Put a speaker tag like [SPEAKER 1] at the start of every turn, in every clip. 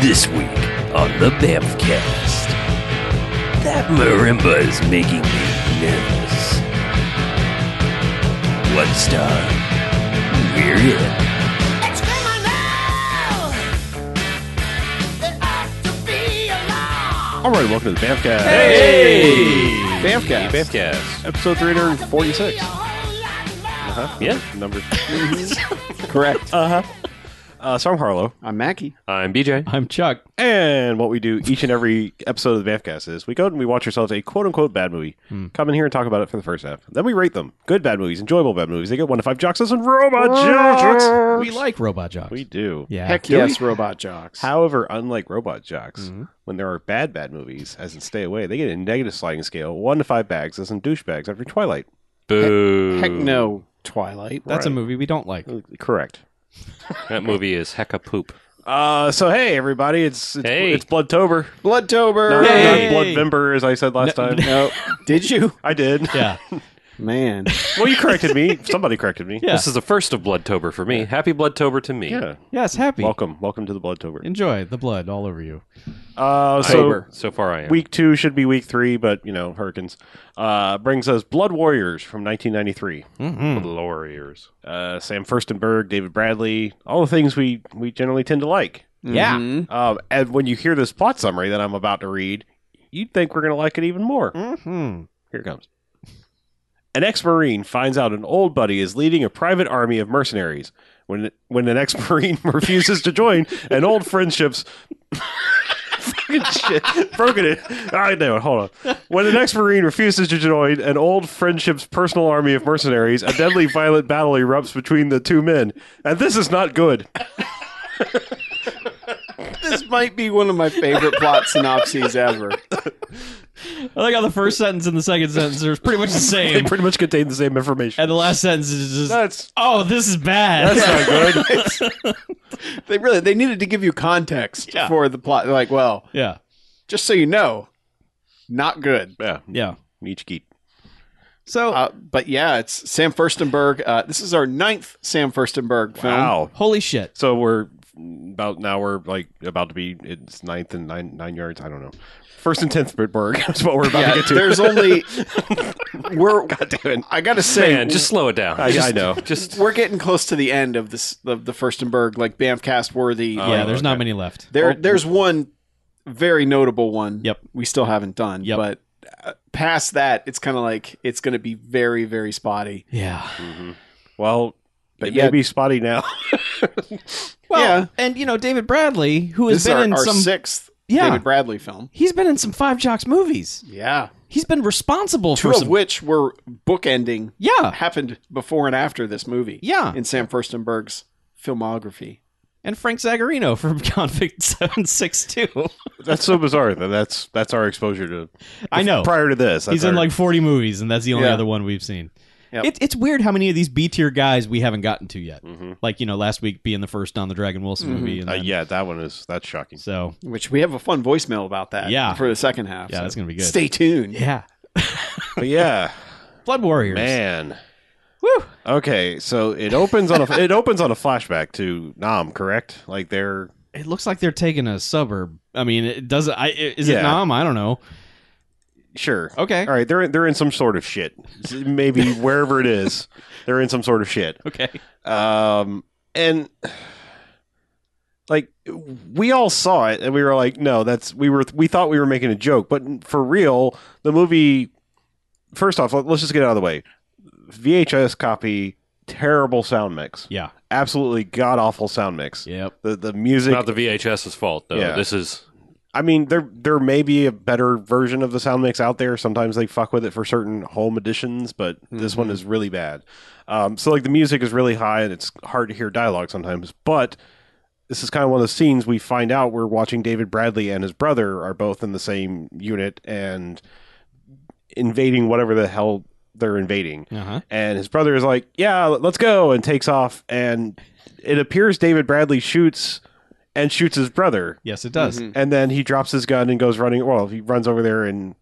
[SPEAKER 1] This week on the Bamfcast, that marimba is making me nervous. One star, we're in.
[SPEAKER 2] It's criminal. It ought to be a law.
[SPEAKER 3] All right, welcome to the Bamfcast.
[SPEAKER 1] Hey!
[SPEAKER 3] Bamfcast.
[SPEAKER 1] Bamfcast.
[SPEAKER 3] Episode 346.
[SPEAKER 2] Be a whole lot more.
[SPEAKER 1] Yeah.
[SPEAKER 3] Number. Correct. Uh-huh. Uh, so I'm Harlow.
[SPEAKER 4] I'm Mackie.
[SPEAKER 1] I'm BJ.
[SPEAKER 5] I'm Chuck.
[SPEAKER 3] And what we do each and every episode of the Bamfcast is we go and we watch ourselves a quote unquote bad movie.
[SPEAKER 1] Hmm.
[SPEAKER 3] Come in here and talk about it for the first half. Then we rate them. Good bad movies, enjoyable bad movies. They get one to five jocks and robot jocks.
[SPEAKER 5] We like robot jocks.
[SPEAKER 3] We do.
[SPEAKER 5] yeah.
[SPEAKER 4] Heck yes, robot jocks.
[SPEAKER 3] However, unlike robot jocks,
[SPEAKER 1] Mm-hmm.
[SPEAKER 3] when there are bad bad movies, as in Stay Away, they get a negative sliding scale, one to five bags, as in douchebags after Twilight.
[SPEAKER 6] Boo.
[SPEAKER 4] Heck no, Twilight.
[SPEAKER 5] That's a
[SPEAKER 3] Right.
[SPEAKER 5] movie we don't like.
[SPEAKER 3] Correct.
[SPEAKER 6] That movie is hecka poop.
[SPEAKER 3] Uh, so hey everybody, it's it's,
[SPEAKER 6] Hey.
[SPEAKER 3] it's Bloodtober.
[SPEAKER 4] Bloodtober.
[SPEAKER 3] Not-
[SPEAKER 5] Hey.
[SPEAKER 3] not Bloodvember, as I said last time.
[SPEAKER 4] No, did you?
[SPEAKER 3] I did.
[SPEAKER 5] Yeah.
[SPEAKER 4] Man,
[SPEAKER 3] Well, you corrected me. Somebody corrected me.
[SPEAKER 5] Yeah.
[SPEAKER 6] This is the first of Bloodtober for me. Happy Bloodtober to me.
[SPEAKER 3] Yeah.
[SPEAKER 5] Yes, happy.
[SPEAKER 3] Welcome, welcome to the Bloodtober.
[SPEAKER 5] Enjoy the blood all over you.
[SPEAKER 3] Uh, so
[SPEAKER 6] So, so far I am.
[SPEAKER 3] week two should be week three, but you know hurricanes. Uh, brings us Blood Warriors from 1993.
[SPEAKER 5] Mm-hmm.
[SPEAKER 6] Warriors.
[SPEAKER 3] Uh, Sam Furstenberg, David Bradley, all the things we we generally tend to like.
[SPEAKER 5] Yeah.
[SPEAKER 4] Mm-hmm.
[SPEAKER 3] Um, and when you hear this plot summary that I'm about to read, you'd think we're going to like it even more.
[SPEAKER 5] Mm-hmm.
[SPEAKER 3] Here it comes. An ex-marine finds out an old buddy is leading a private army of mercenaries. When when an ex-marine refuses to join, an old friendships Fucking shit. Broken it. I know. it. Hold on. When an ex-marine refuses to join an old friendship's personal army of mercenaries, a deadly violent battle erupts between the two men, and this is not good.
[SPEAKER 4] this might be one of my favorite plot synopses ever.
[SPEAKER 5] I like how the first sentence and the second sentence are pretty much the
[SPEAKER 3] They
[SPEAKER 5] same,
[SPEAKER 3] pretty much contain the same information.
[SPEAKER 5] and the last sentence is just,
[SPEAKER 3] That's
[SPEAKER 5] "Oh, this is bad."
[SPEAKER 3] that's not good.
[SPEAKER 4] They really they needed to give you context
[SPEAKER 5] Yeah.
[SPEAKER 4] for the plot. They're like, well,
[SPEAKER 5] yeah.
[SPEAKER 4] just so you know, not good.
[SPEAKER 3] yeah.
[SPEAKER 5] Yeah.
[SPEAKER 3] Meech geek.
[SPEAKER 5] So,
[SPEAKER 4] Uh, but yeah, it's Sam Furstenberg. Uh, this is our ninth Sam Furstenberg film.
[SPEAKER 3] Wow.
[SPEAKER 5] holy shit.
[SPEAKER 3] So we're about now we're like about to be it's ninth and nine nine yards. I don't know. First and tenth Bitburg. That's what we're about
[SPEAKER 4] Yeah,
[SPEAKER 3] to get to.
[SPEAKER 4] there's only we're.
[SPEAKER 3] God damn it.
[SPEAKER 4] I gotta say,
[SPEAKER 6] Man, just slow it down.
[SPEAKER 3] I,
[SPEAKER 6] just,
[SPEAKER 3] I know.
[SPEAKER 6] Just
[SPEAKER 4] we're getting close to the end of this of the Furstenberg like Bamfcast worthy.
[SPEAKER 5] Oh, yeah, there's not many left.
[SPEAKER 4] There, there's one very notable one.
[SPEAKER 5] Yep.
[SPEAKER 4] we still haven't done.
[SPEAKER 5] Yep.
[SPEAKER 4] but uh, past that, it's kind of like it's going to be very, very spotty.
[SPEAKER 5] Yeah.
[SPEAKER 3] Well,
[SPEAKER 4] But
[SPEAKER 3] it
[SPEAKER 4] yeah.
[SPEAKER 3] may be spotty now.
[SPEAKER 5] Well,
[SPEAKER 4] Yeah.
[SPEAKER 5] and you know David Bradley, who has
[SPEAKER 4] This is
[SPEAKER 5] been
[SPEAKER 4] our,
[SPEAKER 5] in
[SPEAKER 4] our
[SPEAKER 5] some
[SPEAKER 4] sixth
[SPEAKER 5] Yeah.
[SPEAKER 4] David Bradley film.
[SPEAKER 5] he's been in some Five Jocks movies.
[SPEAKER 4] Yeah,
[SPEAKER 5] He's been responsible
[SPEAKER 4] two
[SPEAKER 5] for
[SPEAKER 4] of
[SPEAKER 5] some
[SPEAKER 4] which were bookending.
[SPEAKER 5] Yeah.
[SPEAKER 4] happened before and after this movie.
[SPEAKER 5] Yeah.
[SPEAKER 4] in Sam Furstenberg's filmography.
[SPEAKER 5] and Frank Zagarino from Convict 762.
[SPEAKER 3] that's so bizarre that that's that's our exposure to.
[SPEAKER 5] I know.
[SPEAKER 3] Prior to this, that's
[SPEAKER 5] He's in
[SPEAKER 3] our-
[SPEAKER 5] like 40 movies, and that's the only
[SPEAKER 4] Yeah.
[SPEAKER 5] other one we've seen.
[SPEAKER 4] Yep.
[SPEAKER 5] It's it's weird how many of these B tier guys we haven't gotten to yet. Like you know, last week being the first on the Dragon Wilson movie. And
[SPEAKER 3] Mm-hmm. Uh,
[SPEAKER 5] then-
[SPEAKER 3] yeah, that one is that's shocking.
[SPEAKER 5] So
[SPEAKER 4] Which we have a fun voicemail about that.
[SPEAKER 5] Yeah.
[SPEAKER 4] for the second half.
[SPEAKER 5] Yeah, that's gonna be good.
[SPEAKER 4] Stay tuned.
[SPEAKER 5] yeah,
[SPEAKER 3] But yeah,
[SPEAKER 5] Blood Warriors.
[SPEAKER 3] man.
[SPEAKER 5] Woo.
[SPEAKER 3] Okay, so it opens on a it opens on a flashback to Nam, correct? Like they're
[SPEAKER 5] It looks like they're taking a suburb. I mean, it doesn't. I i- is
[SPEAKER 3] Yeah.
[SPEAKER 5] it Nam? I don't know.
[SPEAKER 3] Sure.
[SPEAKER 5] Okay.
[SPEAKER 3] All right. They're in, they're in some sort of shit. Maybe wherever it is, they're in some sort of shit.
[SPEAKER 5] Okay.
[SPEAKER 3] Um, and like we all saw it, and we were like, no, that's we were we thought we were making a joke, but for real, the movie. First off, let- let's just get out of the way. VHS copy, terrible sound mix,
[SPEAKER 5] Yeah.
[SPEAKER 3] absolutely god awful sound mix.
[SPEAKER 5] Yep.
[SPEAKER 3] The the music.
[SPEAKER 6] not the VHS's fault though.
[SPEAKER 3] Yeah.
[SPEAKER 6] This is
[SPEAKER 3] I mean, there there may be a better version of the sound mix out there. Sometimes they fuck with it for certain home editions, but this one is really bad. Um, so like the music is really high and it's hard to hear dialogue sometimes. But this is kind of one of those scenes we find out we're watching David Bradley and his brother are both in the same unit and invading whatever the hell they're invading
[SPEAKER 5] Uh huh.
[SPEAKER 3] and his brother is like, "Yeah, let's go," and takes off. And it appears David Bradley shoots and shoots his brother.
[SPEAKER 5] Yes, it does.
[SPEAKER 4] Mm.
[SPEAKER 3] And then he drops his gun and goes running. Well, he runs over there and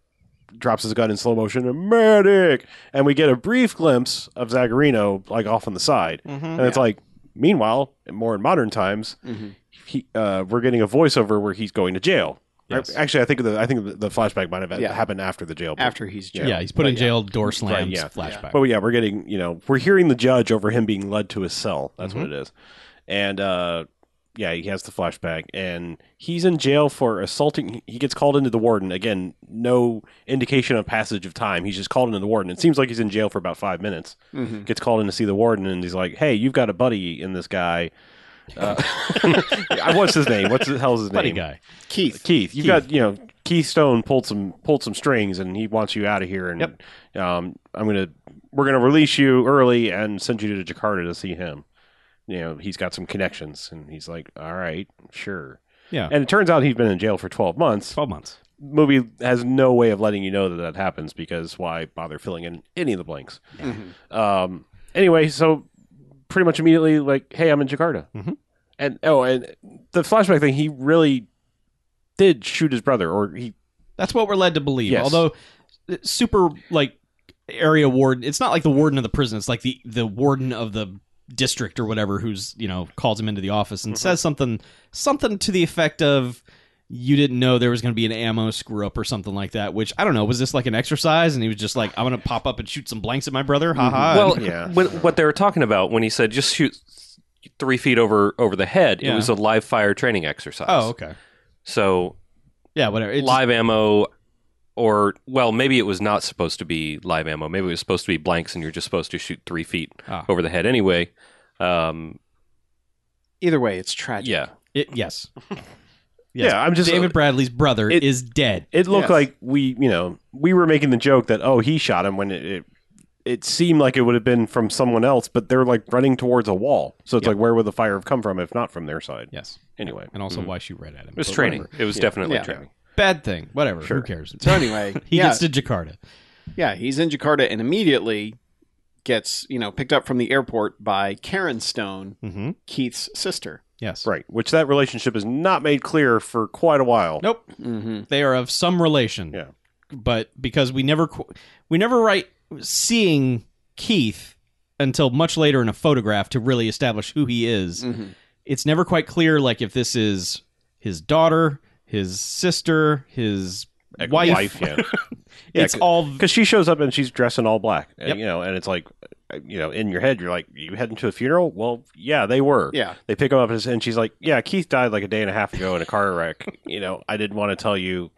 [SPEAKER 3] drops his gun in slow motion. And medic, and we get a brief glimpse of Zagarino like off on the side, and it's like. Meanwhile, more in modern times,
[SPEAKER 4] Mm-hmm.
[SPEAKER 3] he, uh, we're getting a voiceover where he's going to jail.
[SPEAKER 5] Yes.
[SPEAKER 3] Actually, I think the I think the, the flashback might have
[SPEAKER 4] Yeah.
[SPEAKER 3] happened after the jail.
[SPEAKER 4] After he's
[SPEAKER 5] Yeah.
[SPEAKER 4] jailed.
[SPEAKER 5] he's put in jail, door slams,
[SPEAKER 3] Right, yeah.
[SPEAKER 5] flashback.
[SPEAKER 3] But yeah, we're getting, you know, we're hearing the judge over him being led to his cell. That's
[SPEAKER 5] Mm-hmm.
[SPEAKER 3] what it is. And uh yeah, he has the flashback and he's in jail for assaulting he gets called into the warden. Again, no indication of passage of time. He's just called into the warden. It seems like he's in jail for about 5 minutes.
[SPEAKER 5] Mm-hmm.
[SPEAKER 3] Gets called in to see the warden and he's like, "Hey, you've got a buddy in this guy." Uh, what's his name? What's the hell's his
[SPEAKER 5] Buddy
[SPEAKER 3] name?
[SPEAKER 5] guy.
[SPEAKER 4] Keith.
[SPEAKER 3] Keith, you've got you know Keystone pulled some pulled some strings, and he wants you out of here. And um, I'm gonna we're gonna release you early and send you to Jakarta to see him. You know he's got some connections, and he's like, all right, sure.
[SPEAKER 5] Yeah.
[SPEAKER 3] And it turns out he's been in jail for 12 months.
[SPEAKER 5] 12 months.
[SPEAKER 3] Movie has no way of letting you know that that happens because why bother filling in any of the blanks?
[SPEAKER 4] Mm-hmm.
[SPEAKER 3] Um, anyway, so pretty much immediately, like, hey, I'm in Jakarta.
[SPEAKER 6] Mm-hmm.
[SPEAKER 5] Mhm.
[SPEAKER 3] And oh, and the flashback thing, he really did shoot his brother, or he
[SPEAKER 5] That's what we're led to believe.
[SPEAKER 3] Yes.
[SPEAKER 5] Although, uh, super like area warden, it's not like the warden of the prison. It's like the the warden of the district or whatever who's you know calls him into the office
[SPEAKER 3] Mm-hmm.
[SPEAKER 5] and says something something to the effect of you didn't know there was going to be an ammo screw up or something like that which i don't know was this like an exercise and he was just like i'm going to pop up and shoot some blanks at my brother haha
[SPEAKER 6] well,
[SPEAKER 3] yeah.
[SPEAKER 6] when, what they were talking about when he said just shoot three feet over over the head,
[SPEAKER 5] Yeah.
[SPEAKER 6] it was a live fire training exercise.
[SPEAKER 5] oh okay
[SPEAKER 6] so
[SPEAKER 5] yeah whatever It's-
[SPEAKER 6] live ammo, or well, maybe it was not supposed to be live ammo. Maybe it was supposed to be blanks, and you're just supposed to shoot three feet
[SPEAKER 5] Ah.
[SPEAKER 6] over the head anyway. Um,
[SPEAKER 4] Either way, it's tragic.
[SPEAKER 6] yeah,
[SPEAKER 5] it- yes Yes.
[SPEAKER 3] yeah, I'm just uh,
[SPEAKER 5] david bradley's brother
[SPEAKER 3] It-
[SPEAKER 5] is dead
[SPEAKER 3] It looked
[SPEAKER 4] Yes.
[SPEAKER 3] like we, you know, we were making the joke that oh, he shot him when it. it it seemed like it would have been from someone else, but they're like running towards a wall. So it's like, where would the fire have come from if not from their side?
[SPEAKER 5] yes
[SPEAKER 3] Anyway,
[SPEAKER 5] and also why shoot right at him
[SPEAKER 6] it was
[SPEAKER 5] But
[SPEAKER 6] training.
[SPEAKER 5] whatever.
[SPEAKER 6] It was definitely
[SPEAKER 4] Yeah.
[SPEAKER 6] training.
[SPEAKER 5] bad thing whatever who cares
[SPEAKER 4] So anyway,
[SPEAKER 5] he
[SPEAKER 4] yeah,
[SPEAKER 5] gets to jakarta
[SPEAKER 4] yeah, he's in Jakarta and immediately gets, you know, picked up from the airport by Karen Stone,
[SPEAKER 5] Mm-hmm.
[SPEAKER 4] Keith's sister.
[SPEAKER 5] Yes.
[SPEAKER 3] right. Which that relationship is not made clear for quite a while.
[SPEAKER 5] Nope.
[SPEAKER 4] Mm-hmm.
[SPEAKER 5] They are of some relation.
[SPEAKER 3] Yeah.
[SPEAKER 5] But because we never qu- we never write seeing Keith until much later in a photograph to really establish who he is.
[SPEAKER 4] Mhm.
[SPEAKER 5] It's never quite clear like if this is his daughter, his sister, his wife.
[SPEAKER 3] yeah. yeah,
[SPEAKER 5] It's all
[SPEAKER 3] because she shows up and she's dressed in all black, and,
[SPEAKER 5] Yep.
[SPEAKER 3] you know, and it's like, uh, you know, in your head, you're like, you heading to a funeral? Well, yeah, they were.
[SPEAKER 4] Yeah.
[SPEAKER 3] They pick him up and and she's like, yeah, Keith died like a day and a half ago in a car wreck. you know, I didn't want to tell you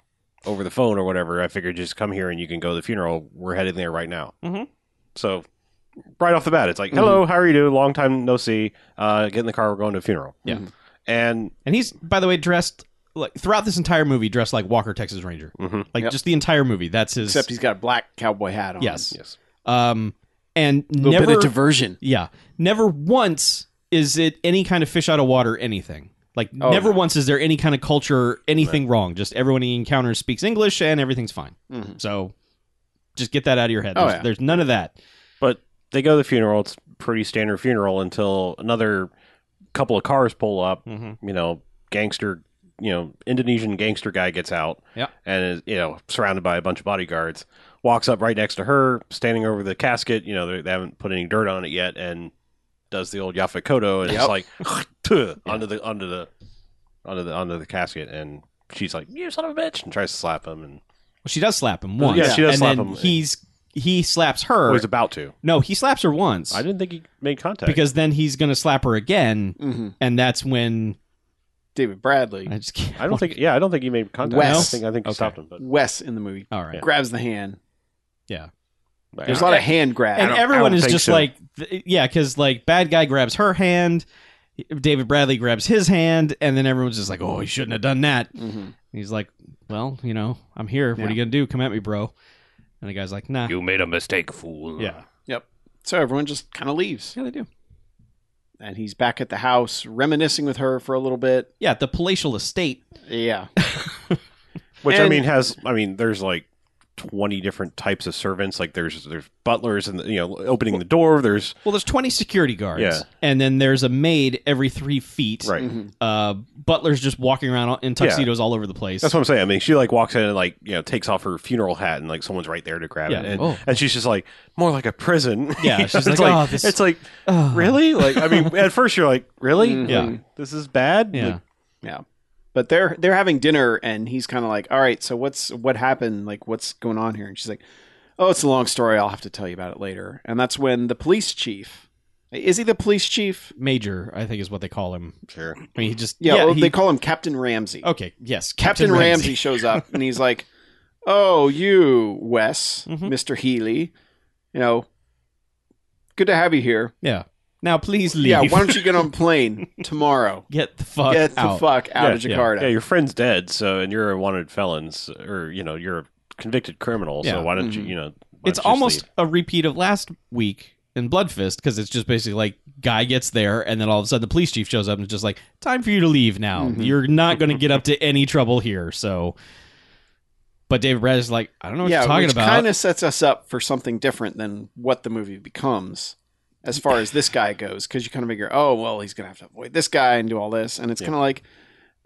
[SPEAKER 3] over the phone or whatever. I figured just come here and you can go to the funeral. We're heading there right now.
[SPEAKER 5] Mhm.
[SPEAKER 3] So right off the bat, it's like, hello,
[SPEAKER 5] Mm-hmm.
[SPEAKER 3] how are you doing? Long time no see. Uh, get in the car. We're going to a funeral.
[SPEAKER 5] Yeah.
[SPEAKER 3] And
[SPEAKER 5] And he's, by the way, dressed like throughout this entire movie, dressed like Walker Texas Ranger.
[SPEAKER 3] Mhm.
[SPEAKER 5] Like
[SPEAKER 4] Mm-hmm. Yep.
[SPEAKER 5] just the entire movie. That's his.
[SPEAKER 4] Except he's got a black cowboy hat on.
[SPEAKER 5] yes.
[SPEAKER 3] yes,
[SPEAKER 5] Um, and
[SPEAKER 4] A little
[SPEAKER 5] never
[SPEAKER 4] bit of diversion.
[SPEAKER 5] Yeah. Never once is it any kind of fish out of water anything. Like
[SPEAKER 4] Oh,
[SPEAKER 5] never
[SPEAKER 4] no.
[SPEAKER 5] once is there any kind of culture anything wrong. Just everyone he encounters speaks English and everything's fine.
[SPEAKER 4] Mhm.
[SPEAKER 5] So just get that out of your head.
[SPEAKER 4] Oh,
[SPEAKER 5] There's,
[SPEAKER 4] yeah.
[SPEAKER 5] there's none of that.
[SPEAKER 3] but they go to the funeral. It's pretty standard funeral until another couple of cars pull up.
[SPEAKER 5] Mm-hmm.
[SPEAKER 3] you know, gangster, you know, Indonesian gangster guy gets out.
[SPEAKER 5] Yeah.
[SPEAKER 3] And is, you know, surrounded by a bunch of bodyguards, walks up right next to her, standing over the casket. You know, they- they haven't put any dirt on it yet, and does the old Yafa Kodo, and it's
[SPEAKER 4] Yep.
[SPEAKER 3] like tuh, onto the onto the onto the onto the casket, and she's like, "You son of a bitch," and tries to slap him, and
[SPEAKER 5] Well, she does slap him once.
[SPEAKER 3] Yeah, she does
[SPEAKER 5] and
[SPEAKER 3] slap
[SPEAKER 5] then
[SPEAKER 3] him.
[SPEAKER 5] He's he slaps her.
[SPEAKER 3] or he's about to.
[SPEAKER 5] no, he slaps her once
[SPEAKER 3] I didn't think he made contact
[SPEAKER 5] because then he's gonna slap her again,
[SPEAKER 4] Mm-hmm.
[SPEAKER 5] and that's when
[SPEAKER 4] David Bradley,
[SPEAKER 5] I just can't.
[SPEAKER 3] I don't think. Yeah, I don't think he made contact. I don't
[SPEAKER 4] Wes.
[SPEAKER 3] think I think he
[SPEAKER 5] Okay.
[SPEAKER 3] stopped him, but
[SPEAKER 4] Wes in the movie,
[SPEAKER 5] All right.
[SPEAKER 4] grabs the hand.
[SPEAKER 3] like,
[SPEAKER 4] There's a lot of hand grab.
[SPEAKER 5] and
[SPEAKER 3] don't- I
[SPEAKER 5] everyone
[SPEAKER 3] don't
[SPEAKER 5] is
[SPEAKER 3] think
[SPEAKER 5] just
[SPEAKER 3] so.
[SPEAKER 5] like th- yeah because like bad guy grabs her hand david bradley grabs his hand and then everyone's just like oh he shouldn't have done that and
[SPEAKER 4] Mhm.
[SPEAKER 5] he's like well you know i'm here what
[SPEAKER 4] Yeah.
[SPEAKER 5] are you gonna do come at me bro and the guy's like nah
[SPEAKER 6] You made a mistake, fool.
[SPEAKER 5] yeah
[SPEAKER 4] Yep. So everyone just kind of leaves,
[SPEAKER 5] yeah they do
[SPEAKER 4] and he's back at the house reminiscing with her for a little bit.
[SPEAKER 5] yeah the palatial estate
[SPEAKER 4] Yeah.
[SPEAKER 3] Which I
[SPEAKER 4] And-
[SPEAKER 3] mean has I mean there's like 20 different types of servants like there's there's butlers and you know opening the door there's
[SPEAKER 5] Well, there's 20 security guards,
[SPEAKER 3] Yeah.
[SPEAKER 5] and then there's a maid every three feet.
[SPEAKER 3] right
[SPEAKER 5] Uh, butlers just walking around in tuxedos all over the place.
[SPEAKER 3] That's what I'm saying. I mean, she like walks in and like you know takes off her funeral hat and like someone's right there to grab
[SPEAKER 5] Yeah.
[SPEAKER 3] it, and,
[SPEAKER 5] Oh.
[SPEAKER 3] and she's just like more like a prison.
[SPEAKER 5] Yeah,
[SPEAKER 3] You know,
[SPEAKER 5] she's
[SPEAKER 3] it's
[SPEAKER 5] like, "Oh, this-
[SPEAKER 3] it's like really like I mean, at first you're like really,
[SPEAKER 5] Mm-hmm. Yeah.
[SPEAKER 3] this is bad.
[SPEAKER 5] yeah.
[SPEAKER 3] Like,
[SPEAKER 4] Yeah. But they're they're having dinner and he's kind of like, "All right, so what's what happened? Like what's going on here?" And she's like, "Oh, it's a long story. I'll have to tell you about it later." And that's when the police chief Is he the police chief?
[SPEAKER 5] Major, I think, is what they call him.
[SPEAKER 3] sure.
[SPEAKER 5] I mean, he just
[SPEAKER 4] Yeah, well,
[SPEAKER 5] he- Oh,
[SPEAKER 4] they call him Captain Ramsey.
[SPEAKER 5] okay, yes,
[SPEAKER 4] Captain, Ramsey. shows up and he's like, "Oh, you, Wes,
[SPEAKER 5] Mhm.
[SPEAKER 4] Mr. Healy, you know, good to have you here.
[SPEAKER 5] Yeah. Now please leave.
[SPEAKER 4] Yeah, why don't you get on a plane tomorrow?
[SPEAKER 5] get the fuck
[SPEAKER 4] get the
[SPEAKER 5] out?
[SPEAKER 4] fuck out of
[SPEAKER 5] Yeah, yeah,
[SPEAKER 4] Jakarta."
[SPEAKER 3] Yeah, your friend's dead, so and you're a wanted felon, so- or you know you're a convicted criminal.
[SPEAKER 5] Yeah. Mm-hmm.
[SPEAKER 3] So why don't you
[SPEAKER 4] Mhm.
[SPEAKER 3] you know? why
[SPEAKER 5] it's
[SPEAKER 3] don't you just
[SPEAKER 5] almost
[SPEAKER 3] leave?
[SPEAKER 5] a repeat of last week in Bloodfist because it's just basically like guy gets there and then all of a sudden the police chief shows up and is just like, "Time for you to leave now.
[SPEAKER 4] Mhm.
[SPEAKER 5] You're not going to get up to any trouble here." So, but David Brad is like, "I don't know what you're talking
[SPEAKER 4] which
[SPEAKER 5] about."
[SPEAKER 4] kind of sets us up for something different than what the movie becomes, as far as this guy goes, because you kind of figure, oh well, he's gonna have to avoid this guy and do all this, and it's kind of like,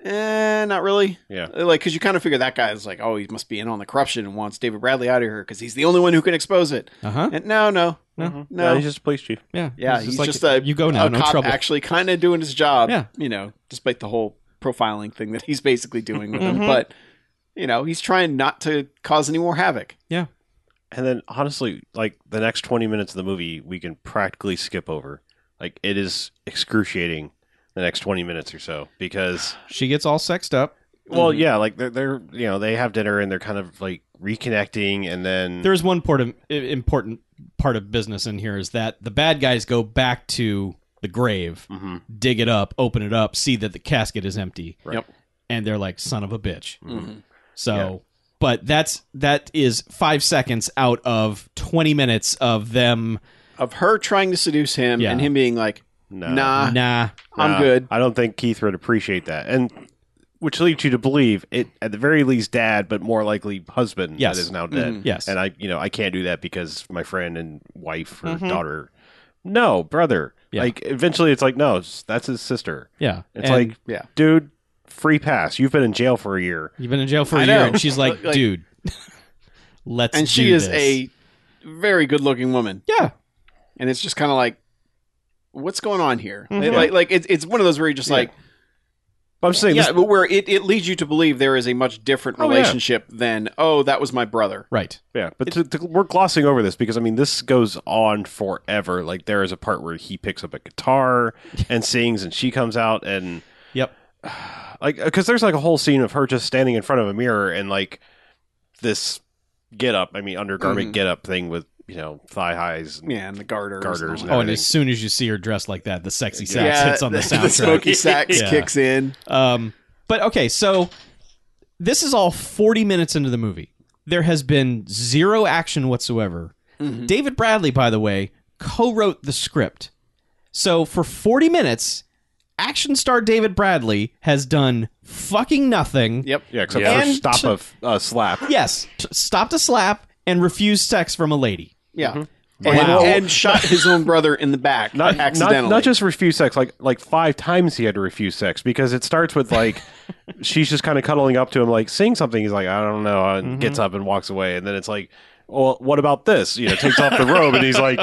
[SPEAKER 4] eh, not really, Uh,
[SPEAKER 3] Yeah.
[SPEAKER 4] like because you kind of figure that guy is like, oh, he must be in on the corruption and wants David Bradley out of here because he's the only one who can expose it.
[SPEAKER 5] uh huh.
[SPEAKER 4] And no, no,
[SPEAKER 5] No.
[SPEAKER 4] no,
[SPEAKER 3] he's just a police chief.
[SPEAKER 5] Yeah.
[SPEAKER 4] yeah, he's, just, a
[SPEAKER 5] you go now,
[SPEAKER 4] a
[SPEAKER 5] no
[SPEAKER 4] cop
[SPEAKER 5] trouble.
[SPEAKER 4] actually kind of doing his job,
[SPEAKER 5] Yeah.
[SPEAKER 4] you know, despite the whole profiling thing that he's basically doing with him, but. You know, he's trying not to cause any more havoc.
[SPEAKER 3] And then honestly, like the next 20 minutes of the movie, we can practically skip over. Like it is excruciating the next 20 minutes or so because
[SPEAKER 5] She gets all sexed up.
[SPEAKER 3] Well,
[SPEAKER 5] Mm-hmm.
[SPEAKER 4] Mhm.
[SPEAKER 3] yeah, like they're, they're you know they have dinner and they're kind of like reconnecting, and
[SPEAKER 4] Mm-hmm.
[SPEAKER 3] then
[SPEAKER 5] There's one part of, i- important part of business in here is that the bad guys go back to the grave,
[SPEAKER 4] Mm-hmm.
[SPEAKER 3] Mhm.
[SPEAKER 5] dig it up, open it up, see that the casket is empty.
[SPEAKER 3] Right.
[SPEAKER 4] Yep.
[SPEAKER 5] And they're like, son of a bitch.
[SPEAKER 4] Mhm.
[SPEAKER 5] So, but that's that is five seconds out of 20 minutes of them.
[SPEAKER 4] of her trying to seduce him
[SPEAKER 5] Yeah.
[SPEAKER 4] and him being like,
[SPEAKER 3] no,
[SPEAKER 4] nah,
[SPEAKER 5] nah.
[SPEAKER 4] I'm
[SPEAKER 3] no,
[SPEAKER 4] good.
[SPEAKER 3] I don't think Keith would appreciate that, and which leads you to believe it at the very least dad, but more likely husband
[SPEAKER 5] Yes. Mm-hmm.
[SPEAKER 3] that is now dead.
[SPEAKER 4] Mhm.
[SPEAKER 5] Yes.
[SPEAKER 3] And I, you know, I can't do that because my friend and wife or daughter. No, brother.
[SPEAKER 5] Mm-hmm. Yeah.
[SPEAKER 3] Like eventually, it's like no, it's- that's his sister.
[SPEAKER 5] yeah.
[SPEAKER 3] It's
[SPEAKER 5] And
[SPEAKER 3] like,
[SPEAKER 4] Yeah.
[SPEAKER 3] dude, free pass. You've been in jail for a year.
[SPEAKER 5] you've been in jail for a
[SPEAKER 4] I
[SPEAKER 5] year
[SPEAKER 4] know.
[SPEAKER 5] and she's like,
[SPEAKER 4] Like-
[SPEAKER 5] dude, let's
[SPEAKER 4] and she
[SPEAKER 5] do
[SPEAKER 4] is
[SPEAKER 5] this."
[SPEAKER 4] a very good looking woman.
[SPEAKER 5] Yeah.
[SPEAKER 4] And it's just kind of like, what's going on here?
[SPEAKER 3] Mm-hmm.
[SPEAKER 4] Like, like it's, it's one of those where you're just like,
[SPEAKER 3] But I'm saying,
[SPEAKER 4] yeah,
[SPEAKER 3] this-
[SPEAKER 4] but where it, it leads you to believe there is a much different
[SPEAKER 3] Oh, yeah.
[SPEAKER 4] relationship than, oh, that was my brother.
[SPEAKER 5] Right.
[SPEAKER 3] Yeah, but to, to, we're glossing over this because I mean this goes on forever. Like there is a part where he picks up a guitar and sings, and she comes out and
[SPEAKER 5] Yep.
[SPEAKER 3] like because there's like a whole scene of her just standing in front of a mirror and like this get up. I mean undergarment
[SPEAKER 4] Mhm.
[SPEAKER 3] get up thing with you know thigh highs. And,
[SPEAKER 4] Yeah, and the garters.
[SPEAKER 3] Garters
[SPEAKER 4] and
[SPEAKER 3] and
[SPEAKER 4] all
[SPEAKER 5] Oh,
[SPEAKER 4] that.
[SPEAKER 5] and
[SPEAKER 3] Everything.
[SPEAKER 5] as soon as you see her dressed like that, the sexy sax
[SPEAKER 4] yeah,
[SPEAKER 5] hits on the, soundtrack.
[SPEAKER 4] the smoky sax
[SPEAKER 5] Yeah.
[SPEAKER 4] kicks in.
[SPEAKER 5] Um, but okay, so this is all 40 minutes into the movie. There has been zero action whatsoever. David Bradley, by the way, co wrote the script. So for 40 minutes, action star David Bradley has done fucking nothing.
[SPEAKER 4] Yep.
[SPEAKER 3] yeah, except
[SPEAKER 6] Yeah.
[SPEAKER 3] for
[SPEAKER 5] And
[SPEAKER 3] stop
[SPEAKER 5] to-
[SPEAKER 3] of a slap.
[SPEAKER 5] Yes, t- stopped a slap and refused sex from a lady.
[SPEAKER 4] Yeah.
[SPEAKER 5] Wow.
[SPEAKER 4] And, and shot his own brother in the back
[SPEAKER 3] Mm-hmm. Not, not
[SPEAKER 4] accidentally.
[SPEAKER 3] not just refuse sex. Like like five times he had to refuse sex because it starts with like. She's just kind of cuddling up to him, like saying something. He's like, I don't know, and
[SPEAKER 5] Mm-hmm.
[SPEAKER 3] gets up and walks away. And then it's like, well, what about this? You know, takes off the robe and he's like,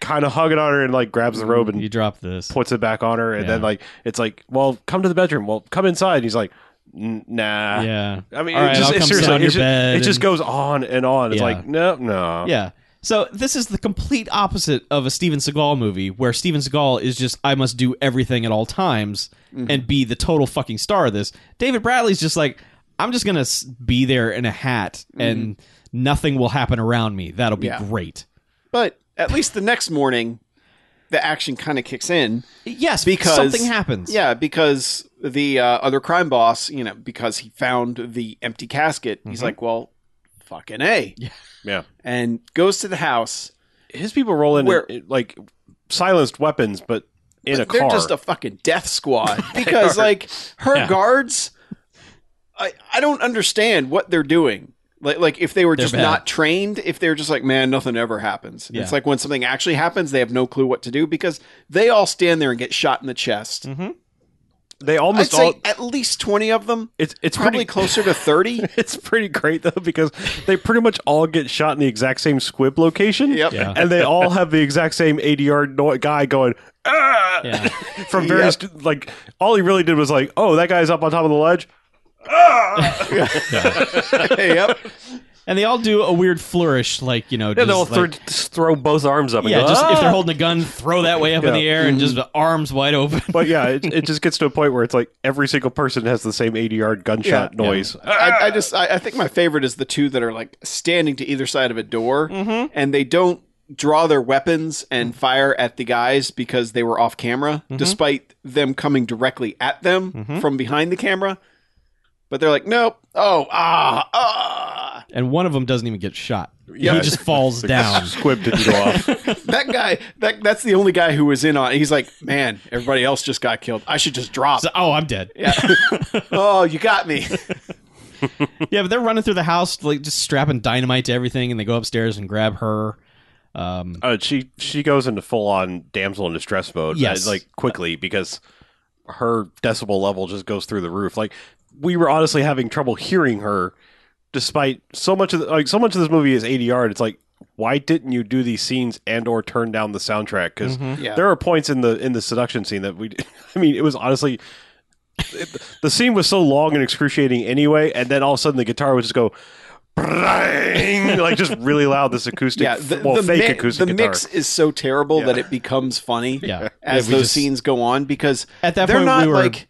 [SPEAKER 3] kind of hugging on her and like grabs the robe
[SPEAKER 5] Mm-hmm. You
[SPEAKER 3] and
[SPEAKER 5] dropped this.
[SPEAKER 3] puts it back on her. And then
[SPEAKER 5] Yeah.
[SPEAKER 3] like, it's like, well, come to the bedroom. Well, come inside. And he's like, "N- nah.
[SPEAKER 5] Yeah.
[SPEAKER 3] I mean,
[SPEAKER 5] All
[SPEAKER 3] it
[SPEAKER 5] right,
[SPEAKER 3] just,
[SPEAKER 5] I'll
[SPEAKER 3] it
[SPEAKER 5] come sit
[SPEAKER 3] seriously,
[SPEAKER 5] on
[SPEAKER 3] it
[SPEAKER 5] your
[SPEAKER 3] just,
[SPEAKER 5] bed
[SPEAKER 3] it just
[SPEAKER 5] and-
[SPEAKER 3] goes on and on. It's
[SPEAKER 5] Yeah.
[SPEAKER 3] like, no, no.
[SPEAKER 5] Yeah. So this is the complete opposite of a Steven Seagal movie where Steven Seagal is just I must do everything at all times and be the total fucking star of this. David Bradley's just like I'm just going to be there in a hat and nothing will happen around me. That'll be
[SPEAKER 4] Yeah.
[SPEAKER 5] great.
[SPEAKER 4] but at least the next morning, the action kind of kicks in.
[SPEAKER 5] Yes,
[SPEAKER 4] Because-
[SPEAKER 5] something happens.
[SPEAKER 4] Yeah, because the uh, other crime boss, you know, because he found the empty casket, he's
[SPEAKER 5] Mm-hmm.
[SPEAKER 4] like, "Well, fucking a,"
[SPEAKER 3] Yeah.
[SPEAKER 4] and goes to the house.
[SPEAKER 3] His people roll in
[SPEAKER 4] Where-
[SPEAKER 3] like silenced weapons, but in a
[SPEAKER 4] They're
[SPEAKER 3] car.
[SPEAKER 4] just a fucking death squad because, like, her
[SPEAKER 5] Yeah.
[SPEAKER 4] guards. I I don't understand what they're doing. Like, like if they were
[SPEAKER 5] They're
[SPEAKER 4] just
[SPEAKER 5] bad.
[SPEAKER 4] not trained, if they're just like, man, nothing ever happens.
[SPEAKER 5] Yeah.
[SPEAKER 4] It's like when something actually happens, they have no clue what to do because they all stand there and get shot in the
[SPEAKER 5] Mm.
[SPEAKER 4] chest.
[SPEAKER 3] They
[SPEAKER 4] I'd
[SPEAKER 3] almost
[SPEAKER 4] say
[SPEAKER 3] all.
[SPEAKER 4] at least twenty of them.
[SPEAKER 3] It's it's
[SPEAKER 4] probably
[SPEAKER 3] pretty,
[SPEAKER 4] closer to thirty.
[SPEAKER 3] It's pretty great though because they pretty much all get shot in the exact same squib location.
[SPEAKER 4] Yep.
[SPEAKER 5] Yeah.
[SPEAKER 3] And they all have the exact same 80 yard no- guy going ah!
[SPEAKER 5] Yeah.
[SPEAKER 3] from various like all he really did was like, "Oh, that guy's up on top of the ledge."
[SPEAKER 4] yep.
[SPEAKER 5] And they all do a weird flourish, like you know,
[SPEAKER 6] Yeah,
[SPEAKER 5] just
[SPEAKER 6] they'll
[SPEAKER 5] like,
[SPEAKER 6] throw, just throw both arms up. And
[SPEAKER 5] yeah,
[SPEAKER 6] go,
[SPEAKER 5] just if
[SPEAKER 6] "Ah!"
[SPEAKER 5] they're holding a gun, throw that way up in
[SPEAKER 3] Yeah.
[SPEAKER 5] the air and just the arms wide open.
[SPEAKER 3] But yeah, it, it just gets to a point where it's like every single person has the same 80 yard gunshot
[SPEAKER 4] Yeah.
[SPEAKER 3] noise.
[SPEAKER 4] I, I just I, I think my favorite is the two that are like standing to either side of a door and they don't draw their weapons and fire at the guys because they were off camera despite them coming directly at them from behind the camera but they're like nope oh ah ah
[SPEAKER 5] And one of them doesn't even get shot.
[SPEAKER 4] Yeah.
[SPEAKER 5] He just falls down.
[SPEAKER 3] Squib didn't go off.
[SPEAKER 4] that guy that that's the only guy who was in on it. he's like man everybody else just got killed I should just drop
[SPEAKER 5] So, oh, I'm dead.
[SPEAKER 4] yeah oh you got me
[SPEAKER 5] Yeah, but they're running through the house, like just strapping dynamite to everything, and they go upstairs and grab her. Um,
[SPEAKER 3] Uh, she she goes into full on damsel in distress mode.
[SPEAKER 5] Yes.
[SPEAKER 3] uh, like quickly because her decibel level just goes through the roof. Like we were honestly having trouble hearing her, despite so much of the, like so much of this movie is eighty yard. It's like why didn't you do these scenes and or turn down the soundtrack? Because
[SPEAKER 4] yeah
[SPEAKER 3] there are points in the in the seduction scene that we. I mean, it was honestly. it- the scene was so long and excruciating anyway, and then all of a sudden the guitar would just go, "Brang," like just really loud. This acoustic, well, fake
[SPEAKER 4] mi-
[SPEAKER 3] acoustic
[SPEAKER 4] the
[SPEAKER 3] guitar.
[SPEAKER 4] mix is so terrible that it becomes funny
[SPEAKER 5] Yeah.
[SPEAKER 4] as
[SPEAKER 5] Yeah, we
[SPEAKER 4] those
[SPEAKER 5] just-
[SPEAKER 4] scenes go on because
[SPEAKER 5] At that
[SPEAKER 4] they're
[SPEAKER 5] point,
[SPEAKER 4] not
[SPEAKER 5] we were-
[SPEAKER 4] like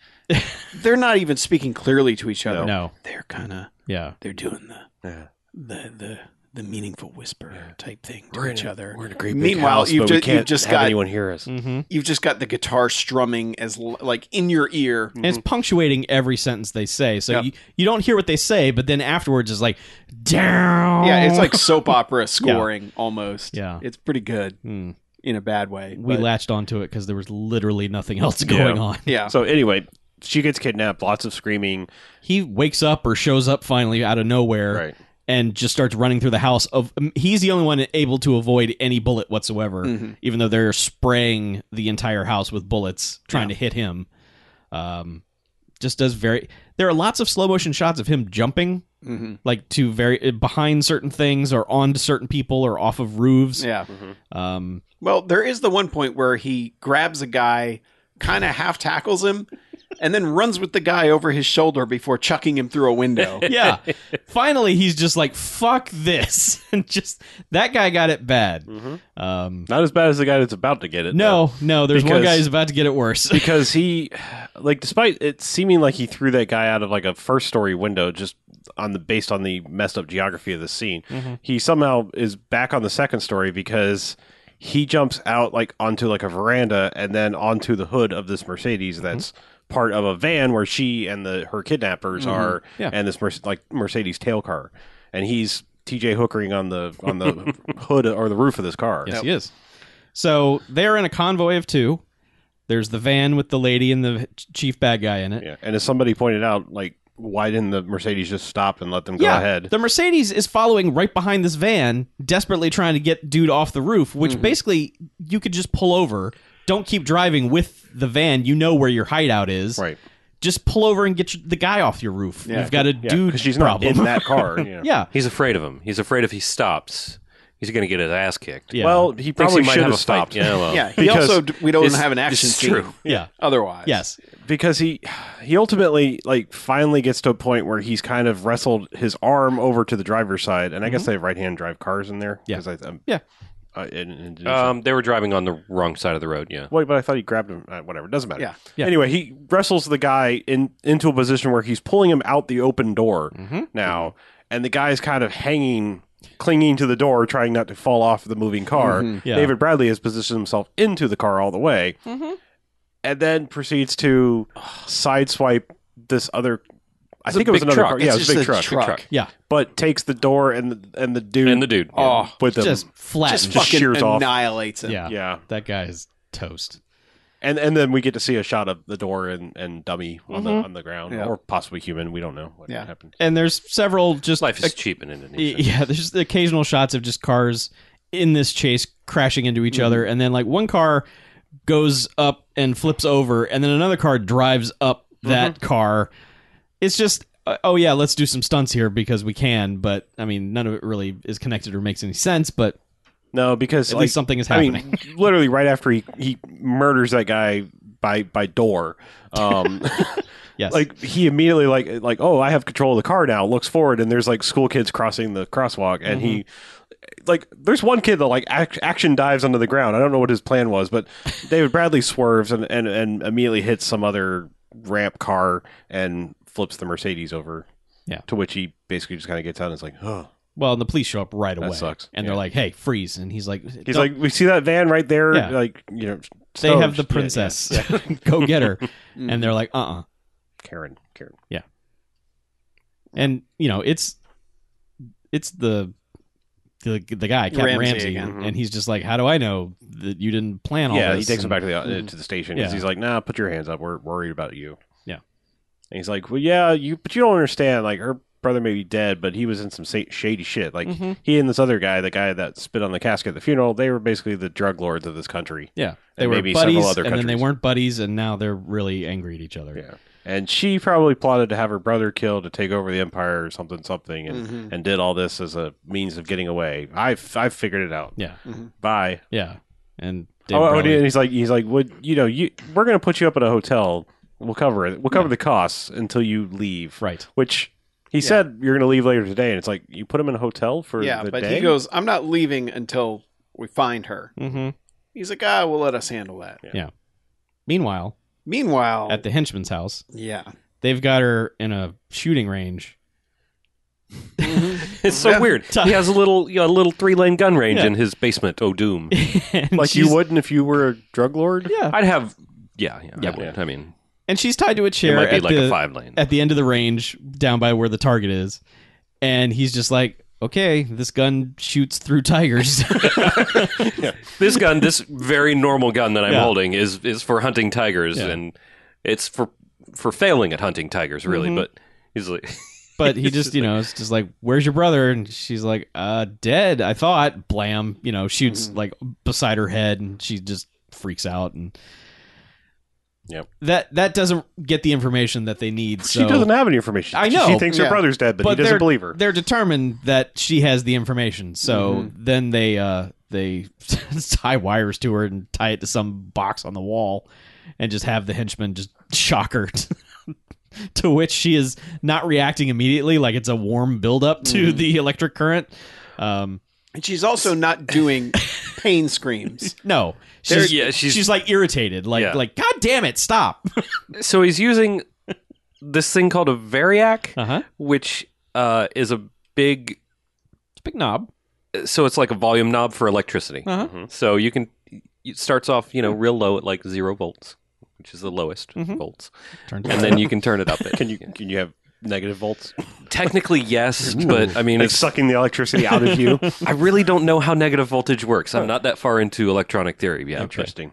[SPEAKER 4] they're not even speaking clearly to each other.
[SPEAKER 5] no,
[SPEAKER 4] They're kind of
[SPEAKER 5] yeah,
[SPEAKER 4] they're doing the
[SPEAKER 3] Yeah.
[SPEAKER 4] the the the meaningful whisper type thing to each other.
[SPEAKER 3] We're in a great
[SPEAKER 4] Meanwhile,
[SPEAKER 3] big house,
[SPEAKER 4] you've
[SPEAKER 3] but
[SPEAKER 4] ju-
[SPEAKER 3] we
[SPEAKER 4] you've
[SPEAKER 3] can't
[SPEAKER 4] just
[SPEAKER 3] have
[SPEAKER 4] got-
[SPEAKER 3] anyone hear us.
[SPEAKER 5] mm-hmm.
[SPEAKER 4] You've just got the guitar strumming as l- like in your ear.
[SPEAKER 5] and it's punctuating every sentence they say. So you, you don't hear what they say, but then afterwards it's like down.
[SPEAKER 4] Yeah, it's like soap opera scoring almost.
[SPEAKER 5] Yeah.
[SPEAKER 4] It's pretty good
[SPEAKER 5] Hmm.
[SPEAKER 4] in a bad way.
[SPEAKER 5] we
[SPEAKER 4] but-
[SPEAKER 5] latched onto it because there was literally nothing else going on.
[SPEAKER 4] yeah.
[SPEAKER 3] So anyway, she gets kidnapped. Lots of screaming.
[SPEAKER 5] He wakes up or shows up finally out of nowhere
[SPEAKER 3] Right.
[SPEAKER 5] and just starts running through the house. Of um, he's the only one able to avoid any bullet whatsoever, even though they're spraying the entire house with bullets trying to hit him. Um, just does very. There are lots of slow motion shots of him jumping,
[SPEAKER 4] Mhm.
[SPEAKER 5] like to very eh, behind certain things or onto certain people or off of roofs.
[SPEAKER 4] Yeah.
[SPEAKER 5] Um,
[SPEAKER 4] Well, there is the one point where he grabs a guy, kind of half tackles him, and then runs with the guy over his shoulder before chucking him through a window.
[SPEAKER 5] yeah. Finally, he's just like, "Fuck this," and just that guy got it bad. Um,
[SPEAKER 3] Not as bad as the guy that's about to get it. though.
[SPEAKER 5] no, no, there's one
[SPEAKER 3] Because-
[SPEAKER 5] guy who's about to get it worse.
[SPEAKER 3] because he, like, despite it seeming like he threw that guy out of like a first story window, just on the based on the messed up geography of the scene,
[SPEAKER 5] Mm-hmm.
[SPEAKER 3] he somehow is back on the second story because he jumps out like onto like a veranda and then onto the hood of this Mercedes
[SPEAKER 5] Mm-hmm.
[SPEAKER 3] that's part of a van where she and the her kidnappers are,
[SPEAKER 5] Mm-hmm. Yeah.
[SPEAKER 3] and this Merce- like Mercedes tail car, and he's. TJ hookering on the on the hood or the roof of this car.
[SPEAKER 5] Yes, he is. So they're in a convoy of two. There's the van with the lady and the ch- chief bad guy in it.
[SPEAKER 3] Yeah, and as somebody pointed out, like why didn't the Mercedes just stop and let them go ahead?
[SPEAKER 5] the Mercedes is following right behind this van, desperately trying to get dude off the roof.
[SPEAKER 3] Mm-hmm.
[SPEAKER 5] Which basically, you could just pull over. Don't keep driving with the van. You know where your hideout is.
[SPEAKER 3] right?
[SPEAKER 5] Just pull over and get your, the guy off your roof. You've got a
[SPEAKER 3] Yeah,
[SPEAKER 5] dude
[SPEAKER 3] 'cause she's not
[SPEAKER 5] problem.
[SPEAKER 3] in that car. Yeah.
[SPEAKER 5] yeah.
[SPEAKER 6] He's afraid of him. He's afraid if he stops, he's going to get his ass kicked.
[SPEAKER 5] Yeah.
[SPEAKER 3] Well, he
[SPEAKER 6] Thinks
[SPEAKER 3] probably
[SPEAKER 6] he might
[SPEAKER 3] should
[SPEAKER 6] have
[SPEAKER 3] have
[SPEAKER 6] a fight.
[SPEAKER 3] stopped.
[SPEAKER 6] Yeah, well,
[SPEAKER 4] Yeah, he
[SPEAKER 3] Oh. Because
[SPEAKER 4] also we don't
[SPEAKER 6] it's-
[SPEAKER 4] have an action
[SPEAKER 6] it's
[SPEAKER 4] scene
[SPEAKER 6] true.
[SPEAKER 5] Yeah.
[SPEAKER 4] otherwise.
[SPEAKER 5] Yes.
[SPEAKER 3] because he he ultimately like finally gets to a point where he's kind of wrestled his arm over to the driver's side, and I
[SPEAKER 6] Mm-hmm.
[SPEAKER 3] guess they have right hand drive cars in there.
[SPEAKER 5] Yeah.
[SPEAKER 3] 'cause I, um,
[SPEAKER 5] Yeah.
[SPEAKER 3] uh, and- and-
[SPEAKER 6] Um, they were driving on the wrong side of the road. Yeah.
[SPEAKER 3] Wait, but I thought he grabbed him. Uh, whatever, doesn't matter.
[SPEAKER 4] Yeah.
[SPEAKER 5] Yeah.
[SPEAKER 3] Anyway, he wrestles the guy in into a position where he's pulling him out the open door now, and the guy's kind of hanging, clinging to the door, trying not to fall off the moving car.
[SPEAKER 5] Yeah.
[SPEAKER 3] David Bradley has positioned himself into the car all the way, and then proceeds to sideswipe this other. I think it was
[SPEAKER 6] big
[SPEAKER 3] another
[SPEAKER 6] truck.
[SPEAKER 3] car.
[SPEAKER 6] It's
[SPEAKER 3] Yeah, it was a big
[SPEAKER 4] just
[SPEAKER 3] truck.
[SPEAKER 4] a truck.
[SPEAKER 5] Yeah.
[SPEAKER 3] But takes the door and the, and the dude
[SPEAKER 6] And the dude. yeah.
[SPEAKER 4] Oh,
[SPEAKER 3] with them.
[SPEAKER 5] Just flat.
[SPEAKER 4] just
[SPEAKER 3] just
[SPEAKER 4] fucking
[SPEAKER 3] shears off.
[SPEAKER 4] annihilates him.
[SPEAKER 5] yeah.
[SPEAKER 3] yeah.
[SPEAKER 5] That guy is toast.
[SPEAKER 3] and and then we get to see a shot of the door and and dummy on the on the ground
[SPEAKER 4] Yeah.
[SPEAKER 3] or possibly human. We don't know what
[SPEAKER 4] Yeah.
[SPEAKER 3] happened.
[SPEAKER 5] and there's several just
[SPEAKER 6] Life is
[SPEAKER 5] uh,
[SPEAKER 6] cheap in Indonesia.
[SPEAKER 5] yeah, there's the occasional shots of just cars in this chase crashing into
[SPEAKER 3] Mm-hmm.
[SPEAKER 5] each other, and then like one car goes up and flips over, and then another car drives up that
[SPEAKER 3] Mm-hmm.
[SPEAKER 5] car. It's just. uh, Oh yeah, let's do some stunts here because we can. But I mean, none of it really is connected or makes any sense. But
[SPEAKER 3] No, because
[SPEAKER 5] at
[SPEAKER 3] like,
[SPEAKER 5] least something is
[SPEAKER 3] I
[SPEAKER 5] happening.
[SPEAKER 3] mean, literally right after he he murders that guy by by door. Um,
[SPEAKER 5] yes,
[SPEAKER 3] like he immediately like like oh I have control of the car now. Looks forward and there's like school kids crossing the crosswalk and he
[SPEAKER 5] Mm-hmm.
[SPEAKER 3] like there's one kid that like ac- action dives under the ground. I don't know what his plan was, but David Bradley swerves and and and immediately hits some other ramp car and flips the Mercedes over.
[SPEAKER 5] Yeah.
[SPEAKER 3] To which he basically just kind of gets out and is like, oh.
[SPEAKER 5] well, and the police show up right away.
[SPEAKER 3] sucks.
[SPEAKER 5] And
[SPEAKER 3] Yeah.
[SPEAKER 5] they're like, "Hey, freeze!" And he's like,
[SPEAKER 3] He's
[SPEAKER 5] "Don't-
[SPEAKER 3] like, we see that van right there.
[SPEAKER 5] Yeah.
[SPEAKER 3] Like, you know,
[SPEAKER 5] they
[SPEAKER 3] stowed."
[SPEAKER 5] have the
[SPEAKER 3] Yeah, yeah.
[SPEAKER 5] princess. Go get her."
[SPEAKER 4] Mm.
[SPEAKER 5] and they're like, "Uh uh
[SPEAKER 3] Karen. Karen.
[SPEAKER 5] and you know it's it's the the the guy Captain
[SPEAKER 4] Ramsey
[SPEAKER 5] Ramsey,
[SPEAKER 4] again.
[SPEAKER 5] and he's just like, how do I know that you didn't plan all
[SPEAKER 3] mm-hmm. yeah,
[SPEAKER 5] this?
[SPEAKER 3] he takes him
[SPEAKER 5] And- mm-hmm.
[SPEAKER 3] back to the uh, to the station because
[SPEAKER 5] Yeah.
[SPEAKER 3] he's like, "Nah, put your hands up. We're worried about you."
[SPEAKER 5] Yeah.
[SPEAKER 3] and he's like, "Well, yeah, you, but you don't understand. Like, her brother may be dead, but he was in some sa- shady shit. Like,
[SPEAKER 5] Mhm.
[SPEAKER 3] he and this other guy, the guy that spit on the casket at the funeral, they were basically the drug lords of this country.
[SPEAKER 5] Yeah, they
[SPEAKER 3] And
[SPEAKER 5] were
[SPEAKER 3] maybe
[SPEAKER 5] buddies,
[SPEAKER 3] several other
[SPEAKER 5] and then they
[SPEAKER 3] countries.
[SPEAKER 5] weren't buddies, and now they're really angry at each other.
[SPEAKER 3] Yeah, and she probably plotted to have her brother killed to take over the empire or something, something,
[SPEAKER 5] Mm.
[SPEAKER 3] and
[SPEAKER 4] Mhm.
[SPEAKER 3] and did all this as a means of getting away. I've I've figured it out.
[SPEAKER 5] yeah,
[SPEAKER 3] Bye."
[SPEAKER 5] yeah. And Dave
[SPEAKER 3] Oh, oh,
[SPEAKER 5] Bradley-
[SPEAKER 3] and he's like, he's like, well, you know, you we're gonna put you up at a hotel. We'll cover it. We'll cover the costs until you leave.
[SPEAKER 5] right?
[SPEAKER 3] Which he said you're gonna leave later today, and it's like you put him in a hotel for
[SPEAKER 4] yeah,
[SPEAKER 3] the
[SPEAKER 4] but
[SPEAKER 3] day.
[SPEAKER 4] he goes, I'm not leaving until we find her.
[SPEAKER 5] Mm-hmm.
[SPEAKER 4] He's like, ah, we'll let us handle that.
[SPEAKER 5] Meanwhile,
[SPEAKER 4] Meanwhile,
[SPEAKER 5] at the henchman's house,
[SPEAKER 4] yeah.
[SPEAKER 5] they've got her in a shooting range.
[SPEAKER 6] It's so
[SPEAKER 4] Yeah.
[SPEAKER 6] weird. He has a little you know, a little three lane gun range
[SPEAKER 5] Yeah.
[SPEAKER 6] in his basement. Oh doom.
[SPEAKER 5] And
[SPEAKER 3] like you
[SPEAKER 5] she's-
[SPEAKER 3] wouldn't if you were a drug lord.
[SPEAKER 5] yeah.
[SPEAKER 6] I'd have. Yeah, yeah.
[SPEAKER 5] Yeah.
[SPEAKER 6] I, would. I mean,
[SPEAKER 5] And she's tied to a
[SPEAKER 6] it
[SPEAKER 5] chair
[SPEAKER 6] might be
[SPEAKER 5] at
[SPEAKER 6] like
[SPEAKER 5] the
[SPEAKER 6] a five lane.
[SPEAKER 5] at the end of the range down by where the target is and he's just like okay this gun shoots through tigers
[SPEAKER 6] this gun, this very normal gun that I'm
[SPEAKER 5] Yeah.
[SPEAKER 6] holding, is is for hunting tigers,
[SPEAKER 5] Yeah.
[SPEAKER 6] and it's for for failing at hunting tigers, really.
[SPEAKER 5] Mm-hmm.
[SPEAKER 6] But he's like,
[SPEAKER 5] but he just you know it's just like where's your brother and she's like uh dead i thought blam you know shoots
[SPEAKER 3] Mm.
[SPEAKER 5] like beside her head and she just freaks out and
[SPEAKER 3] Yep.
[SPEAKER 5] that that doesn't get the information that they need
[SPEAKER 3] She
[SPEAKER 5] so
[SPEAKER 3] doesn't have any information.
[SPEAKER 5] I
[SPEAKER 3] She-
[SPEAKER 5] know.
[SPEAKER 3] She thinks
[SPEAKER 4] Yeah.
[SPEAKER 3] her brother's dead, but, he doesn't
[SPEAKER 5] they're-
[SPEAKER 3] believe her.
[SPEAKER 5] They're determined that she has the information, so
[SPEAKER 6] Mm-hmm.
[SPEAKER 5] then they uh, they tie wires to her and tie it to some box on the wall, and just have the henchman just shock her. to which she is not reacting immediately, like it's a warm buildup to
[SPEAKER 6] Mm-hmm.
[SPEAKER 5] the electric current. Um,
[SPEAKER 4] And she's also not doing pain screams.
[SPEAKER 5] no,
[SPEAKER 6] There-
[SPEAKER 5] she's,
[SPEAKER 6] yeah,
[SPEAKER 5] she's
[SPEAKER 6] she's-
[SPEAKER 5] like irritated, like
[SPEAKER 6] Yeah.
[SPEAKER 5] like God damn it, stop.
[SPEAKER 6] so he's using this thing called a variac,
[SPEAKER 5] Uh huh.
[SPEAKER 6] which uh, is a big.
[SPEAKER 5] Big knob.
[SPEAKER 6] So it's like a volume knob for electricity. Mm-hmm.
[SPEAKER 5] Uh-huh.
[SPEAKER 6] So you can. It starts off, you know, real low at like zero volts, which is the lowest
[SPEAKER 5] Mm-hmm.
[SPEAKER 6] volts,
[SPEAKER 5] Turns
[SPEAKER 6] and then you can turn it up.
[SPEAKER 3] Can you can you have negative volts?
[SPEAKER 6] Technically, yes, but I mean,
[SPEAKER 3] Like
[SPEAKER 6] it's
[SPEAKER 3] sucking the electricity out of you.
[SPEAKER 6] I really don't know how negative voltage works. I'm not that far into electronic theory yet. but
[SPEAKER 3] Interesting.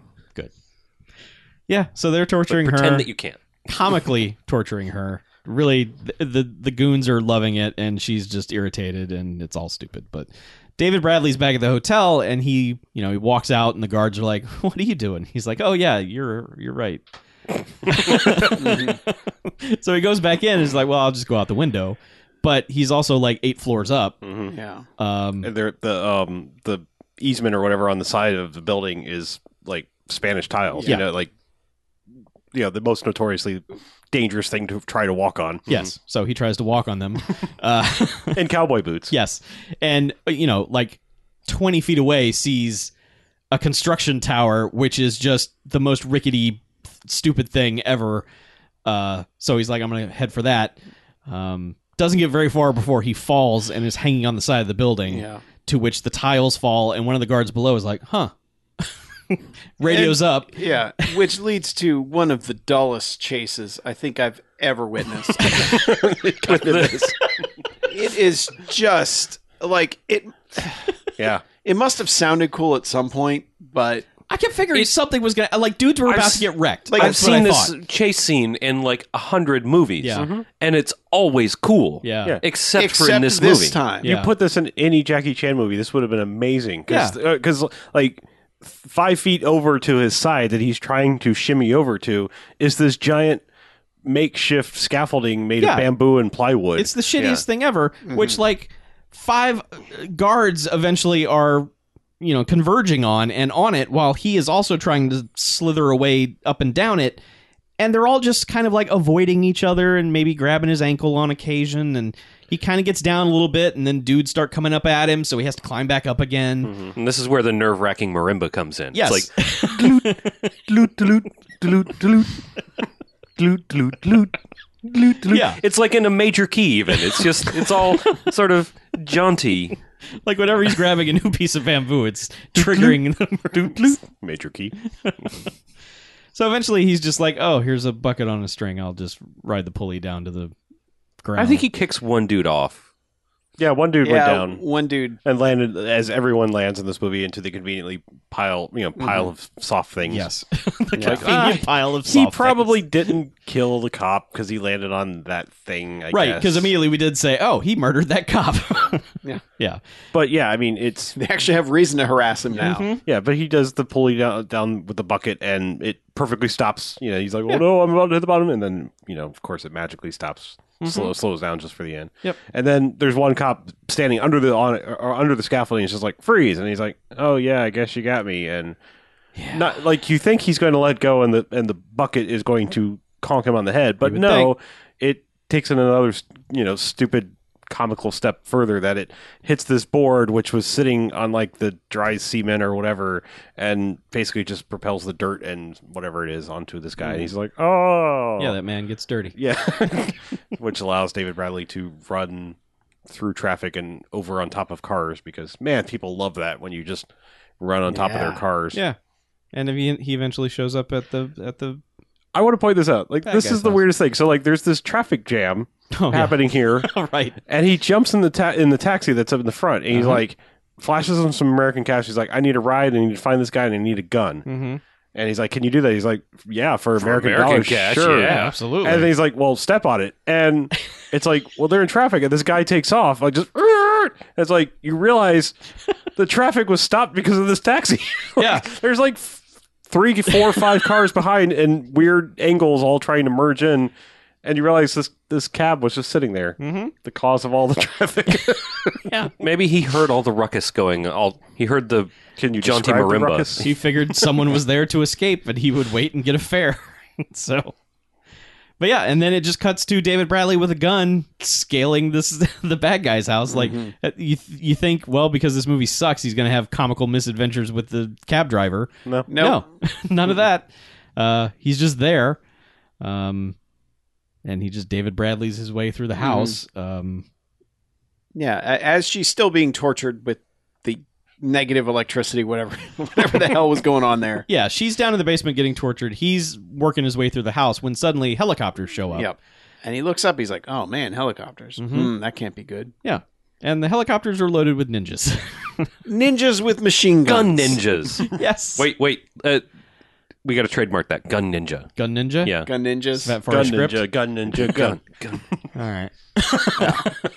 [SPEAKER 5] yeah. So they're torturing her.
[SPEAKER 6] Pretend that you can't.
[SPEAKER 5] comically torturing her. Really, the, the the goons are loving it, and she's just irritated, and it's all stupid. But David Bradley's back at the hotel, and he, you know, he walks out, and the guards are like, "What are you doing?" He's like, "Oh yeah, you're you're right." so he goes back in, and is like, "Well, I'll just go out the window," but he's also like eight floors up.
[SPEAKER 3] Mm-hmm.
[SPEAKER 4] Yeah.
[SPEAKER 5] Um,
[SPEAKER 3] And they're- the um the easement or whatever on the side of the building is like Spanish tiles.
[SPEAKER 5] Yeah.
[SPEAKER 3] You know, like you know, the most notoriously dangerous thing to try to walk on.
[SPEAKER 5] yes, so he tries to walk on them. Uh,
[SPEAKER 3] In cowboy boots.
[SPEAKER 5] Yes. And, uh, you know, like 20 feet away sees a construction tower, which is just the most rickety, stupid thing ever. Uh, so he's like, I'm going to head for that. Um, doesn't get very far before he falls and is hanging on the side of the building,
[SPEAKER 4] Yeah.
[SPEAKER 5] to which the tiles fall. And one of the guards below is like, huh. Radios up.
[SPEAKER 4] Yeah. Which leads to one of the dullest chases I think I've ever witnessed. it is just like it
[SPEAKER 3] Yeah.
[SPEAKER 4] it must have sounded cool at some point, but
[SPEAKER 5] I kept figuring
[SPEAKER 6] It-
[SPEAKER 5] something was gonna like dudes were
[SPEAKER 6] I've
[SPEAKER 5] about
[SPEAKER 6] s-
[SPEAKER 5] to get wrecked.
[SPEAKER 4] like,
[SPEAKER 6] I've
[SPEAKER 5] That's what I
[SPEAKER 6] seen
[SPEAKER 5] thought.
[SPEAKER 6] this chase scene in like a hundred movies,
[SPEAKER 5] Yeah. Mhm.
[SPEAKER 6] and it's always cool.
[SPEAKER 5] Yeah.
[SPEAKER 3] Yeah.
[SPEAKER 6] except, for in
[SPEAKER 4] Except
[SPEAKER 6] this, movie.
[SPEAKER 4] time.
[SPEAKER 5] Yeah.
[SPEAKER 3] You put this in any Jackie Chan movie, this would have been amazing. Cause,
[SPEAKER 5] Yeah.
[SPEAKER 3] uh, 'cause, like five feet over to his side that he's trying to shimmy over to is this giant makeshift scaffolding made
[SPEAKER 5] Yeah.
[SPEAKER 3] of bamboo and plywood.
[SPEAKER 5] It's the shittiest thing ever.
[SPEAKER 6] Mm-hmm.
[SPEAKER 5] Which like five uh, guards eventually are you know converging on and on it while he is also trying to slither away up and down it and they're all just kind of like avoiding each other and maybe grabbing his ankle on occasion and he kind of gets down a little bit and then dudes start coming up at him so he has to climb back up again
[SPEAKER 6] Mm-hmm. And this is where the nerve wracking marimba comes in.
[SPEAKER 5] yes
[SPEAKER 6] Hmm. It's like
[SPEAKER 3] Dloot, dloot, dloot, dloot. Dloot, dloot, dloot. Dloot, dloot.
[SPEAKER 5] yeah
[SPEAKER 6] it's like in a major key. Even it's just it's all sort of jaunty.
[SPEAKER 5] like whenever he's grabbing a new piece of bamboo it's triggering them
[SPEAKER 3] Major key.
[SPEAKER 5] So eventually he's just like, oh, here's a bucket on a string. I'll just ride the pulley down to the ground.
[SPEAKER 6] I think he kicks one dude off.
[SPEAKER 3] Yeah, one dude went
[SPEAKER 4] Yeah,
[SPEAKER 3] down
[SPEAKER 4] One dude.
[SPEAKER 3] and landed as everyone lands in this movie into the conveniently pile, you know, pile of soft things.
[SPEAKER 5] Mm-hmm. Yes. ah,
[SPEAKER 3] Like,
[SPEAKER 5] a pile of
[SPEAKER 3] he
[SPEAKER 5] soft
[SPEAKER 3] probably
[SPEAKER 5] things.
[SPEAKER 3] didn't kill the cop because he landed on that thing. I
[SPEAKER 5] Right,
[SPEAKER 3] guess.
[SPEAKER 5] because immediately we did say, oh, he murdered that cop.
[SPEAKER 4] Yeah.
[SPEAKER 5] Yeah.
[SPEAKER 3] But yeah, I mean, it's
[SPEAKER 4] They actually have reason to harass him now.
[SPEAKER 5] Mm-hmm.
[SPEAKER 3] yeah, but he does the pulley down, down with the bucket, and it perfectly stops. You know, he's like, "Oh no, I'm about to hit the bottom," and then you know, of course, it magically stops, slow, slows down just for the end.
[SPEAKER 5] Mm-hmm. Yep.
[SPEAKER 3] And then there's one cop standing under the on or under the scaffolding. He's just like, "Freeze!" And he's like, "Oh yeah, I guess you got me." And not like you think he's going to let go, and the and the bucket is going to conk him on the head, but
[SPEAKER 5] would
[SPEAKER 3] no, it takes it another you know stupid comical step further that it hits this board which was sitting on like the dry cement or whatever and basically just propels the dirt and whatever it is onto this guy and he's like oh
[SPEAKER 5] Mm. Yeah, that man gets dirty.
[SPEAKER 3] yeah which allows david bradley to run through traffic and over on top of cars because man people love that when you just run on top of their
[SPEAKER 4] Yeah.
[SPEAKER 3] cars
[SPEAKER 5] Yeah. And he, he eventually shows up at the at the
[SPEAKER 3] i want to point this out like
[SPEAKER 5] That
[SPEAKER 3] this
[SPEAKER 5] guy's
[SPEAKER 3] is the
[SPEAKER 5] awesome.
[SPEAKER 3] weirdest thing so like there's this traffic jam
[SPEAKER 5] oh, yeah.
[SPEAKER 3] happening here
[SPEAKER 5] right
[SPEAKER 3] And he jumps in the ta- in the taxi that's up in the front, and he's
[SPEAKER 5] Uh-huh.
[SPEAKER 3] like, flashes him some American cash. He's like, "I need a ride, and I need to find this guy, and I need a gun."
[SPEAKER 5] mm-hmm.
[SPEAKER 3] And he's like, "Can you do that?" He's like, "Yeah, for, American,
[SPEAKER 6] American
[SPEAKER 3] dollars,
[SPEAKER 6] cash,
[SPEAKER 3] sure."
[SPEAKER 6] yeah.
[SPEAKER 5] absolutely
[SPEAKER 3] And then he's like, "Well, step on it." And it's like, "Well, they're in traffic, and this guy takes off like just." "Rrrr." It's like you realize the traffic was stopped because of this taxi. Like,
[SPEAKER 5] Yeah.
[SPEAKER 3] there's like f- three, four, five cars behind, and weird angles all trying to merge in. And you realize this this cab was just sitting there, mm-hmm. the cause of all the traffic.
[SPEAKER 6] Maybe he heard all the ruckus going. All he heard the
[SPEAKER 3] Can you
[SPEAKER 6] Jaunty
[SPEAKER 3] describe the
[SPEAKER 6] marimba.
[SPEAKER 3] ruckus?
[SPEAKER 5] he figured someone was there to escape and he would wait and get a fare. so But yeah, and then it just cuts to David Bradley with a gun scaling this the bad guy's house like uh, you th- you think well because this movie sucks he's going to have comical misadventures with the cab driver.
[SPEAKER 3] No.
[SPEAKER 4] No.
[SPEAKER 5] No. None of that. Uh he's just there. Um and he just David Bradley's his way through the house. Um
[SPEAKER 4] Yeah. a- As she's still being tortured with the negative electricity, whatever, whatever the hell was going on there.
[SPEAKER 5] yeah, she's down in the basement getting tortured. He's working his way through the house when suddenly helicopters show up.
[SPEAKER 4] Yep. And he looks up. He's like, "Oh man, helicopters.
[SPEAKER 5] Mhm.
[SPEAKER 4] Hmm, that can't be good.
[SPEAKER 5] Yeah. And the helicopters are loaded with ninjas.
[SPEAKER 4] Ninjas with machine
[SPEAKER 6] gun
[SPEAKER 4] guns.
[SPEAKER 6] ninjas.
[SPEAKER 5] yes.
[SPEAKER 6] wait, wait. Uh, we got to trademark that gun ninja.
[SPEAKER 5] Gun Ninja?
[SPEAKER 6] Yeah.
[SPEAKER 4] Gun
[SPEAKER 5] Is
[SPEAKER 4] ninjas.
[SPEAKER 5] that far
[SPEAKER 3] Gun
[SPEAKER 5] script?
[SPEAKER 3] ninja, gun ninja, gun.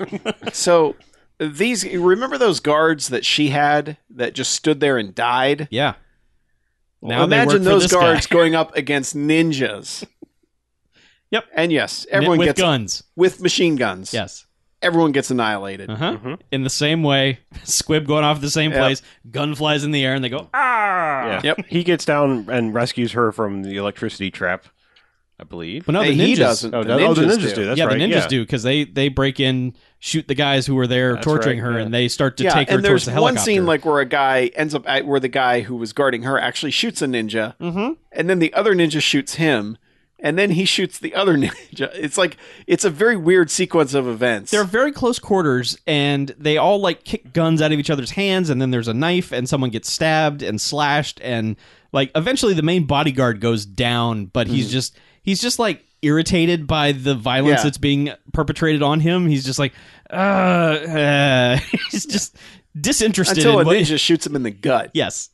[SPEAKER 5] All right.
[SPEAKER 4] So these remember those guards that she had that just stood there and died?
[SPEAKER 5] Yeah. they work
[SPEAKER 4] Imagine
[SPEAKER 5] for
[SPEAKER 4] those
[SPEAKER 5] this guy.
[SPEAKER 4] guards going up against ninjas.
[SPEAKER 5] Yep.
[SPEAKER 4] And yes, everyone
[SPEAKER 5] with
[SPEAKER 4] gets
[SPEAKER 5] guns.
[SPEAKER 4] with machine guns.
[SPEAKER 5] Yes.
[SPEAKER 4] Everyone gets annihilated.
[SPEAKER 5] Uh huh. In the same way, squib going off the same
[SPEAKER 4] Mm-hmm. Yep.
[SPEAKER 5] place, gun flies in the air, and they go. Ah!
[SPEAKER 3] Yeah.
[SPEAKER 4] Yep.
[SPEAKER 3] He gets down and rescues her from the electricity trap, I believe.
[SPEAKER 5] But no,
[SPEAKER 4] Hey,
[SPEAKER 5] the ninjas.
[SPEAKER 4] he doesn't.
[SPEAKER 3] Oh, no,
[SPEAKER 4] the ninjas
[SPEAKER 3] oh, the ninjas do.
[SPEAKER 4] do.
[SPEAKER 3] That's
[SPEAKER 5] yeah,
[SPEAKER 3] right.
[SPEAKER 5] the ninjas do because they they break in, shoot the guys who were there
[SPEAKER 3] That's
[SPEAKER 5] torturing
[SPEAKER 3] right,
[SPEAKER 5] her,
[SPEAKER 3] yeah.
[SPEAKER 5] and they start to
[SPEAKER 4] yeah,
[SPEAKER 5] take her
[SPEAKER 4] and
[SPEAKER 5] towards
[SPEAKER 4] there's
[SPEAKER 5] the
[SPEAKER 4] one
[SPEAKER 5] helicopter.
[SPEAKER 4] scene like where a guy ends up at, where the guy who was guarding her actually shoots a ninja,
[SPEAKER 5] Mm-hmm.
[SPEAKER 4] and then the other ninja shoots him, and then he shoots the other ninja. It's like it's a very weird sequence of events.
[SPEAKER 5] they're very close quarters, and they all like kick guns out of each other's hands, and then there's a knife, and someone gets stabbed and slashed, and like eventually the main bodyguard goes down, but he's just he's just like irritated by the violence
[SPEAKER 4] Hmm. Yeah.
[SPEAKER 5] that's being perpetrated on him. He's just like, uh, uh he's just disinterested
[SPEAKER 4] until a
[SPEAKER 5] in what-
[SPEAKER 4] ninja shoots him in the gut.
[SPEAKER 5] Yes.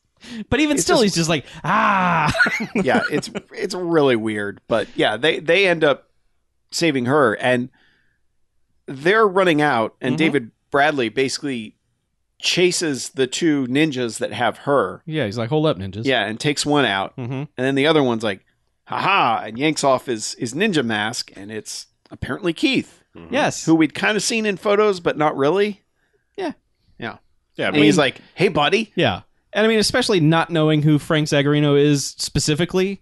[SPEAKER 5] But even
[SPEAKER 4] It's
[SPEAKER 5] still,
[SPEAKER 4] just-
[SPEAKER 5] he's just like, ah.
[SPEAKER 4] yeah, it's it's really weird, but yeah, they they end up saving her, and they're running out, and
[SPEAKER 5] Mhm.
[SPEAKER 4] David Bradley basically chases the two ninjas that have her,
[SPEAKER 5] Yeah, he's like, hold up, ninjas.
[SPEAKER 4] yeah, and takes one out,
[SPEAKER 5] hmm
[SPEAKER 4] and then the other one's like, haha, and yanks off his his ninja mask, and it's apparently Keith,
[SPEAKER 5] Yes.
[SPEAKER 4] who we'd kind of seen in photos, but not really,
[SPEAKER 3] Yeah, I
[SPEAKER 4] and
[SPEAKER 3] mean,
[SPEAKER 4] he's like, hey, buddy,
[SPEAKER 5] Yeah. And I mean, especially not knowing who Frank Zagarino is specifically,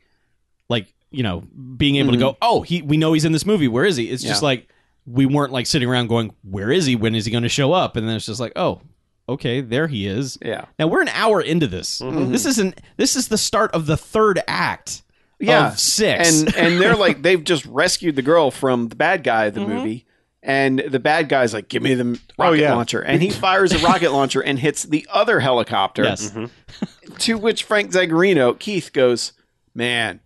[SPEAKER 5] like, you know, being able to go, oh, he, we know he's in this movie. Where is he? It's just
[SPEAKER 4] Yeah.
[SPEAKER 5] like, we weren't like sitting around going, where is he? When is he going to show up? And then it's just like, oh, okay, there he is.
[SPEAKER 4] yeah,
[SPEAKER 5] Now we're an hour into this. This is an this is the start of the third act
[SPEAKER 4] yeah,
[SPEAKER 5] of six.
[SPEAKER 4] and and they're like they've just rescued the girl from the bad guy of the
[SPEAKER 5] Mm-hmm.
[SPEAKER 4] movie and the bad guy's like give me the rocket
[SPEAKER 5] Oh,
[SPEAKER 3] yeah.
[SPEAKER 4] launcher and he fires a rocket launcher and hits the other helicopter
[SPEAKER 5] yes.
[SPEAKER 4] to which frank zagarino keith goes man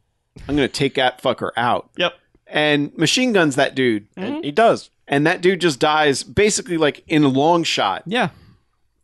[SPEAKER 4] i'm gonna take that fucker out
[SPEAKER 5] Yep.
[SPEAKER 4] and machine guns that dude
[SPEAKER 5] Mm-hmm.
[SPEAKER 3] and he does.
[SPEAKER 4] and that dude just dies basically like in a long shot
[SPEAKER 5] Yeah.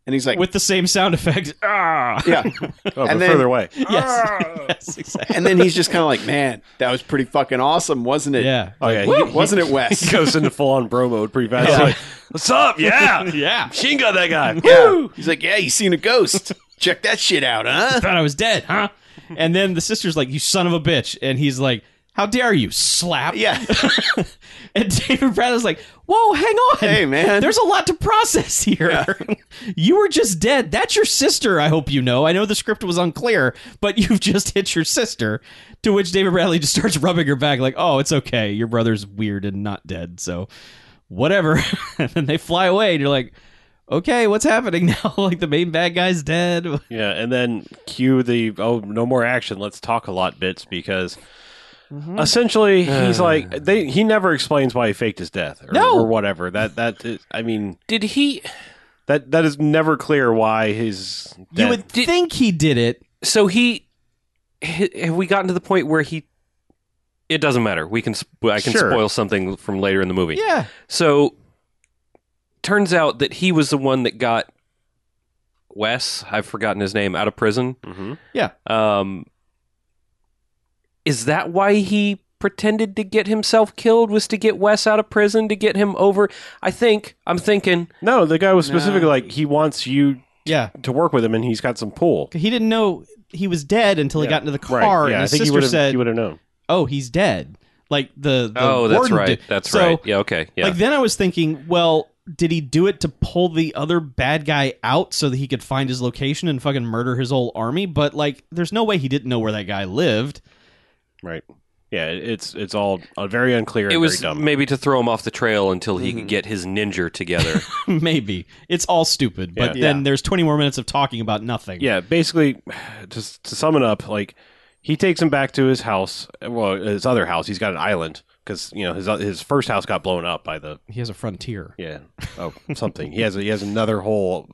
[SPEAKER 4] and he's like
[SPEAKER 5] With the same sound effect. Ah.
[SPEAKER 4] yeah
[SPEAKER 3] Oh, but
[SPEAKER 4] And then-
[SPEAKER 3] further away.
[SPEAKER 5] Yes. yes, exactly.
[SPEAKER 4] and then he's just kind of like man that was pretty fucking awesome wasn't it
[SPEAKER 5] Yeah.
[SPEAKER 3] Oh yeah, he,
[SPEAKER 4] wasn't it wes
[SPEAKER 3] he goes into full on bro mode pretty fast. Like, What's up? Yeah,
[SPEAKER 5] Yeah.
[SPEAKER 3] machine gun that guy.
[SPEAKER 4] Yeah. He's like, yeah, you seen a ghost. Check that shit out, huh?
[SPEAKER 5] thought I was dead, huh? And then the sister's like, "You son of a bitch!" And he's like, "How dare you?" Slap.
[SPEAKER 4] Yeah.
[SPEAKER 5] and David Bradley's like, "Whoa, hang on,
[SPEAKER 4] Hey, man.
[SPEAKER 5] There's a lot to process here. you were just dead. That's your sister. I hope you know. I know the script was unclear, but you've just hit your sister." To which David Bradley just starts rubbing her back, like, "Oh, it's okay. Your brother's weird and not dead, so whatever." and then they fly away, and you're like. Okay, what's happening now? like the main bad guy's dead.
[SPEAKER 3] Yeah, and then cue the oh no more action. Let's talk a lot bits because
[SPEAKER 5] Mm-hmm.
[SPEAKER 3] essentially he's like they he never explains why he faked his death or,
[SPEAKER 5] No.
[SPEAKER 3] or whatever. That that is, I mean
[SPEAKER 6] Did he?
[SPEAKER 3] that that is never clear why his
[SPEAKER 5] You
[SPEAKER 3] death-
[SPEAKER 5] would think he did it.
[SPEAKER 6] So he? h- Have we gotten to the point where he? It doesn't matter. We can. sp- I can
[SPEAKER 3] Sure.
[SPEAKER 6] spoil something from later in the movie.
[SPEAKER 5] Yeah.
[SPEAKER 6] So, turns out that he was the one that got Wes. I've forgotten his name. Out of prison.
[SPEAKER 3] Mhm.
[SPEAKER 5] Yeah.
[SPEAKER 6] Um, is that why he pretended to get himself killed? Was to get Wes out of prison to get him over? I think. I'm thinking.
[SPEAKER 3] No, the guy was specifically
[SPEAKER 4] No.
[SPEAKER 3] like he wants you
[SPEAKER 5] Yeah.
[SPEAKER 3] to work with him, and he's got some pull.
[SPEAKER 5] He didn't know he was dead until he
[SPEAKER 3] Yeah.
[SPEAKER 5] got into the car,
[SPEAKER 3] Right?
[SPEAKER 5] and
[SPEAKER 3] Yeah, I
[SPEAKER 5] his
[SPEAKER 3] think he
[SPEAKER 5] sister
[SPEAKER 3] would have
[SPEAKER 5] said,
[SPEAKER 3] he would have known.
[SPEAKER 5] "Oh, he's dead." Like the, the
[SPEAKER 6] oh, that's
[SPEAKER 5] warden
[SPEAKER 6] right.
[SPEAKER 5] did.
[SPEAKER 6] That's
[SPEAKER 5] So,
[SPEAKER 6] right. Yeah. Okay. Yeah.
[SPEAKER 5] Like then I was thinking, well, did he do it to pull the other bad guy out so that he could find his location and fucking murder his whole army? But like, there's no way he didn't know where that guy lived.
[SPEAKER 3] Right? Yeah, it's it's all uh, very unclear.
[SPEAKER 6] it
[SPEAKER 3] and
[SPEAKER 6] was
[SPEAKER 3] very dumb.
[SPEAKER 6] maybe to throw him off the trail until he could get his ninja together.
[SPEAKER 5] Maybe it's all stupid. But
[SPEAKER 4] Yeah.
[SPEAKER 5] then
[SPEAKER 4] Yeah.
[SPEAKER 5] there's 20 more minutes of talking about nothing.
[SPEAKER 3] yeah, basically, just to sum it up, like he takes him back to his house, well, his other house. He's got an island because you know his his first house got blown up by the
[SPEAKER 5] He has a frontier.
[SPEAKER 3] yeah oh something. he has a, he has another whole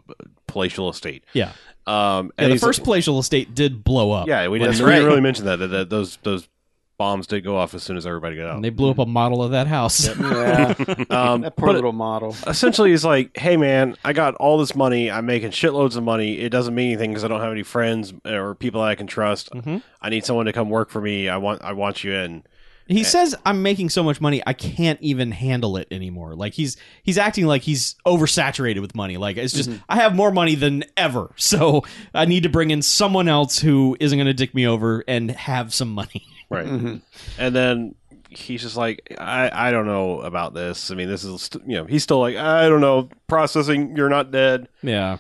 [SPEAKER 3] palatial estate.
[SPEAKER 5] Yeah.
[SPEAKER 3] Um,
[SPEAKER 5] Yeah,
[SPEAKER 3] and
[SPEAKER 5] the
[SPEAKER 3] he's-
[SPEAKER 5] first palatial estate did blow up.
[SPEAKER 3] yeah, we didn't,
[SPEAKER 4] That's
[SPEAKER 3] we didn't
[SPEAKER 4] right.
[SPEAKER 3] really mention that, that that those those bombs did go off as soon as everybody got out.
[SPEAKER 5] And they blew up a model of that house.
[SPEAKER 4] Yeah,
[SPEAKER 3] um,
[SPEAKER 4] that poor
[SPEAKER 3] but-
[SPEAKER 4] little model.
[SPEAKER 3] essentially he's like, "Hey man, I got all this money. I'm making shitloads of money. It doesn't mean anything because I don't have any friends or people that I can trust.
[SPEAKER 5] Mhm.
[SPEAKER 3] I need someone to come work for me. I want I want you in."
[SPEAKER 5] He
[SPEAKER 3] Eh.
[SPEAKER 5] says, "I'm making so much money, I can't even handle it anymore." Like he's he's acting like he's oversaturated with money. Like it's
[SPEAKER 3] Mm-hmm.
[SPEAKER 5] just, I have more money than ever, so I need to bring in someone else who isn't going to dick me over and have some money.
[SPEAKER 3] Right.
[SPEAKER 5] Mm-hmm.
[SPEAKER 3] And then he's just like, I, I don't know about this. I mean, this is, st- you know, he's still like, I don't know. Processing, you're not dead.
[SPEAKER 5] Yeah,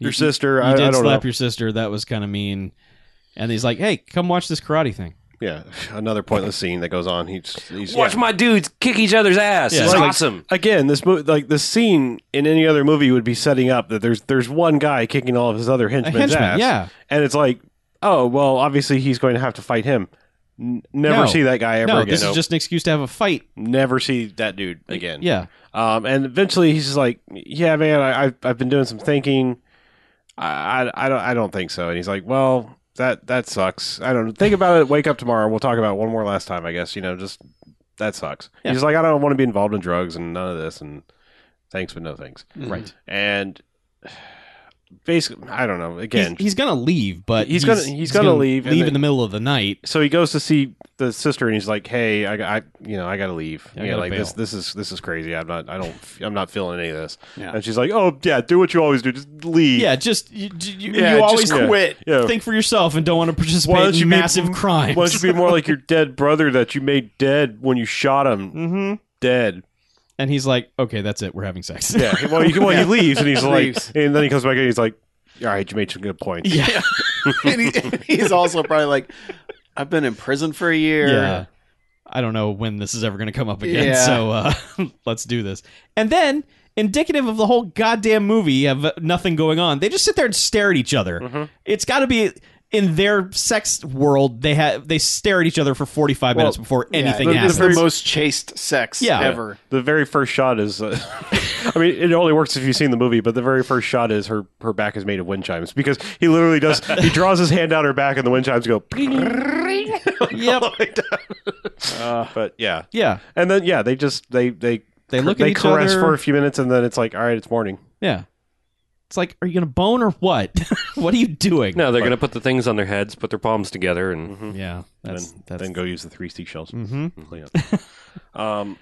[SPEAKER 3] Your sister,
[SPEAKER 5] You
[SPEAKER 3] I, I
[SPEAKER 5] did
[SPEAKER 3] don't know.
[SPEAKER 5] slap your sister. That was kind of mean. And he's like, "Hey, come watch this karate thing."
[SPEAKER 3] yeah. Another pointless scene that goes on. He's, he's
[SPEAKER 6] Watch my dudes kick each other's ass.
[SPEAKER 5] Yeah.
[SPEAKER 6] It's
[SPEAKER 3] Like-
[SPEAKER 6] awesome.
[SPEAKER 3] Again, this movie, like this scene in any other movie, would be setting up that there's there's one guy kicking all of his other henchmen's
[SPEAKER 5] henchman,
[SPEAKER 3] ass,
[SPEAKER 5] yeah.
[SPEAKER 3] and it's like, oh well, obviously he's going to have to fight him. N- never
[SPEAKER 5] No.
[SPEAKER 3] see that guy ever
[SPEAKER 5] No,
[SPEAKER 3] again.
[SPEAKER 5] this
[SPEAKER 3] Nope.
[SPEAKER 5] is just an excuse to have a fight.
[SPEAKER 3] never see that dude again.
[SPEAKER 5] Yeah,
[SPEAKER 3] Um, and eventually he's just like, "Yeah, man, I, I've I've been doing some thinking. I, I I don't I don't think so." And he's like, "Well, that that sucks. I don't know. think about it. Wake up tomorrow. We'll talk about it one more last time. I guess you know, just that sucks."
[SPEAKER 5] Yeah.
[SPEAKER 3] He's like, "I don't want to be involved in drugs and none of this and thanks but no thanks."
[SPEAKER 5] right.
[SPEAKER 3] And basically, I don't know. Again,
[SPEAKER 5] he's, he's gonna leave, but
[SPEAKER 3] He's gonna- he's gonna leave and
[SPEAKER 5] leave
[SPEAKER 3] then-
[SPEAKER 5] in the middle of the night.
[SPEAKER 3] so he goes to see the sister, and he's like, "Hey, I, got- I you know, I got to leave.
[SPEAKER 5] I
[SPEAKER 3] yeah,
[SPEAKER 5] gotta
[SPEAKER 3] like this,
[SPEAKER 5] bail."
[SPEAKER 3] this is this is crazy. I'm not, I don't, I'm not feeling any of this."
[SPEAKER 4] Yeah.
[SPEAKER 3] And she's like, "Oh yeah, do what you always do, just leave.
[SPEAKER 5] Yeah, just you, you,
[SPEAKER 4] Yeah,
[SPEAKER 5] you
[SPEAKER 4] just
[SPEAKER 5] always
[SPEAKER 4] quit.
[SPEAKER 3] Yeah.
[SPEAKER 5] Think for yourself and don't want to participate
[SPEAKER 3] Why don't you
[SPEAKER 5] in
[SPEAKER 3] be-
[SPEAKER 5] massive crimes.
[SPEAKER 3] Why don't you be more like your dead brother that you made dead when you shot him
[SPEAKER 5] mm-hmm.
[SPEAKER 3] dead?"
[SPEAKER 5] And he's like, okay, that's it. We're having sex.
[SPEAKER 3] Yeah. Well, he, well, he leaves, and he's like,
[SPEAKER 4] Leaves.
[SPEAKER 3] and then he comes back, and he's like, "All right, you made some good points."
[SPEAKER 5] yeah.
[SPEAKER 4] and he, he's also probably like, I've been in prison for a year.
[SPEAKER 5] Yeah. I don't know when this is ever going to come up again,
[SPEAKER 4] Yeah.
[SPEAKER 5] so uh, let's do this. And then, indicative of the whole goddamn movie of nothing going on, they just sit there and stare at each other. It's got to be in their sex world. They have they stare at each other for forty five minutes before anything
[SPEAKER 4] yeah,
[SPEAKER 5] happens.
[SPEAKER 4] It's the most chaste sex
[SPEAKER 5] Yeah.
[SPEAKER 4] ever.
[SPEAKER 3] The very first shot is, uh, I mean, it only works if you've seen the movie, but the very first shot is her her back is made of wind chimes because he literally does he draws his hand down her back and the wind chimes go.
[SPEAKER 5] yep.
[SPEAKER 3] but yeah,
[SPEAKER 5] Yeah.
[SPEAKER 3] and then yeah, they just they they
[SPEAKER 5] They look at
[SPEAKER 3] they
[SPEAKER 5] each
[SPEAKER 3] caress
[SPEAKER 5] other.
[SPEAKER 3] for a few minutes and then it's like all right, it's morning.
[SPEAKER 5] Yeah. It's like, are you going to bone or what? what are you doing?
[SPEAKER 6] No, they're going to put the things on their heads, put their palms together, and
[SPEAKER 5] Yeah.
[SPEAKER 3] And
[SPEAKER 5] That's,
[SPEAKER 3] then,
[SPEAKER 5] that's,
[SPEAKER 3] then go use the three seashells. Mm,
[SPEAKER 5] Mhm.
[SPEAKER 3] and clean up. um,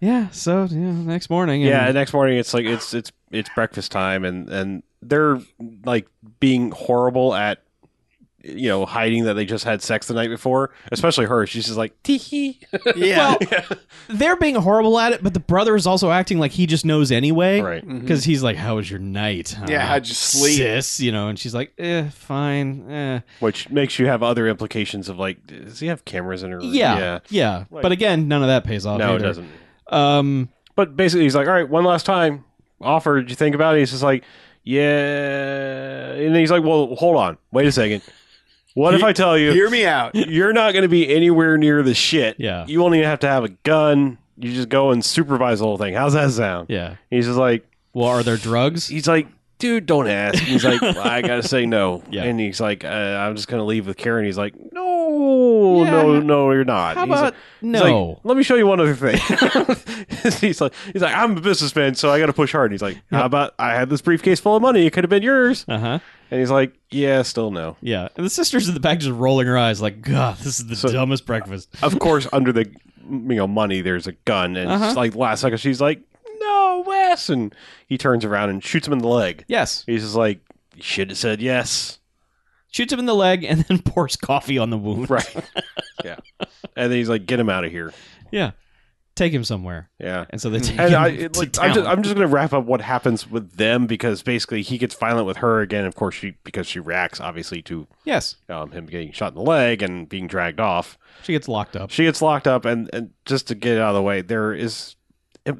[SPEAKER 5] Yeah. So yeah, next morning. and-
[SPEAKER 3] yeah, and next morning it's like it's it's it's breakfast time and and they're like being horrible at you know hiding that they just had sex the night before, especially her. She's just like tee hee.
[SPEAKER 4] Yeah.
[SPEAKER 5] Well, they're being horrible at it, but the brother is also acting like he just knows anyway.
[SPEAKER 3] Right.
[SPEAKER 5] Because he's like, "How was your night? huh,
[SPEAKER 4] Yeah, how'd you sleep?"
[SPEAKER 5] Ah, sis?" You know, and she's like, "Eh, fine. Eh.
[SPEAKER 3] which makes you have other implications of like does he have cameras in her room?
[SPEAKER 5] Yeah, yeah."
[SPEAKER 3] yeah.
[SPEAKER 5] but again, none of that pays off.
[SPEAKER 3] No, it
[SPEAKER 5] either.
[SPEAKER 3] doesn't.
[SPEAKER 5] Um,
[SPEAKER 3] But basically, he's like, all right, one last time offer. Did you think about it? He's just like, yeah. And then he's like, well, hold on. Wait a second. What if I tell you
[SPEAKER 4] Hear me out.
[SPEAKER 3] you're not going to be anywhere near the shit?
[SPEAKER 5] Yeah.
[SPEAKER 3] You only have to have a gun. You just go and supervise the whole thing. How's that sound?
[SPEAKER 5] yeah.
[SPEAKER 3] He's just like,
[SPEAKER 5] Well, are there drugs?
[SPEAKER 3] he's like, dude, don't ask. He's like, I gotta say no.
[SPEAKER 5] Yeah.
[SPEAKER 3] And he's like, uh, I'm just gonna leave with Karen. He's like, no,
[SPEAKER 5] Yeah,
[SPEAKER 3] no,
[SPEAKER 5] how-
[SPEAKER 3] no, you're not.
[SPEAKER 5] How
[SPEAKER 3] He's like-
[SPEAKER 5] about
[SPEAKER 3] he's
[SPEAKER 5] no?
[SPEAKER 3] like, Let me show you one other thing. he's like, he's like, I'm a businessman, so I gotta push hard. And he's like, how about I had this briefcase full of money? It could have been yours.
[SPEAKER 5] uh huh.
[SPEAKER 3] And he's like, yeah, still no.
[SPEAKER 5] Yeah. And the sisters in the back just rolling her eyes, like, "God, this is the
[SPEAKER 3] So-
[SPEAKER 5] dumbest breakfast."
[SPEAKER 3] Of course, under the you know money, there's a gun, and
[SPEAKER 5] Uh-huh.
[SPEAKER 3] it's like last second, she's like, no, Wes, and he turns around and shoots him in the leg.
[SPEAKER 5] Yes.
[SPEAKER 3] He's just like, you should have said yes.
[SPEAKER 5] Shoots him in the leg and then pours coffee on the wound.
[SPEAKER 3] Right. yeah. And then he's like, get him out of here.
[SPEAKER 5] Yeah. Take him somewhere.
[SPEAKER 3] Yeah.
[SPEAKER 5] And so they take
[SPEAKER 3] And
[SPEAKER 5] him
[SPEAKER 3] I,
[SPEAKER 5] to
[SPEAKER 3] like,
[SPEAKER 5] town.
[SPEAKER 3] I'm just, I'm just going to wrap up what happens with them because basically he gets violent with her again. Of course, she because she reacts obviously to
[SPEAKER 5] yes.
[SPEAKER 3] um, him getting shot in the leg and being dragged off.
[SPEAKER 5] She gets locked up.
[SPEAKER 3] She gets locked up, and, and just to get it out of the way, there is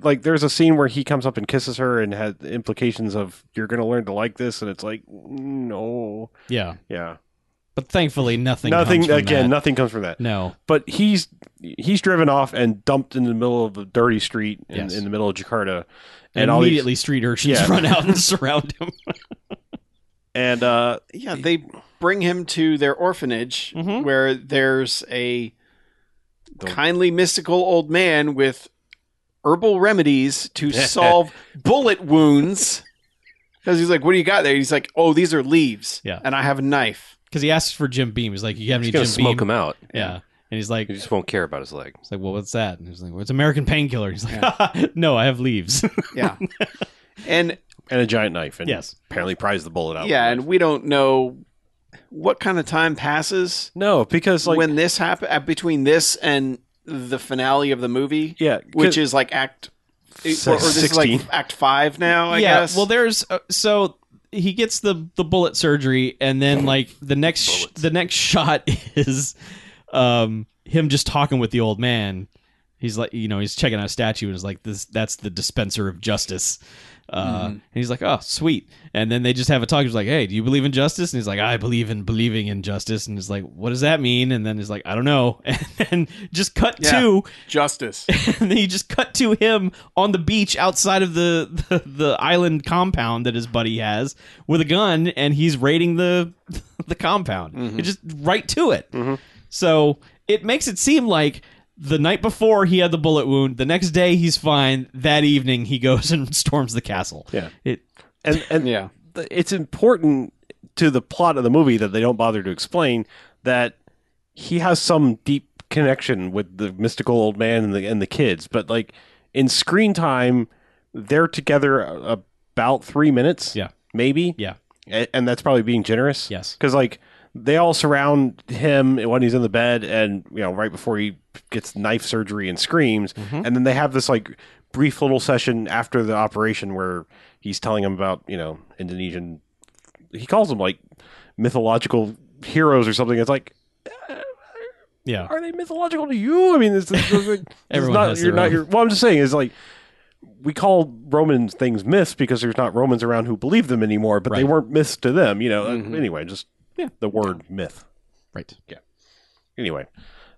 [SPEAKER 3] like there's a scene where he comes up and kisses her and had implications of you're going to learn to like this, and it's like no,
[SPEAKER 5] Yeah.
[SPEAKER 3] yeah,
[SPEAKER 5] But thankfully nothing
[SPEAKER 3] nothing
[SPEAKER 5] comes from
[SPEAKER 3] again,
[SPEAKER 5] that.
[SPEAKER 3] nothing comes from that.
[SPEAKER 5] No.
[SPEAKER 3] but he's he's driven off and dumped in the middle of a dirty street in,
[SPEAKER 5] Yes.
[SPEAKER 3] in the middle of Jakarta,
[SPEAKER 5] And
[SPEAKER 3] and all
[SPEAKER 5] immediately
[SPEAKER 3] these,
[SPEAKER 5] street urchins
[SPEAKER 3] Yeah.
[SPEAKER 5] run out and surround him.
[SPEAKER 3] and uh,
[SPEAKER 4] Yeah, they bring him to their orphanage
[SPEAKER 5] Mhm.
[SPEAKER 4] where there's a
[SPEAKER 3] Mm-hmm. The-
[SPEAKER 4] kindly mystical old man with herbal remedies to solve bullet wounds. Because he's like, "What do you got there?" He's like, "Oh, these are leaves."
[SPEAKER 5] Yeah.
[SPEAKER 4] and I have a knife.
[SPEAKER 5] Because he asks for Jim Beam. He's like, You have any
[SPEAKER 6] he's going
[SPEAKER 5] Jim
[SPEAKER 6] to smoke
[SPEAKER 5] Beam?
[SPEAKER 6] him out.
[SPEAKER 5] Yeah. And he's like
[SPEAKER 6] He just won't care about his leg.
[SPEAKER 5] he's like, Well, what's that? And he's like, Well, it's American painkiller. He's like, No, I have leaves.
[SPEAKER 4] Yeah,
[SPEAKER 3] Oh,
[SPEAKER 4] and
[SPEAKER 3] and a giant knife, and
[SPEAKER 5] Yes.
[SPEAKER 3] apparently pries the bullet out.
[SPEAKER 4] yeah, and we don't know what kind of time passes
[SPEAKER 3] no, because like
[SPEAKER 4] when this happened between this and the finale of the movie.
[SPEAKER 3] yeah,
[SPEAKER 4] which is like act
[SPEAKER 3] Six-
[SPEAKER 4] or, or this is like
[SPEAKER 3] 16.
[SPEAKER 4] act five now. I
[SPEAKER 5] yeah.
[SPEAKER 4] guess.
[SPEAKER 5] Well there's uh, so he gets the the bullet surgery and then like the next sh- the next shot is um him just talking with the old man. He's like, you know, he's checking out a statue and is like, this that's the dispenser of justice.
[SPEAKER 4] Mm-hmm.
[SPEAKER 5] Uh, And he's like, oh, sweet. And then they just have a talk. He's like, hey, do you believe in justice? And he's like, I believe in believing in justice. And he's like, what does that mean? And then he's like, I don't know. And then just cut
[SPEAKER 4] Yeah.
[SPEAKER 5] to,
[SPEAKER 4] justice.
[SPEAKER 5] and then you just cut to him on the beach outside of the, the, the island compound that his buddy has with a gun, and he's raiding the the compound. It just right to it. So it makes it seem like the night before he had the bullet wound. The next day he's fine. That evening he goes and storms the castle.
[SPEAKER 3] Yeah.
[SPEAKER 5] It
[SPEAKER 3] and and
[SPEAKER 4] yeah,
[SPEAKER 3] th- it's important to the plot of the movie that they don't bother to explain that he has some deep connection with the mystical old man and the and the kids, but like in screen time, they're together a- about three minutes,
[SPEAKER 5] Yeah.
[SPEAKER 3] maybe,
[SPEAKER 5] Yeah.
[SPEAKER 3] A- and that's probably being generous,
[SPEAKER 5] Yes.
[SPEAKER 3] because like they all surround him when he's in the bed and you know right before he gets knife surgery and screams and then they have this like brief little session after the operation where he's telling him about you know indonesian he calls them like mythological heroes or something it's like
[SPEAKER 5] Yeah.
[SPEAKER 3] are they mythological to you i mean it's, it's, it's, it's
[SPEAKER 5] Everyone
[SPEAKER 3] not,
[SPEAKER 5] has
[SPEAKER 3] you're
[SPEAKER 5] their
[SPEAKER 3] not
[SPEAKER 5] own.
[SPEAKER 3] your well i'm just saying is like we call roman things myths because there's not romans around who believe them anymore but they
[SPEAKER 5] Right. Mm-hmm.
[SPEAKER 3] weren't myths to them you know Uh, anyway just the word myth
[SPEAKER 5] Right.
[SPEAKER 3] anyway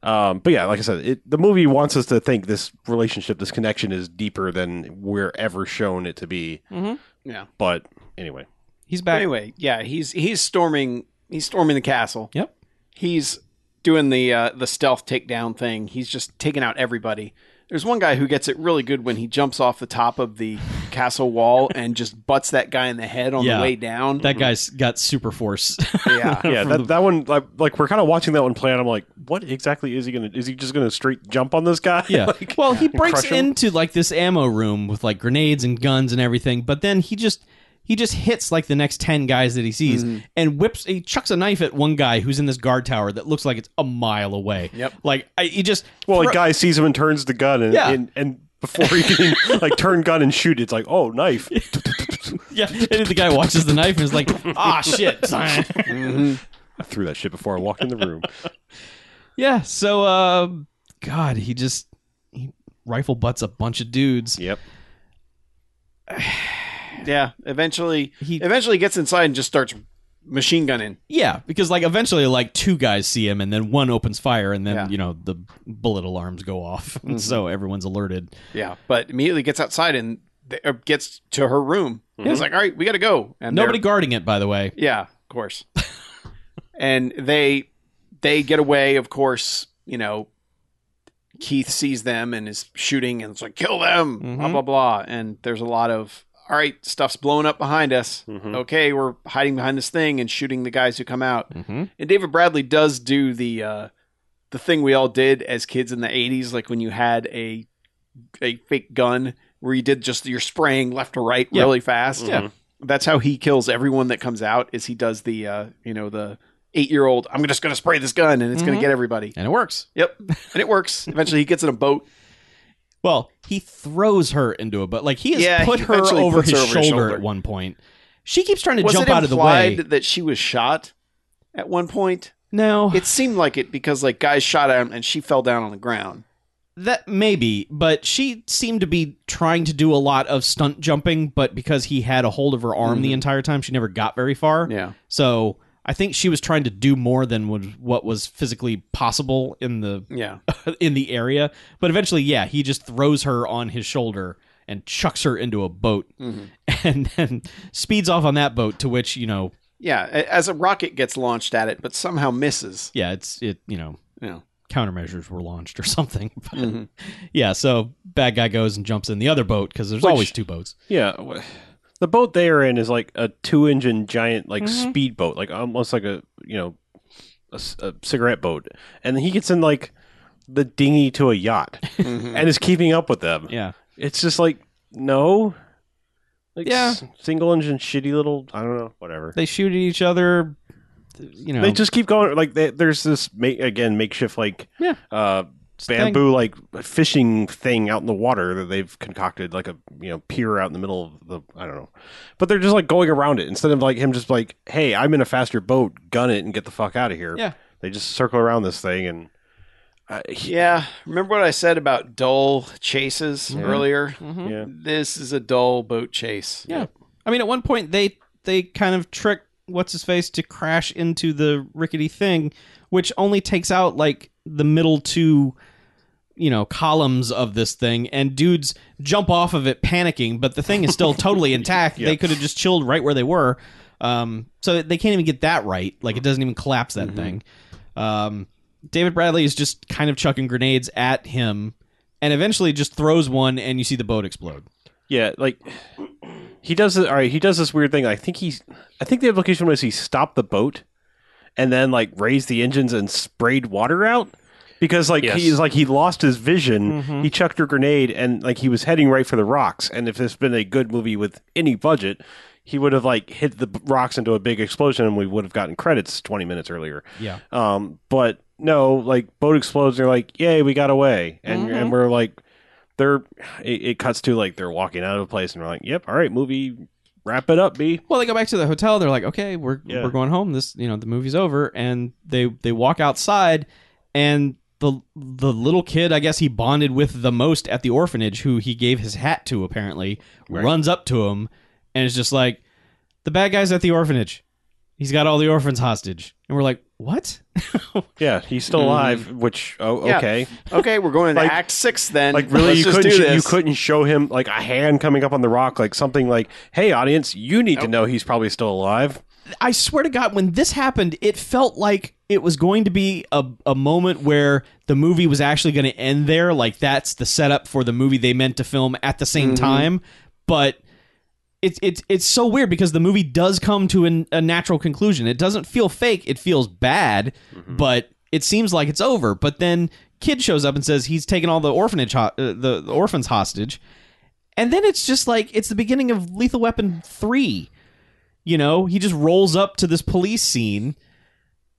[SPEAKER 3] um but yeah like i said it, the movie wants us to think this relationship this connection is deeper than we're ever shown it to be
[SPEAKER 5] Mm-hmm.
[SPEAKER 4] Yeah.
[SPEAKER 3] but anyway
[SPEAKER 5] He's back.
[SPEAKER 4] Anyway, yeah, he's he's storming he's storming the castle.
[SPEAKER 5] Yep.
[SPEAKER 4] He's doing the uh, the stealth takedown thing. He's just taking out everybody. There's one guy who gets it really good when he jumps off the top of the castle wall and just butts that guy in the head on
[SPEAKER 5] Yeah.
[SPEAKER 4] the way down.
[SPEAKER 5] That guy's got super force.
[SPEAKER 4] yeah.
[SPEAKER 3] yeah that, that one like, like we're kind of watching that one play and i'm like what exactly is he gonna is he just gonna straight jump on this guy
[SPEAKER 5] yeah.
[SPEAKER 3] Like,
[SPEAKER 5] well, he breaks
[SPEAKER 3] crush 'em?
[SPEAKER 5] into like this ammo room with like grenades and guns and everything, but then he just he just hits like the next 10 guys that he sees
[SPEAKER 3] Mm-hmm.
[SPEAKER 5] and whips he chucks a knife at one guy who's in this guard tower that looks like it's a mile away.
[SPEAKER 4] Yep.
[SPEAKER 5] Like I, he just
[SPEAKER 3] well
[SPEAKER 5] thro-
[SPEAKER 3] a guy sees him and turns the gun and
[SPEAKER 5] Yeah.
[SPEAKER 3] and, and before he can like turn gun and shoot it's like oh knife
[SPEAKER 5] Yeah, and then the guy watches the knife and is like, "Ah, shit."
[SPEAKER 3] i threw that shit before i walked in the room
[SPEAKER 5] yeah, so uh god, he just he rifle butts a bunch of dudes.
[SPEAKER 3] yep
[SPEAKER 4] Yeah. Eventually
[SPEAKER 5] He-
[SPEAKER 4] he eventually gets inside and just starts machine gunning.
[SPEAKER 5] Yeah, because like eventually, like two guys see him, and then one opens fire, and then
[SPEAKER 4] Yeah. Mm-hmm.
[SPEAKER 5] you know the bullet alarms go off, and so everyone's alerted.
[SPEAKER 4] Yeah. But immediately gets outside and th- uh, gets to her room. He's like, "All right, we got to go." And they're-
[SPEAKER 5] Nobody guarding it, by the way.
[SPEAKER 4] Yeah, of course. and they they get away, of course, you know, Keith sees them and is shooting and it's like, kill them, blah,
[SPEAKER 5] Mhm.
[SPEAKER 4] blah, blah. And there's a lot of all right, stuff's blowing up behind us.
[SPEAKER 5] Mm-hmm.
[SPEAKER 3] Mhm.
[SPEAKER 4] Okay, we're hiding behind this thing and shooting the guys who come out.
[SPEAKER 5] Mm-hmm.
[SPEAKER 4] And David Bradley does do the uh the thing we all did as kids in the eighties, like when you had a a fake gun where you did just you're spraying left to right
[SPEAKER 5] Yeah.
[SPEAKER 4] really fast Mm-hmm.
[SPEAKER 5] Yeah,
[SPEAKER 4] that's how he kills everyone that comes out is he does the uh you know the eight year old i'm just gonna spray this gun and it's
[SPEAKER 5] Mhm.
[SPEAKER 4] gonna get everybody
[SPEAKER 5] and it works.
[SPEAKER 4] yep and it works eventually he gets in a boat
[SPEAKER 5] Well, he throws her into a but like he has
[SPEAKER 4] Yeah,
[SPEAKER 5] put
[SPEAKER 4] he
[SPEAKER 5] her
[SPEAKER 4] eventually
[SPEAKER 5] over,
[SPEAKER 4] puts
[SPEAKER 5] his,
[SPEAKER 4] her over his
[SPEAKER 5] shoulder
[SPEAKER 4] shoulder.
[SPEAKER 5] at one point. She keeps trying to
[SPEAKER 4] was
[SPEAKER 5] jump
[SPEAKER 4] it
[SPEAKER 5] out of the way.
[SPEAKER 4] implied that she was shot at one point
[SPEAKER 5] No,
[SPEAKER 4] it seemed like it because like guys shot at him and she fell down on the ground
[SPEAKER 5] that maybe, but she seemed to be trying to do a lot of stunt jumping, but because he had a hold of her arm the entire time, she never got very far.
[SPEAKER 4] Mm-hmm. yeah
[SPEAKER 5] So I think she was trying to do more than was, what was physically possible in the
[SPEAKER 4] yeah
[SPEAKER 5] in the area. But eventually, yeah, he just throws her on his shoulder and chucks her into a boat, and then speeds off on that boat. To which you know,
[SPEAKER 4] yeah a- as a rocket gets launched at it but somehow misses
[SPEAKER 5] yeah, it's it you know
[SPEAKER 4] yeah
[SPEAKER 5] countermeasures were launched or something. But,
[SPEAKER 4] Mhm.
[SPEAKER 5] Yeah, so bad guy goes and jumps in the other boat because there's
[SPEAKER 3] Which-
[SPEAKER 5] always two boats.
[SPEAKER 3] Yeah. wh- The boat they are in is like a two engine giant, like
[SPEAKER 5] Mm-hmm.
[SPEAKER 3] speedboat, like almost like a, you know, a, c- a cigarette boat. And he gets in like the dinghy to a yacht
[SPEAKER 4] Mm-hmm.
[SPEAKER 3] and is keeping up with them.
[SPEAKER 5] Mm-hmm. Yeah,
[SPEAKER 3] It's just like, no. Like
[SPEAKER 5] Yeah.
[SPEAKER 3] s- single engine, shitty little, I don't know, whatever.
[SPEAKER 5] they shoot at each other. You know,
[SPEAKER 3] They just keep going. Like they, there's this ma- again makeshift like
[SPEAKER 5] Yeah.
[SPEAKER 3] uh, bamboo like fishing thing out in the water that they've concocted like a you know pier out in the middle of the I don't know, but they're just like going around it instead of like him just like hey I'm in a faster boat gun it and get the fuck out of here.
[SPEAKER 5] Yeah.
[SPEAKER 3] they just circle around this thing and uh, he-
[SPEAKER 4] yeah remember what i said about dull chases earlier
[SPEAKER 5] Mhm.
[SPEAKER 3] yeah.
[SPEAKER 4] this is a dull boat chase
[SPEAKER 5] Yeah. I mean, at one point they they kind of trick what's his face to crash into the rickety thing, which only takes out like the middle two, you know, columns of this thing, and dudes jump off of it panicking, but the thing is still totally intact. They could have just chilled right where they were. Um, so they can't even get that right. Like it doesn't even collapse that thing. Um, David Bradley is just kind of chucking grenades at him, and eventually just throws one, and you see the boat explode.
[SPEAKER 3] Yeah, like he does it. All right, he does this weird thing. I think he's. I think the implication was he stopped the boat, and then like raised the engines and sprayed water out because like
[SPEAKER 6] Yes.
[SPEAKER 3] he's like he lost his vision. He chucked a grenade and like he was heading right for the rocks. And if this had been a good movie with any budget, he would have like hit the b- rocks into a big explosion, and we would have gotten credits twenty minutes earlier.
[SPEAKER 5] Yeah.
[SPEAKER 3] Um, but no, like boat explodes, and they're like, "Yay, we got away!" And and we're like, they're it, it cuts to like they're walking out of a place, and we're like, "Yep, all right, movie, wrap it up, B."
[SPEAKER 5] Well, they go back to the hotel. They're like, okay, we're
[SPEAKER 3] Yeah.
[SPEAKER 5] we're going home. This, you know, the movie's over, and they they walk outside, and the the little kid, I guess he bonded with the most at the orphanage, who he gave his hat to apparently, runs up to him, and is just like, the bad guy's at the orphanage. He's got all the orphans hostage, and we're like, what?
[SPEAKER 3] Yeah, he's still alive, which oh
[SPEAKER 4] Mm-hmm. Yeah.
[SPEAKER 3] okay,
[SPEAKER 4] Okay, we're going to
[SPEAKER 3] Like-
[SPEAKER 4] Act Six then.
[SPEAKER 3] like really,
[SPEAKER 4] Let's
[SPEAKER 3] you
[SPEAKER 4] just
[SPEAKER 3] couldn't
[SPEAKER 4] do
[SPEAKER 3] sh- you
[SPEAKER 4] this.
[SPEAKER 3] couldn't show him like a hand coming up on the rock, like something like, "Hey, audience, you need to know he's probably still alive."
[SPEAKER 5] I swear to God, when this happened, it felt like it was going to be a, a moment where the movie was actually going to end there. Like that's the setup for the movie they meant to film at the same time. But it's it's it's so weird because the movie does come to an, a natural conclusion. It doesn't feel fake. It feels bad, but it seems like it's over. But then kid shows up and says he's taken all the orphanage ho- uh, the, the orphans hostage, and then it's just like it's the beginning of Lethal Weapon three. You know, he just rolls up to this police scene.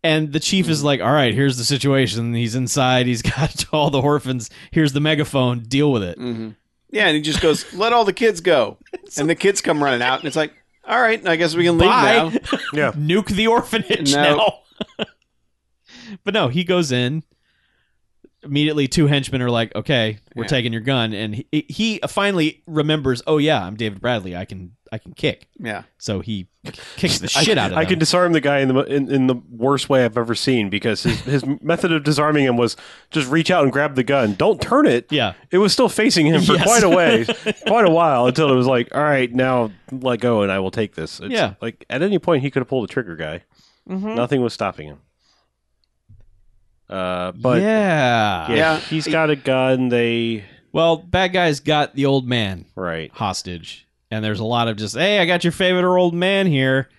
[SPEAKER 5] And the chief
[SPEAKER 3] Hmm.
[SPEAKER 5] is like, "All right, here's the situation. He's inside. He's got all the orphans. Here's the megaphone. Deal with it."
[SPEAKER 3] Mm.
[SPEAKER 4] Yeah, and he just goes, "Let all the kids go," and the kids come running out, and it's like, "All right, I guess we can leave
[SPEAKER 5] Bye.
[SPEAKER 4] now."
[SPEAKER 3] Yeah,
[SPEAKER 5] nuke the orphanage
[SPEAKER 4] No.
[SPEAKER 5] now. but no, he goes in. Immediately, two henchmen are like, "Okay, we're
[SPEAKER 4] Yeah.
[SPEAKER 5] taking your gun," and he, he finally remembers, "Oh yeah, I'm David Bradley. I can I can kick."
[SPEAKER 4] Yeah,
[SPEAKER 5] So he kicks the shit out of
[SPEAKER 3] I
[SPEAKER 5] them.
[SPEAKER 3] could disarm the guy in the mo- in, in the worst way I've ever seen because his, his method of disarming him was just reach out and grab the gun. Don't turn it.
[SPEAKER 5] Yeah.
[SPEAKER 3] It was still facing him for
[SPEAKER 5] Yes.
[SPEAKER 3] quite a way, quite a while until it was like, all right, now let go and I will take this. It's
[SPEAKER 5] Yeah. Mm-hmm.
[SPEAKER 3] Like at any point he could have pulled the trigger guy. Nothing was stopping him. Uh, but yeah,
[SPEAKER 5] yeah.
[SPEAKER 4] Yeah.
[SPEAKER 3] he's got a gun. They
[SPEAKER 5] Well, bad guys got the old man
[SPEAKER 3] right.
[SPEAKER 5] hostage, and there's a lot of just, "Hey, I got your favorite old man here,"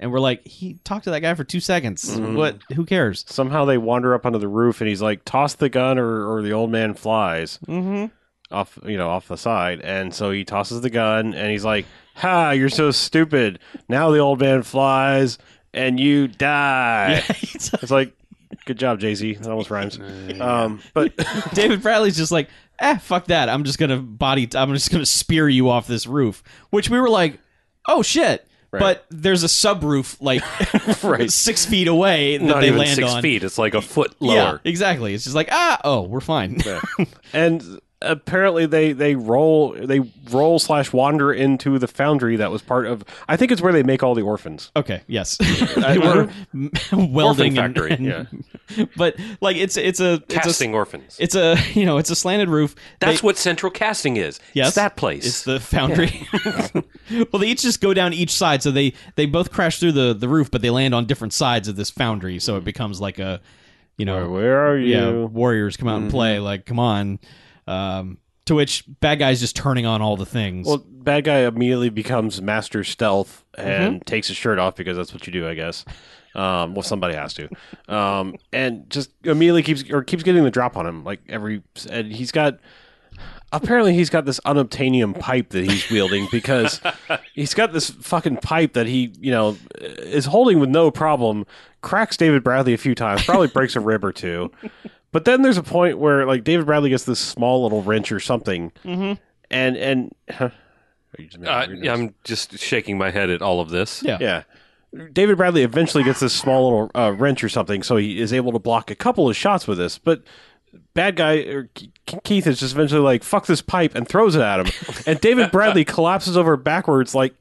[SPEAKER 5] and we're like, "He talked to that guy for two seconds.
[SPEAKER 1] Mm-hmm.
[SPEAKER 5] What? Who cares?"
[SPEAKER 3] Somehow they wander up onto the roof and he's like, toss the gun or, or the old man flies.
[SPEAKER 5] Mm-hmm.
[SPEAKER 3] off you know off the side and so he tosses the gun and he's like ha you're so stupid now the old man flies and you die it's like good job jay-z that almost rhymes um but
[SPEAKER 5] David Bradley's just like, ah, fuck that. I'm just gonna body. I'm just gonna spear you off this roof. Which we were like, oh shit.
[SPEAKER 3] Right.
[SPEAKER 5] But there's a subroof like
[SPEAKER 3] right
[SPEAKER 5] six feet away that
[SPEAKER 1] Not
[SPEAKER 5] they
[SPEAKER 1] even
[SPEAKER 5] land
[SPEAKER 1] six
[SPEAKER 5] on.
[SPEAKER 1] feet. It's like a foot
[SPEAKER 5] Yeah,
[SPEAKER 1] lower.
[SPEAKER 5] exactly. It's just like ah, oh, we're fine.
[SPEAKER 3] and apparently they they roll they roll slash wander into the foundry that was part of i think it's where they make all the orphans
[SPEAKER 5] Okay, yes, they were welding and-
[SPEAKER 1] factory,
[SPEAKER 5] and-
[SPEAKER 1] yeah.
[SPEAKER 5] but like it's it's a
[SPEAKER 1] Casting orphans.
[SPEAKER 5] It's a, it's a you know it's a slanted roof. They-
[SPEAKER 1] That's what Central Casting is.
[SPEAKER 5] Yes.
[SPEAKER 1] It's that place.
[SPEAKER 5] It's the foundry. well, they each just go down each side, so they they both crash through the the roof, but they land on different sides of this foundry, so
[SPEAKER 1] Mm.
[SPEAKER 5] it becomes like a, you know,
[SPEAKER 3] where, where are you
[SPEAKER 5] yeah, warriors come out and play.
[SPEAKER 1] Mm-hmm.
[SPEAKER 5] Like, come on. Um, to which bad guys just turning on all the things.
[SPEAKER 3] well bad guy immediately becomes master stealth and takes his shirt off because that's what you do i guess um, well somebody has to um, and just immediately keeps or keeps getting the drop on him like every and he's got apparently he's got this unobtainium pipe that he's wielding because he's got this fucking pipe that he you know is holding with no problem cracks david bradley a few times probably breaks a rib or two but then there's a point where like david bradley gets this small little wrench or something and and Are you just making
[SPEAKER 1] Uh,
[SPEAKER 3] weird noises?
[SPEAKER 1] I'm just shaking my head at all of this.
[SPEAKER 5] Yeah.
[SPEAKER 3] yeah. David Bradley eventually gets this small little uh, wrench or something, so he is able to block a couple of shots with this. But bad guy or Ke- Keith is just eventually like, "Fuck this pipe," and throws it at him. and David Bradley collapses over backwards, like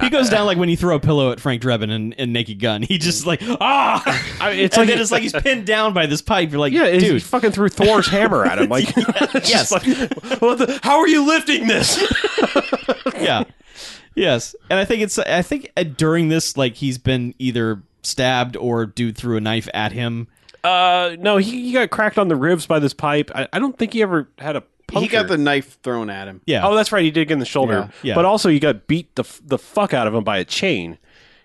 [SPEAKER 5] he goes
[SPEAKER 1] uh,
[SPEAKER 5] down like when you throw a pillow at Frank Drebin and, and Naked Gun. He
[SPEAKER 1] Mm.
[SPEAKER 5] just like ah.
[SPEAKER 3] it's
[SPEAKER 5] and
[SPEAKER 3] like-
[SPEAKER 5] then it's like he's pinned down by this pipe. You're like,
[SPEAKER 3] yeah, he
[SPEAKER 5] dude,
[SPEAKER 3] fucking threw Thor's hammer at him. Like, yes,
[SPEAKER 5] yes.
[SPEAKER 3] like, what the, how are you lifting this?
[SPEAKER 5] yeah. Yes. And I think it's I think uh, during this like he's been either stabbed or dude threw a knife at him.
[SPEAKER 3] Uh, no, he, he got cracked on the ribs by this pipe. I, I don't think he ever had a
[SPEAKER 4] he
[SPEAKER 3] punctured.
[SPEAKER 4] got the knife thrown at him.
[SPEAKER 5] Yeah.
[SPEAKER 3] Oh, that's right. He did get in the shoulder.
[SPEAKER 5] Yeah. Yeah.
[SPEAKER 3] But also, he got beat the f- the fuck out of him by a chain.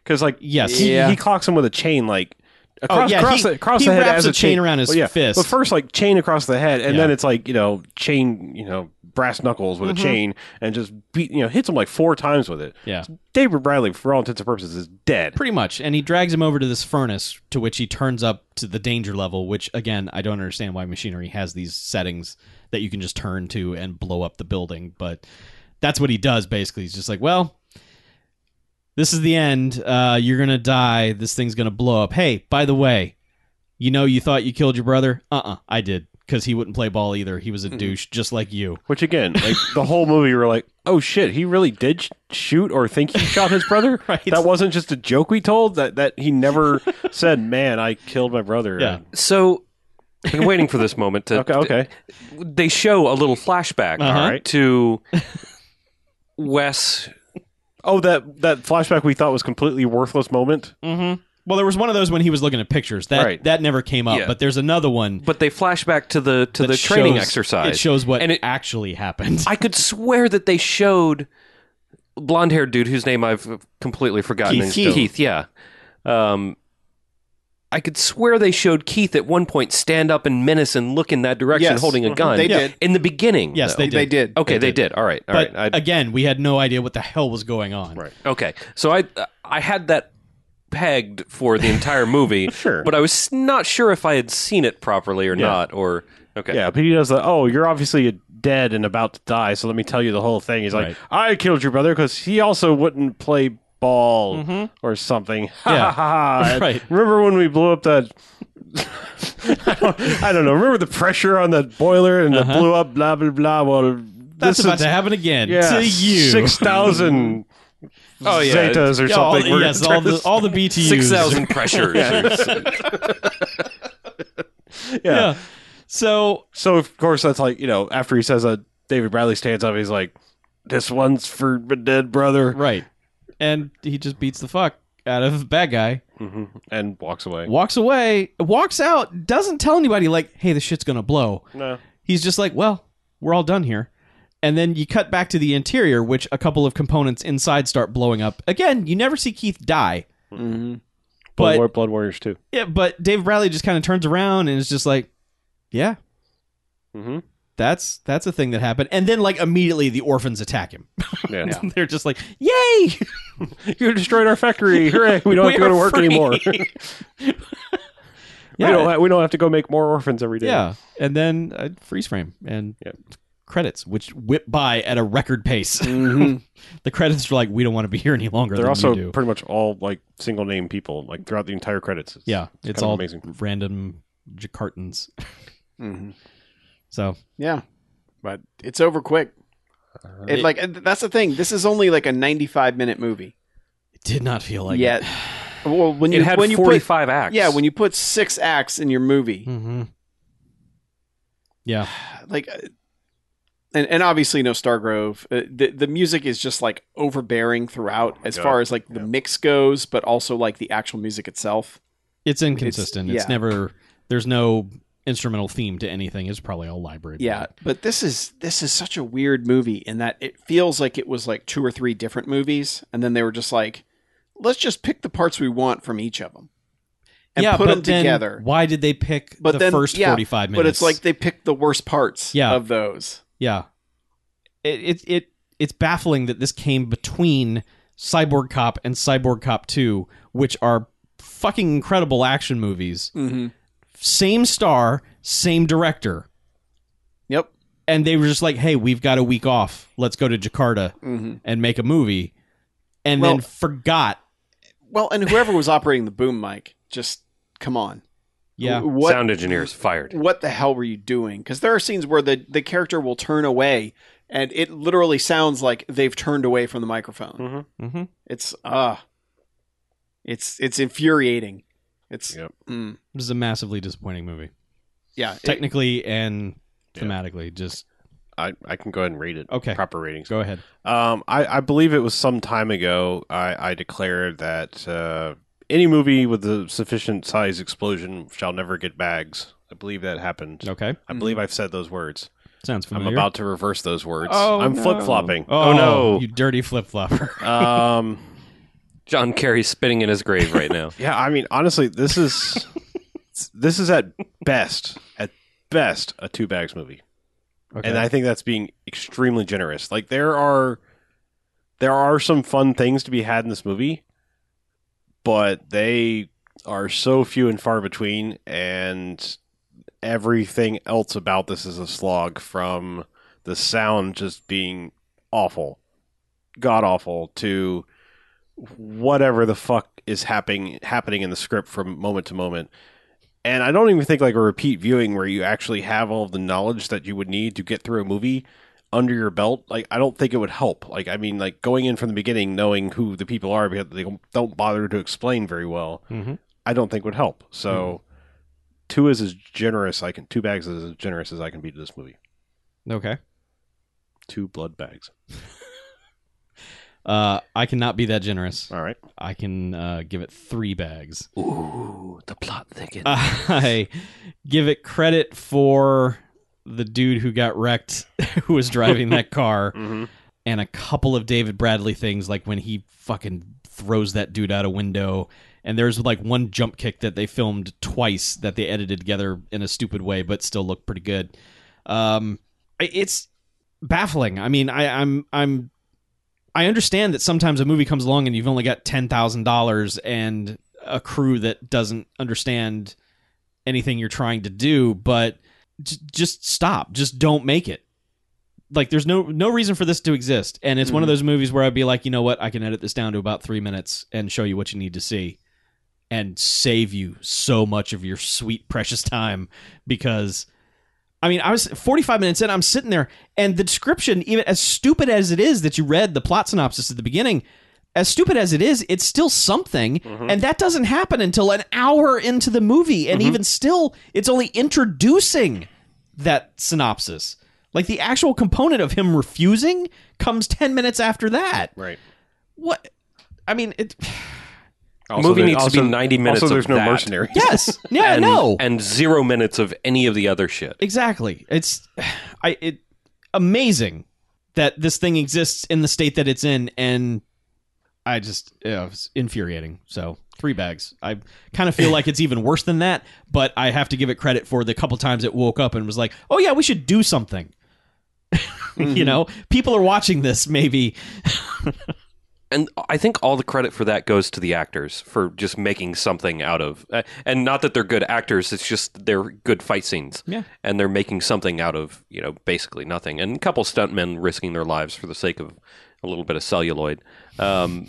[SPEAKER 3] Because like,
[SPEAKER 5] Yes.
[SPEAKER 3] he,
[SPEAKER 4] Yeah.
[SPEAKER 3] he clocks him with a chain like
[SPEAKER 5] Oh,
[SPEAKER 3] across,
[SPEAKER 5] yeah,
[SPEAKER 3] across
[SPEAKER 5] he-
[SPEAKER 3] the, across
[SPEAKER 5] he
[SPEAKER 3] the head
[SPEAKER 5] wraps
[SPEAKER 3] as
[SPEAKER 5] a chain around his
[SPEAKER 3] Well, yeah.
[SPEAKER 5] fist.
[SPEAKER 3] But first, like chain across the head, and
[SPEAKER 5] Yeah. Mm-hmm.
[SPEAKER 3] then it's like you know chain, you know brass knuckles with a chain, and just beat you know hits him like four times with it.
[SPEAKER 5] Yeah.
[SPEAKER 3] David Bradley, for all intents and purposes, is dead.
[SPEAKER 5] Pretty much. And he drags him over to this furnace to which he turns up to the danger level, which, again, I don't understand why machinery has these settings that you can just turn to and blow up the building. But that's what he does, basically. He's just like, well, this is the end. Uh, you're going to die. This thing's going to blow up. Hey, by the way, you know you thought you killed your brother? Uh uh I did. Because he wouldn't play ball either. He was a douche, just like you.
[SPEAKER 3] Which again, like the whole movie, we're like, oh shit, he really did sh- shoot or think he shot his brother.
[SPEAKER 5] Right.
[SPEAKER 3] That wasn't just a joke we told. That that he never said, man, I killed my brother.
[SPEAKER 5] Yeah.
[SPEAKER 6] So I've been waiting for this moment to
[SPEAKER 3] Okay. Okay.
[SPEAKER 6] they show a little flashback
[SPEAKER 5] Uh-huh.
[SPEAKER 6] all right, to Wes
[SPEAKER 3] Oh, that that flashback we thought was completely worthless moment.
[SPEAKER 5] Mm-hmm. Well, there was one of those when he was looking at pictures. That
[SPEAKER 3] Right.
[SPEAKER 5] that never came up.
[SPEAKER 6] Yeah.
[SPEAKER 5] But there's another one
[SPEAKER 6] but they flash back to the to
[SPEAKER 5] that
[SPEAKER 6] the training
[SPEAKER 5] shows-
[SPEAKER 6] exercise.
[SPEAKER 5] It shows what
[SPEAKER 6] And it-
[SPEAKER 5] actually happened.
[SPEAKER 6] I could swear that they showed blonde haired dude whose name I've completely forgotten.
[SPEAKER 5] Keith. Keith.
[SPEAKER 6] yeah. Um, I could swear they showed Keith at one point stand up and menace and look in that direction
[SPEAKER 4] Yes.
[SPEAKER 6] holding a
[SPEAKER 4] Mhm.
[SPEAKER 6] gun.
[SPEAKER 4] They did.
[SPEAKER 6] In the beginning.
[SPEAKER 5] yes,
[SPEAKER 6] though.
[SPEAKER 5] they did.
[SPEAKER 4] They did.
[SPEAKER 6] Okay, they did. All right. all right.
[SPEAKER 5] But
[SPEAKER 6] I,
[SPEAKER 5] again, we had no idea what the hell was going on. Right.
[SPEAKER 6] okay. So I I had that pegged for the entire movie.
[SPEAKER 3] Sure.
[SPEAKER 6] But I was not sure if I had seen it properly or
[SPEAKER 3] Yeah.
[SPEAKER 6] not. Or okay.
[SPEAKER 3] Yeah, but he does the oh, you're obviously dead and about to die, so let me tell you the whole thing. He's like,
[SPEAKER 5] Right.
[SPEAKER 3] I killed your brother because he also wouldn't play ball or something. Ha,
[SPEAKER 5] Mm-hmm.
[SPEAKER 3] ha,
[SPEAKER 5] Yeah.
[SPEAKER 3] ha, ha. And
[SPEAKER 5] Right.
[SPEAKER 3] Remember when we blew up that? I, don't, I don't know. Remember the pressure on that boiler and it blew up. Blah blah blah. Well,
[SPEAKER 5] Uh-huh. That's
[SPEAKER 3] this
[SPEAKER 5] about
[SPEAKER 3] is
[SPEAKER 5] to happen again.
[SPEAKER 3] yeah,
[SPEAKER 5] to you.
[SPEAKER 3] six thousand.
[SPEAKER 6] Oh, yeah.
[SPEAKER 3] Zetas or
[SPEAKER 5] Yeah, all,
[SPEAKER 3] something.
[SPEAKER 5] the-
[SPEAKER 3] We're
[SPEAKER 5] yes,
[SPEAKER 3] gonna
[SPEAKER 5] all
[SPEAKER 3] turn
[SPEAKER 5] the all the BTUs.
[SPEAKER 6] Six thousand pressures.
[SPEAKER 3] this-
[SPEAKER 5] Yeah. So
[SPEAKER 3] So of course that's like you know after he says that David Bradley stands up he's like this one's for my dead brother
[SPEAKER 5] right, and he just beats the fuck out of the bad guy,
[SPEAKER 3] Mm-hmm. and walks away.
[SPEAKER 5] walks away, walks out, doesn't tell anybody. Like, hey, this shit's gonna blow.
[SPEAKER 3] No.
[SPEAKER 5] he's just like, well, we're all done here. And then you cut back to the interior, which a couple of components inside start blowing up. Again, you never see Keith die.
[SPEAKER 3] Mm-hmm.
[SPEAKER 4] Mhm.
[SPEAKER 3] Blood,
[SPEAKER 5] But-
[SPEAKER 3] War- Blood Warriors too.
[SPEAKER 5] Yeah, but Dave Bradley just kind of turns around and is just like, yeah,
[SPEAKER 3] Mhm.
[SPEAKER 5] that's that's a thing that happened. And then like immediately the orphans attack him.
[SPEAKER 3] Yeah.
[SPEAKER 5] They're just like, yay!
[SPEAKER 3] you destroyed our factory. Hooray. We don't have to
[SPEAKER 5] We're
[SPEAKER 3] go to work
[SPEAKER 5] free.
[SPEAKER 3] anymore.
[SPEAKER 5] Yeah,
[SPEAKER 3] we, don't ha- we don't have to go make more orphans every day.
[SPEAKER 5] yeah. And then uh, freeze frame and
[SPEAKER 3] Yep.
[SPEAKER 5] credits, which whip by at a record pace.
[SPEAKER 4] Mhm.
[SPEAKER 5] the credits are like, we don't want to be here any longer.
[SPEAKER 3] Mm-hmm. They're
[SPEAKER 5] than
[SPEAKER 3] also
[SPEAKER 5] you do.
[SPEAKER 3] pretty much all like single name people like throughout the entire credits. It's-
[SPEAKER 5] Yeah,
[SPEAKER 3] kind
[SPEAKER 5] it's,
[SPEAKER 3] of
[SPEAKER 5] all
[SPEAKER 3] amazing.
[SPEAKER 5] random Jakartans.
[SPEAKER 4] Mhm.
[SPEAKER 5] So
[SPEAKER 4] Yeah, but it's over quick. It, like and that's the thing. This is only like a 95 minute movie.
[SPEAKER 5] it did not feel like
[SPEAKER 4] Yet, well, when
[SPEAKER 6] It
[SPEAKER 4] you
[SPEAKER 6] had
[SPEAKER 4] when you put
[SPEAKER 6] forty-five acts.
[SPEAKER 4] yeah when you put six acts in your movie,
[SPEAKER 5] Mm-hmm. Yeah,
[SPEAKER 4] like, uh, and and obviously no Stargrove. Uh, the the music is just like overbearing throughout as
[SPEAKER 3] God.
[SPEAKER 4] far as like the mix goes, but also like the actual music itself.
[SPEAKER 5] it's inconsistent. It's,
[SPEAKER 4] yeah.
[SPEAKER 5] never. There's no instrumental theme to anything. It's probably all library.
[SPEAKER 4] Yeah, but this is this is such a weird movie in that it feels like it was like two or three different movies, and then they were just like, let's just pick the parts we want from each of them and
[SPEAKER 5] yeah,
[SPEAKER 4] put
[SPEAKER 5] but
[SPEAKER 4] them
[SPEAKER 5] then
[SPEAKER 4] together.
[SPEAKER 5] Why did they pick
[SPEAKER 4] But
[SPEAKER 5] the
[SPEAKER 4] then
[SPEAKER 5] first
[SPEAKER 4] yeah,
[SPEAKER 5] 45 minutes?
[SPEAKER 4] But it's like they picked the worst parts
[SPEAKER 5] Yeah.
[SPEAKER 4] of those.
[SPEAKER 5] yeah, it, it it it's baffling that this came between Cyborg Cop and Cyborg Cop Two, which are fucking incredible action movies.
[SPEAKER 4] Mm-hmm.
[SPEAKER 5] Same star, same director.
[SPEAKER 4] Yep.
[SPEAKER 5] and they were just like, "Hey, we've got a week off. Let's go to Jakarta
[SPEAKER 4] Mm-hmm.
[SPEAKER 5] and make a movie," and
[SPEAKER 4] Well-
[SPEAKER 5] then forgot.
[SPEAKER 4] Well, and whoever was operating the boom mic, just come on.
[SPEAKER 5] Yeah,
[SPEAKER 4] W- What
[SPEAKER 6] sound engineers fired.
[SPEAKER 4] what the hell were you doing? Because there are scenes where the the character will turn away, and it literally sounds like they've turned away from the microphone.
[SPEAKER 3] Hmm.
[SPEAKER 5] mm-hmm.
[SPEAKER 4] It's ah, it's it's infuriating. It's
[SPEAKER 3] Yep.
[SPEAKER 4] mm,
[SPEAKER 5] this is a massively disappointing movie,
[SPEAKER 4] yeah. it-
[SPEAKER 5] technically and
[SPEAKER 3] Yeah.
[SPEAKER 5] thematically. Just
[SPEAKER 3] I, I can go ahead and rate it.
[SPEAKER 5] Okay.
[SPEAKER 3] Proper ratings.
[SPEAKER 5] go ahead.
[SPEAKER 3] Um, I, I believe it was some time ago. I, I declared that uh, any movie with a sufficient size explosion shall never get bags. I believe that happened.
[SPEAKER 5] Okay,
[SPEAKER 3] Mm-hmm. I believe I've said those words.
[SPEAKER 5] Sounds
[SPEAKER 3] I'm
[SPEAKER 5] familiar.
[SPEAKER 3] about to reverse those words.
[SPEAKER 5] Oh,
[SPEAKER 3] I'm
[SPEAKER 5] no.
[SPEAKER 3] flip flopping.
[SPEAKER 5] Oh,
[SPEAKER 3] no.
[SPEAKER 5] You dirty flip flopper.
[SPEAKER 3] um,
[SPEAKER 6] John Kerry's spitting in his grave right now.
[SPEAKER 3] yeah, I mean, honestly, this is this is at best, at best, a two bags movie, and I think that's being extremely generous. Like there are there are some fun things to be had in this movie, but they are so few and far between, and everything else about this is a slog from the sound just being awful, god awful, to whatever the fuck is happening happening in the script from moment to moment. And I don't even think like a repeat viewing where you actually have all of the knowledge that you would need to get through a movie under your belt. Like I don't think it would help. Like I mean, like going in from the beginning, knowing who the people are because they don't bother to explain very well.
[SPEAKER 5] Mhm.
[SPEAKER 3] I don't think would help. So two is as generous I can. Two bags is as generous as I can be to this movie.
[SPEAKER 5] okay.
[SPEAKER 3] Two blood bags.
[SPEAKER 5] Uh, I cannot be that generous.
[SPEAKER 3] All right.
[SPEAKER 5] I can uh, give it three bags.
[SPEAKER 6] Ooh, the plot thickens.
[SPEAKER 5] I give it credit for the dude who got wrecked, who was driving that car,
[SPEAKER 3] Mhm.
[SPEAKER 5] and a couple of David Bradley things, like when he fucking throws that dude out a window. And there's like one jump kick that they filmed twice that they edited together in a stupid way, but still looked pretty good. Um, I- it's baffling. I mean, I, I'm I'm I understand that sometimes a movie comes along and you've only got ten thousand dollars and a crew that doesn't understand anything you're trying to do, but j- just stop. Just don't make it. Like there's no no reason for this to exist, and it's one of those movies where I'd be like, you know what, I can edit this down to about three minutes and show you what you need to see, and save you so much of your sweet precious time because. I mean, I was 45 minutes in. I'm sitting there, and the description, even as stupid as it is that you read the plot synopsis at the beginning, as stupid as it is, it's still something. And that doesn't happen until an hour into the movie. And even still, it's only introducing that synopsis. Like the actual component of him refusing comes 10 minutes after that.
[SPEAKER 3] Right.
[SPEAKER 5] What? I mean, it,
[SPEAKER 3] Also,
[SPEAKER 6] movie
[SPEAKER 3] there-
[SPEAKER 6] needs to be 90 minutes
[SPEAKER 3] Also, there's
[SPEAKER 6] of
[SPEAKER 3] no
[SPEAKER 6] that.
[SPEAKER 3] mercenary.
[SPEAKER 5] yes. Yeah,
[SPEAKER 6] and,
[SPEAKER 5] no.
[SPEAKER 6] and zero minutes of any of the other shit.
[SPEAKER 5] Exactly. It's I it amazing that this thing exists in the state that it's in and I just yeah, it's infuriating. So, three bags. I kind of feel like it's even worse than that, but I have to give it credit for the couple times it woke up and was like, "Oh yeah, we should do something." you know, people are watching this maybe.
[SPEAKER 6] and I think all the credit for that goes to the actors for just making something out of, uh, and not that they're good actors. It's just they're good fight scenes,
[SPEAKER 5] Yeah.
[SPEAKER 6] and they're making something out of you know basically nothing. And a couple stuntmen risking their lives for the sake of a little bit of celluloid, um,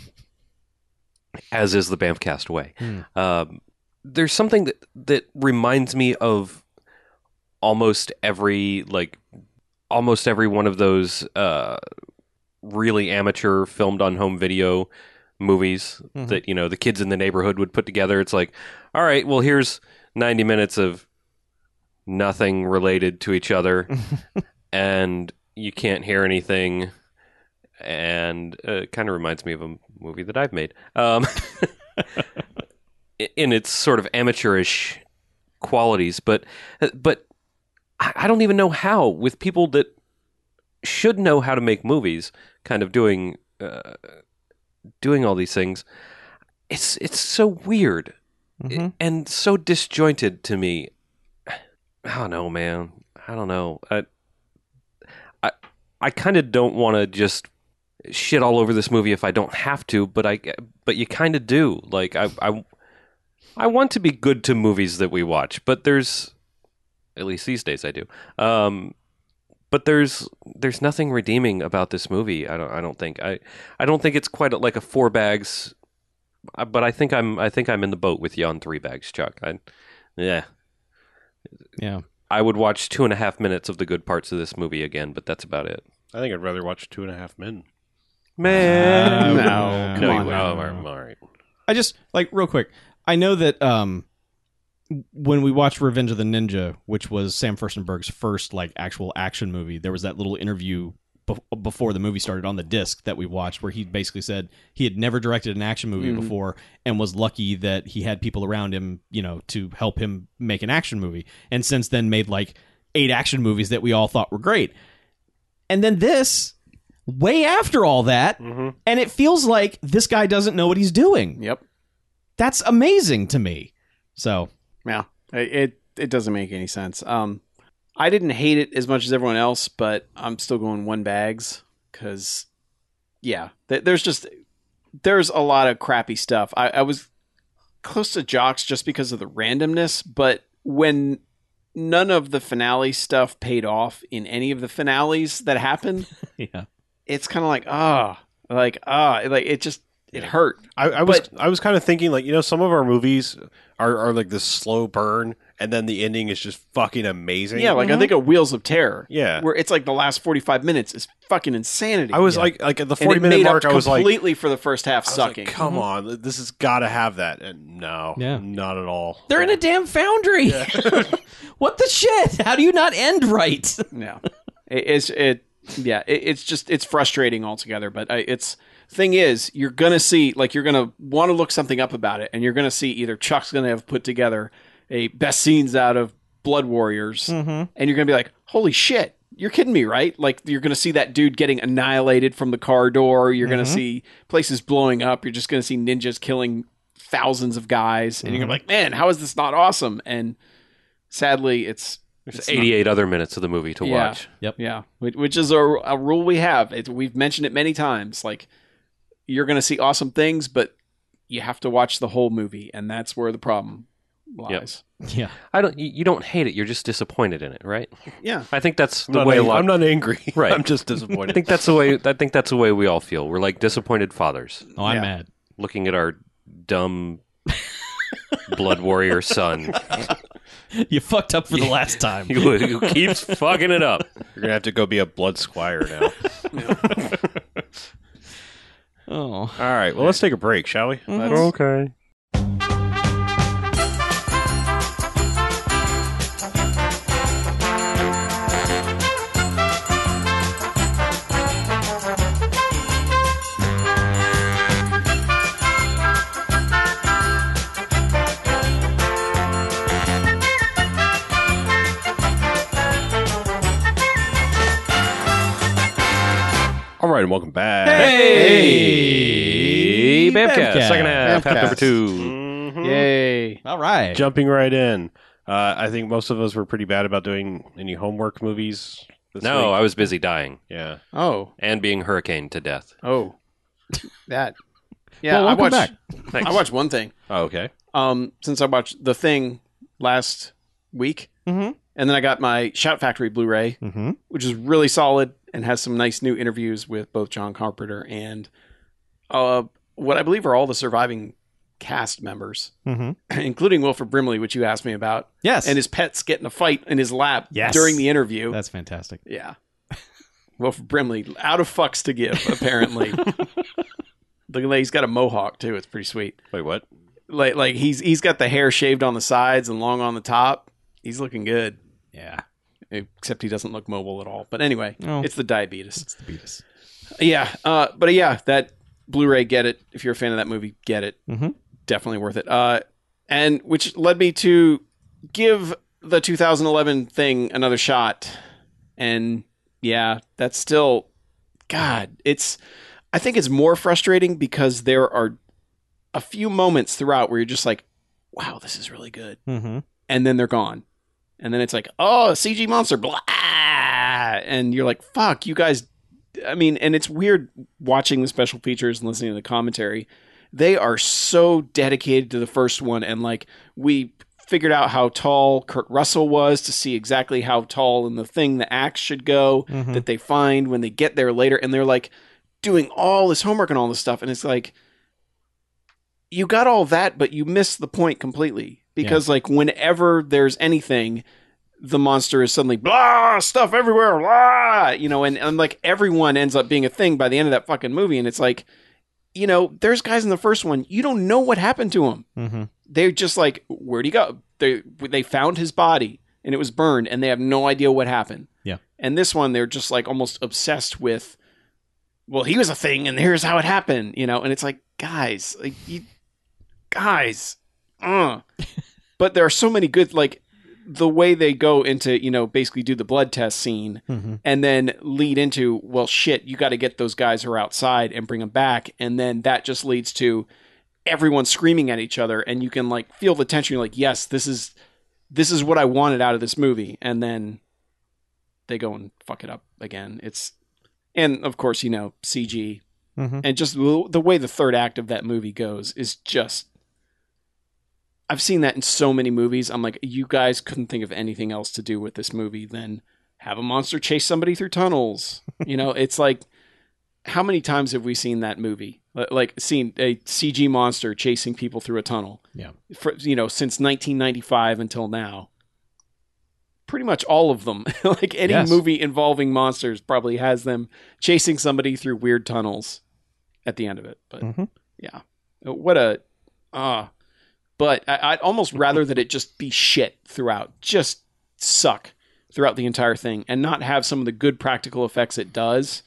[SPEAKER 6] as is the Bamfcast way. Um, there's something that that reminds me of almost every like almost every one of those. Uh, really amateur filmed on home video movies
[SPEAKER 5] Mhm.
[SPEAKER 6] that you know the kids in the neighborhood would put together it's like all right well here's 90 minutes of nothing related to each other and you can't hear anything and uh, it kind of reminds me of a movie that i've made um, i- in its sort of amateurish qualities but uh, but I I don't even know how with people that should know how to make movies, kind of doing uh, doing all these things. It's it's so weird
[SPEAKER 5] Mhm.
[SPEAKER 6] and so disjointed to me. I don't know, man. I don't know. I I, I kind of don't want to just shit all over this movie if I don't have to, but I but you kind of do. Like I I I want to be good to movies that we watch, but there's at least these days I do. Um, but there's there's nothing redeeming about this movie. I don't I don't think I I don't think it's quite like a four bags. uh, But I think I'm I think I'm in the boat with you on three bags, Chuck. I, yeah,
[SPEAKER 5] Yeah.
[SPEAKER 6] I would watch two and a half minutes of the good parts of this movie again, but that's about it.
[SPEAKER 3] I think I'd rather watch Two and a Half Men.
[SPEAKER 6] Man,
[SPEAKER 5] Uh,
[SPEAKER 4] No,
[SPEAKER 5] no,
[SPEAKER 4] come
[SPEAKER 5] no,
[SPEAKER 4] on.
[SPEAKER 5] no,
[SPEAKER 4] now.
[SPEAKER 5] no, no.
[SPEAKER 3] all right.
[SPEAKER 5] I just like real quick. I know that um when we watched Revenge of the Ninja, which was Sam Furstenberg's first like actual action movie, there was that little interview bef before the movie started on the disc that we watched where he basically said he had never directed an action movie
[SPEAKER 4] Mhm.
[SPEAKER 5] before and was lucky that he had people around him, you know, to help him make an action movie. And since then made like eight action movies that we all thought were great. And then this, way after all that,
[SPEAKER 4] Mm-hmm.
[SPEAKER 5] and it feels like this guy doesn't know what he's doing.
[SPEAKER 4] Yep.
[SPEAKER 5] That's amazing to me. So,
[SPEAKER 4] Yeah, it it- it doesn't make any sense. Um, I didn't hate it as much as everyone else, but I'm still going one bags because, yeah, th- there's just there's a lot of crappy stuff. I, I was close to jocks just because of the randomness, but when none of the finale stuff paid off in any of the finales that happened,
[SPEAKER 5] yeah.
[SPEAKER 4] it's kind of like ah, like ah, like it just it hurt.
[SPEAKER 3] I, I was I was kind of thinking like you know some of our movies are, are like this slow burn and then the ending is just fucking amazing.
[SPEAKER 4] Yeah, like I think of Wheels of Terror.
[SPEAKER 3] Yeah.
[SPEAKER 4] where it's like the last forty five minutes is fucking insanity.
[SPEAKER 3] I was like like at the
[SPEAKER 4] And
[SPEAKER 3] forty
[SPEAKER 4] it
[SPEAKER 3] minute
[SPEAKER 4] made up
[SPEAKER 3] mark I was like
[SPEAKER 4] completely for the first half
[SPEAKER 3] I was like,
[SPEAKER 4] sucking.
[SPEAKER 3] Come on, this has got to have that. And no,
[SPEAKER 5] Yeah.
[SPEAKER 3] not at all.
[SPEAKER 5] They're in a damn foundry. what the shit? How do you not end right?
[SPEAKER 4] no, It- it's it. Yeah, it, it's just it's frustrating altogether. But I, it's thing is, you're gonna see like you're gonna want to look something up about it, and you're gonna see either Chuck's gonna have put together a best scenes out of Blood Warriors, and you're gonna be like, holy shit. You're kidding me, right? Like you're going to see that dude getting annihilated from the car door. You're going to see places blowing up. You're just going to see ninjas killing thousands of guys,
[SPEAKER 3] Mm-hmm.
[SPEAKER 6] Mm-hmm.
[SPEAKER 4] and you're going to be like, "Man, how is this not awesome?" And sadly, it's
[SPEAKER 6] There's 88 other minutes of the movie to
[SPEAKER 4] Yeah.
[SPEAKER 6] watch.
[SPEAKER 4] Yeah, which, which is a, a rule we have. It, we've mentioned it many times. Like, you're going to see awesome things, but you have to watch the whole movie, and that's where the problem lies.
[SPEAKER 5] Yeah.
[SPEAKER 6] I don't. You you don't hate it. You're just disappointed in it, right?
[SPEAKER 4] Yeah,
[SPEAKER 6] I think that's
[SPEAKER 3] I'm
[SPEAKER 6] the
[SPEAKER 3] not,
[SPEAKER 6] way a
[SPEAKER 3] ang-
[SPEAKER 6] lot.
[SPEAKER 3] I'm not angry.
[SPEAKER 6] Right.
[SPEAKER 3] I'm just
[SPEAKER 6] I
[SPEAKER 3] disappointed.
[SPEAKER 6] think that's the way. I think that's the way we all feel. We're like disappointed fathers
[SPEAKER 5] Oh, I'm
[SPEAKER 4] Yeah.
[SPEAKER 5] mad.
[SPEAKER 6] looking at our dumb blood warrior son
[SPEAKER 5] You fucked up for the last time.
[SPEAKER 6] who, who keeps fucking it up.
[SPEAKER 3] You're gonna have to go be a blood squire now.
[SPEAKER 5] Oh.
[SPEAKER 3] all right. Well, let's take a break, shall we?
[SPEAKER 6] Mm-hmm. Okay.
[SPEAKER 3] All right, and welcome back.
[SPEAKER 5] Hey,
[SPEAKER 6] Bamcast, second half, half
[SPEAKER 4] Bamcast.
[SPEAKER 6] number two.
[SPEAKER 3] Mm-hmm.
[SPEAKER 4] yay!
[SPEAKER 5] All right.
[SPEAKER 3] Jumping right in. Uh, I think most of us were pretty bad about doing any homework movies. This
[SPEAKER 6] No,
[SPEAKER 3] week.
[SPEAKER 6] I was busy dying
[SPEAKER 3] yeah.
[SPEAKER 4] Oh,
[SPEAKER 6] and being hurricaned to death.
[SPEAKER 4] oh, that. Yeah,
[SPEAKER 5] Well,
[SPEAKER 4] I
[SPEAKER 5] welcome
[SPEAKER 4] watched.
[SPEAKER 5] back.
[SPEAKER 6] Thanks.
[SPEAKER 4] I watched one thing.
[SPEAKER 3] Oh, okay.
[SPEAKER 4] Um, since I watched The Thing last week,
[SPEAKER 5] Mhm.
[SPEAKER 4] and then I got my Shout Factory Blu-ray,
[SPEAKER 5] Mm-hmm.
[SPEAKER 4] which is really solid and has some nice new interviews with both John Carpenter and uh, what I believe are all the surviving cast members,
[SPEAKER 5] Mm-hmm.
[SPEAKER 4] including Wilford Brimley, which you asked me about,
[SPEAKER 5] Yes.
[SPEAKER 4] and his pets get in a fight in his lap
[SPEAKER 5] Yes.
[SPEAKER 4] during the interview.
[SPEAKER 5] That's fantastic.
[SPEAKER 4] yeah. Wilford Brimley, out of fucks to give, apparently. Looking like he's got a mohawk too. It's pretty sweet.
[SPEAKER 3] Wait, what?
[SPEAKER 4] Like like he's he's got the hair shaved on the sides and long on the top. He's looking good.
[SPEAKER 5] Yeah.
[SPEAKER 4] Except he doesn't look mobile at all. But anyway,
[SPEAKER 5] Oh.
[SPEAKER 4] it's the diabetes.
[SPEAKER 5] It's the beatus.
[SPEAKER 4] Yeah, uh, but uh, yeah, that Blu-ray, get it. If you're a fan of that movie, get it.
[SPEAKER 5] Mhm.
[SPEAKER 4] Definitely worth it. Uh, and which led me to give the 2011 thing another shot. And yeah, that's still, God, it's. I think it's more frustrating because there are a few moments throughout where you're just like, "Wow, this is really good,"
[SPEAKER 5] Mm-hmm.
[SPEAKER 4] and then they're gone, and then it's like, "Oh, CG monster," blah, and you're like, "Fuck, you guys I mean, and it's weird watching the special features and listening to the commentary. They are so dedicated to the first one, and like we figured out how tall Kurt Russell was to see exactly how tall and the thing the axe should go
[SPEAKER 5] Mhm.
[SPEAKER 4] that they find when they get there later, and they're like doing all this homework and all this stuff, and it's like you got all that, but you missed the point completely because like whenever there's anything the monster is suddenly blah stuff everywhere blah you know and, and like everyone ends up being a thing by the end of that fucking movie and it's like you know there's guys in the first one you don't know what happened to him
[SPEAKER 5] Mm-hmm.
[SPEAKER 4] they're just like where'd he go they they found his body and it was burned and they have no idea what happened
[SPEAKER 5] Yeah.
[SPEAKER 4] and this one they're just like almost obsessed with well he was a thing and here's how it happened you know and it's like guys like you guys uh. but there are so many good like the way they go into you know basically do the blood test scene
[SPEAKER 5] Mm-hmm.
[SPEAKER 4] and then lead into well shit you got to get those guys who are outside and bring them back and then that just leads to everyone screaming at each other and you can like feel the tension you're like yes this is this is what i wanted out of this movie and then they go and fuck it up again it's and of course you know cg
[SPEAKER 5] Mhm.
[SPEAKER 4] and just the the way the third act of that movie goes is just I've seen that in so many movies. I'm like, you guys couldn't think of anything else to do with this movie than have a monster chase somebody through tunnels. you know, it's like, how many times have we seen that movie? Li- Like, seen a CG monster chasing people through a tunnel.
[SPEAKER 5] Yeah.
[SPEAKER 4] For, you know, since 1995 until now. Pretty much all of them. like, any
[SPEAKER 5] Yes.
[SPEAKER 4] movie involving monsters probably has them chasing somebody through weird tunnels at the end of it. But
[SPEAKER 5] Mhm.
[SPEAKER 4] yeah. What a. Ah but I, I'd almost rather that it just be shit throughout, just suck throughout the entire thing, and not have some of the good practical effects it does.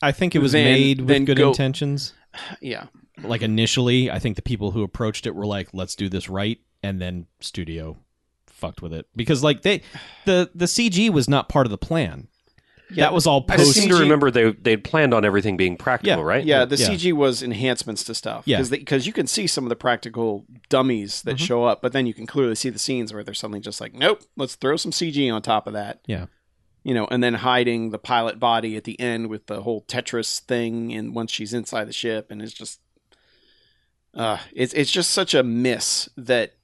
[SPEAKER 5] I think it was
[SPEAKER 4] Then-
[SPEAKER 5] made
[SPEAKER 4] then
[SPEAKER 5] with good
[SPEAKER 4] go-
[SPEAKER 5] intentions.
[SPEAKER 4] Yeah,
[SPEAKER 5] Like initially, I think the people who approached it were like, "Let's do this right," and then studio fucked with it because like they the the CG was not part of the plan. that was all
[SPEAKER 6] I
[SPEAKER 5] post.
[SPEAKER 6] seem to remember they they'd planned on everything being practical,
[SPEAKER 5] Yeah.
[SPEAKER 6] right?
[SPEAKER 4] yeah. The
[SPEAKER 5] Yeah.
[SPEAKER 4] CG was enhancements to stuff,
[SPEAKER 5] Yeah. Mm-hmm.
[SPEAKER 4] because you can see some of the practical dummies that show up, but then you can clearly see the scenes where they're suddenly just like, nope, let's throw some CG on top of that.
[SPEAKER 5] Yeah.
[SPEAKER 4] you know, and then hiding the pilot body at the end with the whole Tetris thing, and once she's inside the ship, and it's just, uh, it's it's just such a miss that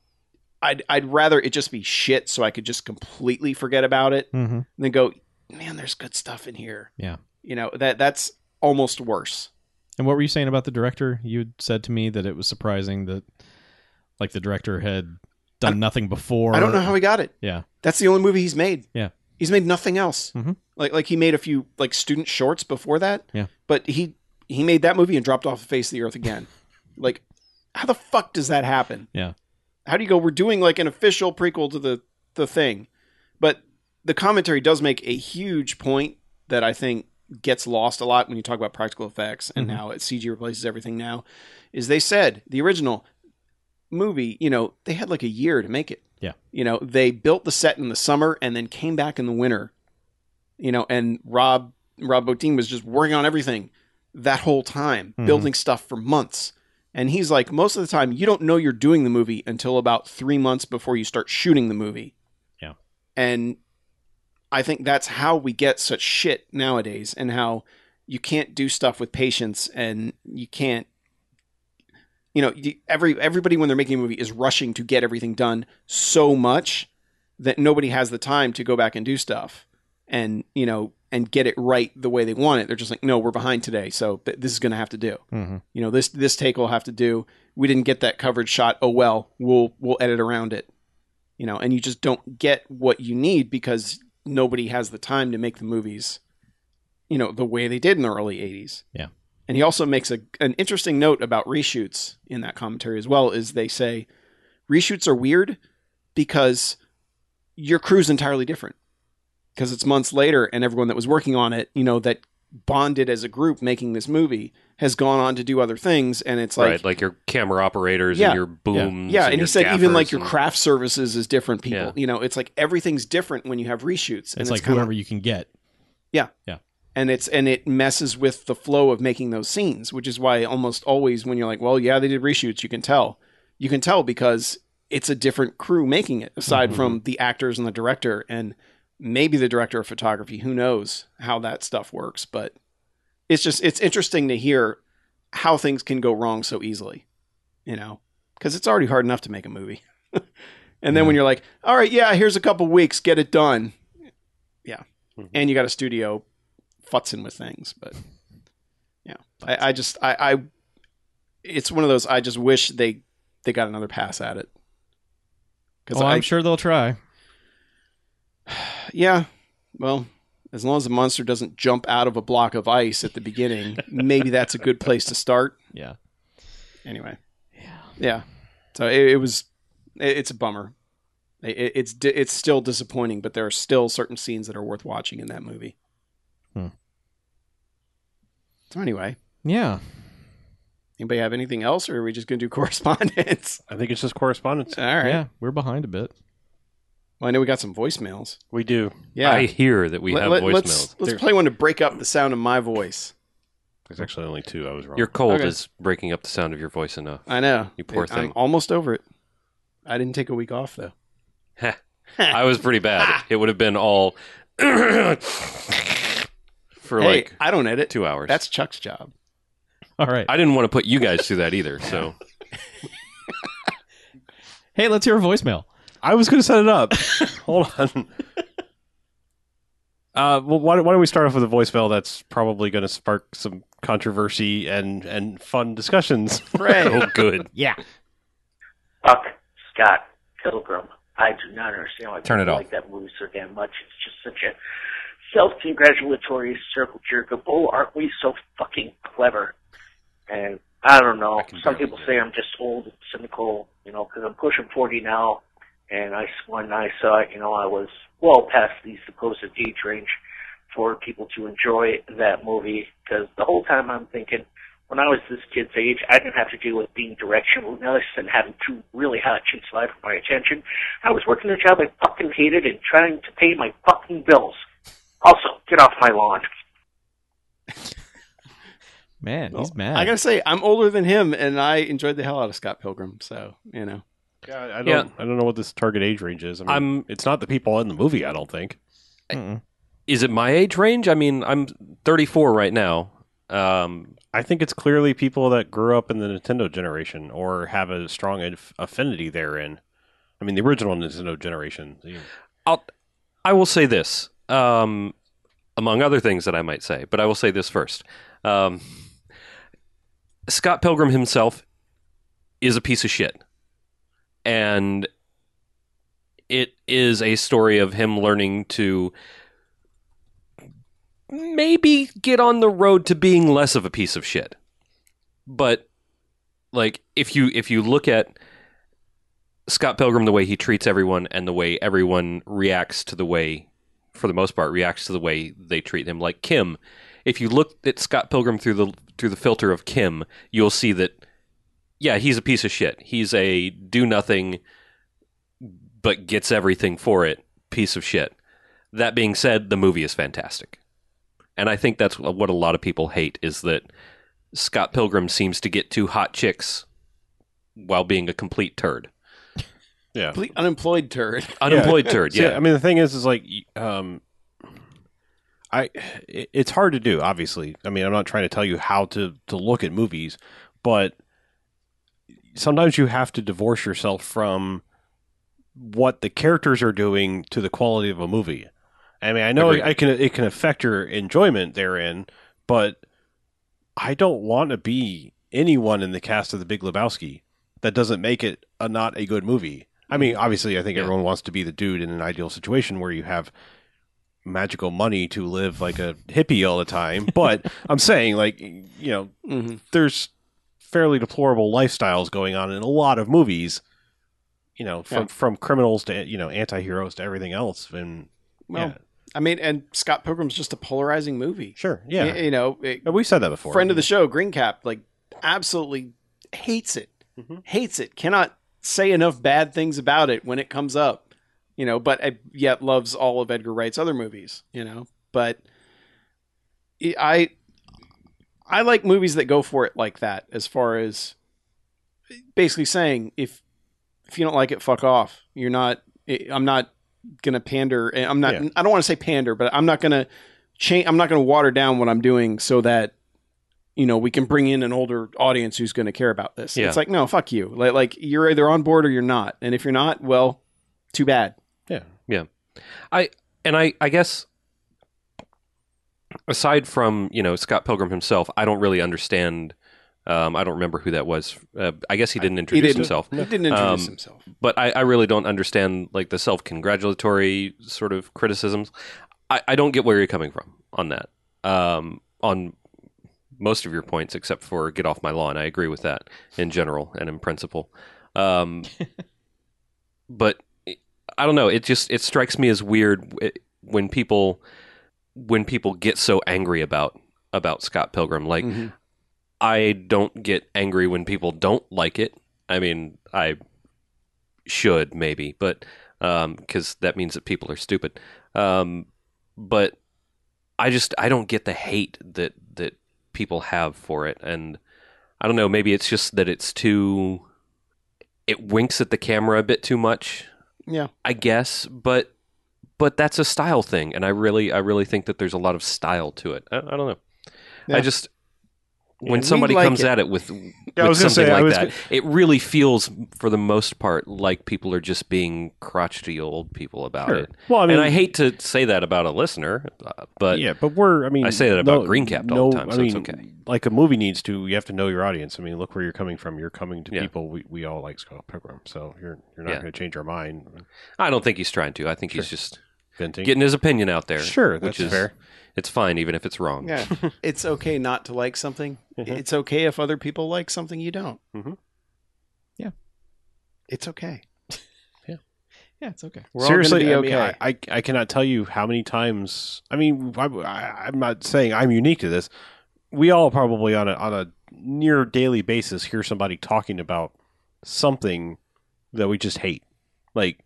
[SPEAKER 4] I'd I'd rather it just be shit so I could just completely forget about it,
[SPEAKER 5] Mhm.
[SPEAKER 4] and then go, man, there's good stuff in here.
[SPEAKER 5] Yeah.
[SPEAKER 4] you know that that's almost worse.
[SPEAKER 5] And what were you saying about the director? You had said to me that it was surprising that like the director had done nothing before.
[SPEAKER 4] I don't know how he got it.
[SPEAKER 5] Yeah.
[SPEAKER 4] That's the only movie he's made.
[SPEAKER 5] Yeah.
[SPEAKER 4] He's made nothing else.
[SPEAKER 5] Mhm.
[SPEAKER 4] Like like he made a few like student shorts before that.
[SPEAKER 5] Yeah.
[SPEAKER 4] But he he made that movie and dropped off the face of the earth again. like how the fuck does that happen?
[SPEAKER 5] Yeah.
[SPEAKER 4] How do you go we're doing like an official prequel to the the thing. But the commentary does make a huge point that I think gets lost a lot when you talk about practical effects and
[SPEAKER 5] Mhm.
[SPEAKER 4] how it CG replaces everything now is they said the original movie, you know, they had like a year to make it.
[SPEAKER 5] Yeah.
[SPEAKER 4] You know, they built the set in the summer and then came back in the winter. You know, and Rob Rob Bottin was just working on everything that whole time,
[SPEAKER 5] Mhm.
[SPEAKER 4] building stuff for months. And he's like, most of the time, you don't know you're doing the movie until about three months before you start shooting the movie.
[SPEAKER 5] Yeah.
[SPEAKER 4] And I think that's how we get such shit nowadays, and how you can't do stuff with patience, and you can't you know you- every everybody when they're making a movie is rushing to get everything done so much that nobody has the time to go back and do stuff and you know and get it right the way they want it they're just like no we're behind today so th- this is going to have to do
[SPEAKER 5] Mhm.
[SPEAKER 4] you know this this take will have to do we didn't get that coverage shot oh well we'll we'll edit around it you know and you just don't get what you need because nobody has the time to make the movies you know the way they did in the early 80s and he also makes a, an interesting note about reshoots in that commentary as well is they say reshoots are weird because your crew's entirely different because it's months later and everyone that was working on it you know that bonded as a group making this movie has gone on to do other things and it's like
[SPEAKER 6] right. Like your camera operators
[SPEAKER 4] Yeah.
[SPEAKER 6] and your booms.
[SPEAKER 4] yeah, and he
[SPEAKER 6] your
[SPEAKER 4] said even like
[SPEAKER 6] gaffers
[SPEAKER 4] your
[SPEAKER 6] and-
[SPEAKER 4] craft services is different people.
[SPEAKER 6] Yeah.
[SPEAKER 4] You know, it's like everything's different when you have reshoots.
[SPEAKER 5] It's, like
[SPEAKER 4] kinda-
[SPEAKER 5] whoever you can get.
[SPEAKER 4] and it's and it messes with the flow of making those scenes, which is why almost always when you're like, well, yeah, they did reshoots, you can tell, you can tell because it's a different crew making it,
[SPEAKER 6] Mm-hmm.
[SPEAKER 4] aside from the actors and the director and maybe the director of photography. Who knows how that stuff works? But it's just it's interesting to hear how things can go wrong so easily, you know, because it's already hard enough to make a movie, and then when you're like, all right, yeah, here's a couple weeks, get it done, yeah, and you got a studio futzing with things. But yeah, I, I just I, I it's one of those I just wish they they got another pass at it. Because
[SPEAKER 5] Oh,
[SPEAKER 4] I
[SPEAKER 5] I'm sure they'll try.
[SPEAKER 4] yeah, well, as long as the monster doesn't jump out of a block of ice at the beginning, maybe that's a good place to start.
[SPEAKER 5] Yeah.
[SPEAKER 4] Anyway, yeah, yeah. So it, it was it, it's a bummer. It, it- it's di- it's still disappointing, but there are still certain scenes that are worth watching in that movie.
[SPEAKER 5] Hmm.
[SPEAKER 4] So anyway,
[SPEAKER 5] Yeah.
[SPEAKER 4] Anybody have anything else, or are we just going to do correspondence?
[SPEAKER 3] I think it's just correspondence.
[SPEAKER 4] All right.
[SPEAKER 5] Yeah. We're behind a bit.
[SPEAKER 4] Well, I know we got some voicemails.
[SPEAKER 3] We do.
[SPEAKER 4] Yeah.
[SPEAKER 6] I hear that we
[SPEAKER 4] Let-
[SPEAKER 6] have
[SPEAKER 4] let-
[SPEAKER 6] voicemails.
[SPEAKER 4] Let's, let's play one to break up the sound of my voice.
[SPEAKER 3] There's actually only two. I was wrong.
[SPEAKER 6] Your cold
[SPEAKER 4] Okay. Ah.
[SPEAKER 6] is breaking up the sound of your voice enough.
[SPEAKER 4] I know.
[SPEAKER 6] You poor
[SPEAKER 4] I'm
[SPEAKER 6] thing.
[SPEAKER 4] almost over it. I didn't take a week off though.
[SPEAKER 6] I was pretty
[SPEAKER 4] Ah.
[SPEAKER 6] bad. it would have been all for
[SPEAKER 4] hey,
[SPEAKER 6] like
[SPEAKER 4] I don't edit.
[SPEAKER 6] two hours.
[SPEAKER 4] That's Chuck's job.
[SPEAKER 5] All right.
[SPEAKER 6] I didn't want to put you guys through that either. So
[SPEAKER 5] Hey, let's hear a voicemail.
[SPEAKER 3] I was going to set it up. Hold on. Uh, well, why, don't- why don't we start off with a voicemail that's probably going to spark some controversy and, and fun discussions?
[SPEAKER 6] oh good.
[SPEAKER 5] Yeah.
[SPEAKER 7] Buck Scott Pilgrim. I do not understand why
[SPEAKER 6] Turn it
[SPEAKER 7] people
[SPEAKER 6] off.
[SPEAKER 7] like that movie so damn much. It's just such a self-congratulatory circle jerk of, oh, aren't we so fucking clever? And I don't know.
[SPEAKER 6] I can
[SPEAKER 7] Some
[SPEAKER 6] barely
[SPEAKER 7] people
[SPEAKER 6] hear
[SPEAKER 7] say I'm just old and cynical, you know, because I'm pushing 40 now. And I, when I saw it, you know, I was well past the supposed age range for people to enjoy that movie. Because the whole time I'm thinking, when I was this kid's age, I didn't have to deal with being directional nurse and having two really hot chicks vie for my attention. I was working a job I fucking hated and trying to pay my fucking bills. Also, get off my lawn.
[SPEAKER 5] Man, he's mad.
[SPEAKER 4] Oh, I gotta say, I'm older than him, and I enjoyed the hell out of Scott Pilgrim. So you know,
[SPEAKER 3] Yeah, I don't.
[SPEAKER 6] Yeah.
[SPEAKER 3] I don't know what this target age range is. I mean,
[SPEAKER 6] I'm-
[SPEAKER 3] It's not the people in the movie. I don't think.
[SPEAKER 5] Mm-mm.
[SPEAKER 6] Is it my age range? I mean, I'm 34 right now. Um,
[SPEAKER 3] I think it's clearly people that grew up in the Nintendo generation or have a strong af- affinity therein. I mean, the original Nintendo generation. you-
[SPEAKER 6] I'll, I will say this, um, among other things that I might say, but I will say this first. Um, Scott Pilgrim himself is a piece of shit. And it is a story of him learning to maybe get on the road to being less of a piece of shit. But like if you if you look at Scott Pilgrim the way he treats everyone and the way everyone reacts to the way for the most part reacts to the way they treat him like Kim if you look at Scott Pilgrim through the through the filter of Kim you'll see that yeah he's a piece of shit he's a do nothing but gets everything for it piece of shit that being said the movie is fantastic and i think that's what a lot of people hate is that Scott Pilgrim seems to get two hot chicks while being a complete turd
[SPEAKER 3] Yeah.
[SPEAKER 4] complete unemployed turd.
[SPEAKER 6] unemployed turd.
[SPEAKER 3] See,
[SPEAKER 6] Yeah,
[SPEAKER 3] I mean, the thing is, is like, y- um, I it, it's hard to do. Obviously, I mean, I'm not trying to tell you how to to look at movies, but sometimes you have to divorce yourself from what the characters are doing to the quality of a movie. I mean, I know
[SPEAKER 6] Agreed.
[SPEAKER 3] it, I can it can affect your enjoyment therein, but I don't want to be anyone in the cast of The Big Lebowski that doesn't make it a not a good movie. I mean, obviously, I think
[SPEAKER 6] Mm-hmm. Yeah.
[SPEAKER 3] everyone wants to be the dude in an ideal situation where you have magical money to live like a hippie all the time. But I'm saying, like, you know,
[SPEAKER 4] hmm
[SPEAKER 3] there's fairly deplorable lifestyles going on in a lot of movies. You know, from
[SPEAKER 4] Yeah.
[SPEAKER 3] from criminals to you know anti-heroes to everything else, and
[SPEAKER 4] Well,
[SPEAKER 3] yeah,
[SPEAKER 4] I mean, and Scott Pilgrim's just a polarizing movie.
[SPEAKER 3] sure, yeah.
[SPEAKER 4] Y- you know, it-
[SPEAKER 3] And we've said that before.
[SPEAKER 4] friend of the show, Green Cap, like absolutely hates it,
[SPEAKER 3] Mhm.
[SPEAKER 4] hates it. Cannot say enough bad things about it when it comes up, you know. But I, yet loves all of Edgar Wright's other movies, you know. But I, I- I like movies that go for it like that. As far as basically saying, if if you don't like it, fuck off. You're not. I'm not gonna pander. eh, I'm not.
[SPEAKER 3] Yeah.
[SPEAKER 4] I don't want to say pander, but I'm not gonna change. I'm not gonna water down what I'm doing so that you know we can bring in an older audience who's gonna care about this.
[SPEAKER 6] Yeah.
[SPEAKER 4] It's like no, fuck you. Like, like you're either on board or you're not. And if you're not, well, too bad.
[SPEAKER 6] and I, I guess aside from you know Scott Pilgrim himself, I don't really understand. Um, I don't remember who that was. Uh, I guess he didn't introduce
[SPEAKER 4] didn't.
[SPEAKER 6] himself,
[SPEAKER 4] He didn't introduce
[SPEAKER 6] Um,
[SPEAKER 4] himself.
[SPEAKER 6] but I, I really don't understand like the self-congratulatory sort of criticisms. I, I don't get where you're coming from on that. Um, on most of your points, except for get off my lawn, I agree with that in general and in principle. Um, but I don't know. It just it strikes me as weird w- when people when people get so angry about about Scott Pilgrim. Like
[SPEAKER 4] Mhm.
[SPEAKER 6] I don't get angry when people don't like it. I mean, I should maybe, but because that means that people are stupid. Um, but I just I don't get the hate that that people have for it, and I don't know. Maybe it's just that it's too. It winks at the camera a bit too much.
[SPEAKER 4] Yeah.
[SPEAKER 6] I guess, but but that's a style thing, and I really I really think that there's a lot of style to it. I, I don't know.
[SPEAKER 4] Yeah.
[SPEAKER 6] I just when
[SPEAKER 4] we
[SPEAKER 6] somebody
[SPEAKER 4] like
[SPEAKER 6] comes
[SPEAKER 4] it.
[SPEAKER 6] at it with, with
[SPEAKER 3] I was gonna
[SPEAKER 6] something
[SPEAKER 3] say, I
[SPEAKER 6] like
[SPEAKER 3] was
[SPEAKER 6] that, it really feels for the most part like people are just being crotchety old people about
[SPEAKER 3] Sure.
[SPEAKER 6] it.
[SPEAKER 3] Well, I mean,
[SPEAKER 6] and I hate to say that about a listener, uh, but
[SPEAKER 3] yeah, but we're. I mean,
[SPEAKER 6] I say that about Green Capped all the time,
[SPEAKER 3] I
[SPEAKER 6] so it's
[SPEAKER 3] mean,
[SPEAKER 6] okay.
[SPEAKER 3] Like a movie needs to, you have to know your audience. I mean, look where you're coming from. You're coming to
[SPEAKER 6] Yeah.
[SPEAKER 3] people we, we all like Scott Pilgrim, so you're you're not
[SPEAKER 6] Yeah.
[SPEAKER 3] going to change our mind.
[SPEAKER 6] I don't think he's trying to. I think he's just
[SPEAKER 3] Venting.
[SPEAKER 6] getting his opinion out there.
[SPEAKER 3] sure, that's
[SPEAKER 6] which is
[SPEAKER 3] fair.
[SPEAKER 6] It's fine, even if it's wrong.
[SPEAKER 4] Yeah. it's okay not to like something.
[SPEAKER 3] Mhm.
[SPEAKER 4] It's okay if other people like something you don't.
[SPEAKER 3] Mhm.
[SPEAKER 5] Yeah.
[SPEAKER 4] It's okay.
[SPEAKER 5] Yeah, it's okay.
[SPEAKER 4] We're all gonna
[SPEAKER 3] Seriously,
[SPEAKER 4] be
[SPEAKER 3] I mean,
[SPEAKER 4] okay.
[SPEAKER 3] I, I I cannot tell you how many times. I mean, I, I, I'm not saying I'm unique to this. We all probably on a on a near daily basis hear somebody talking about something that we just hate, like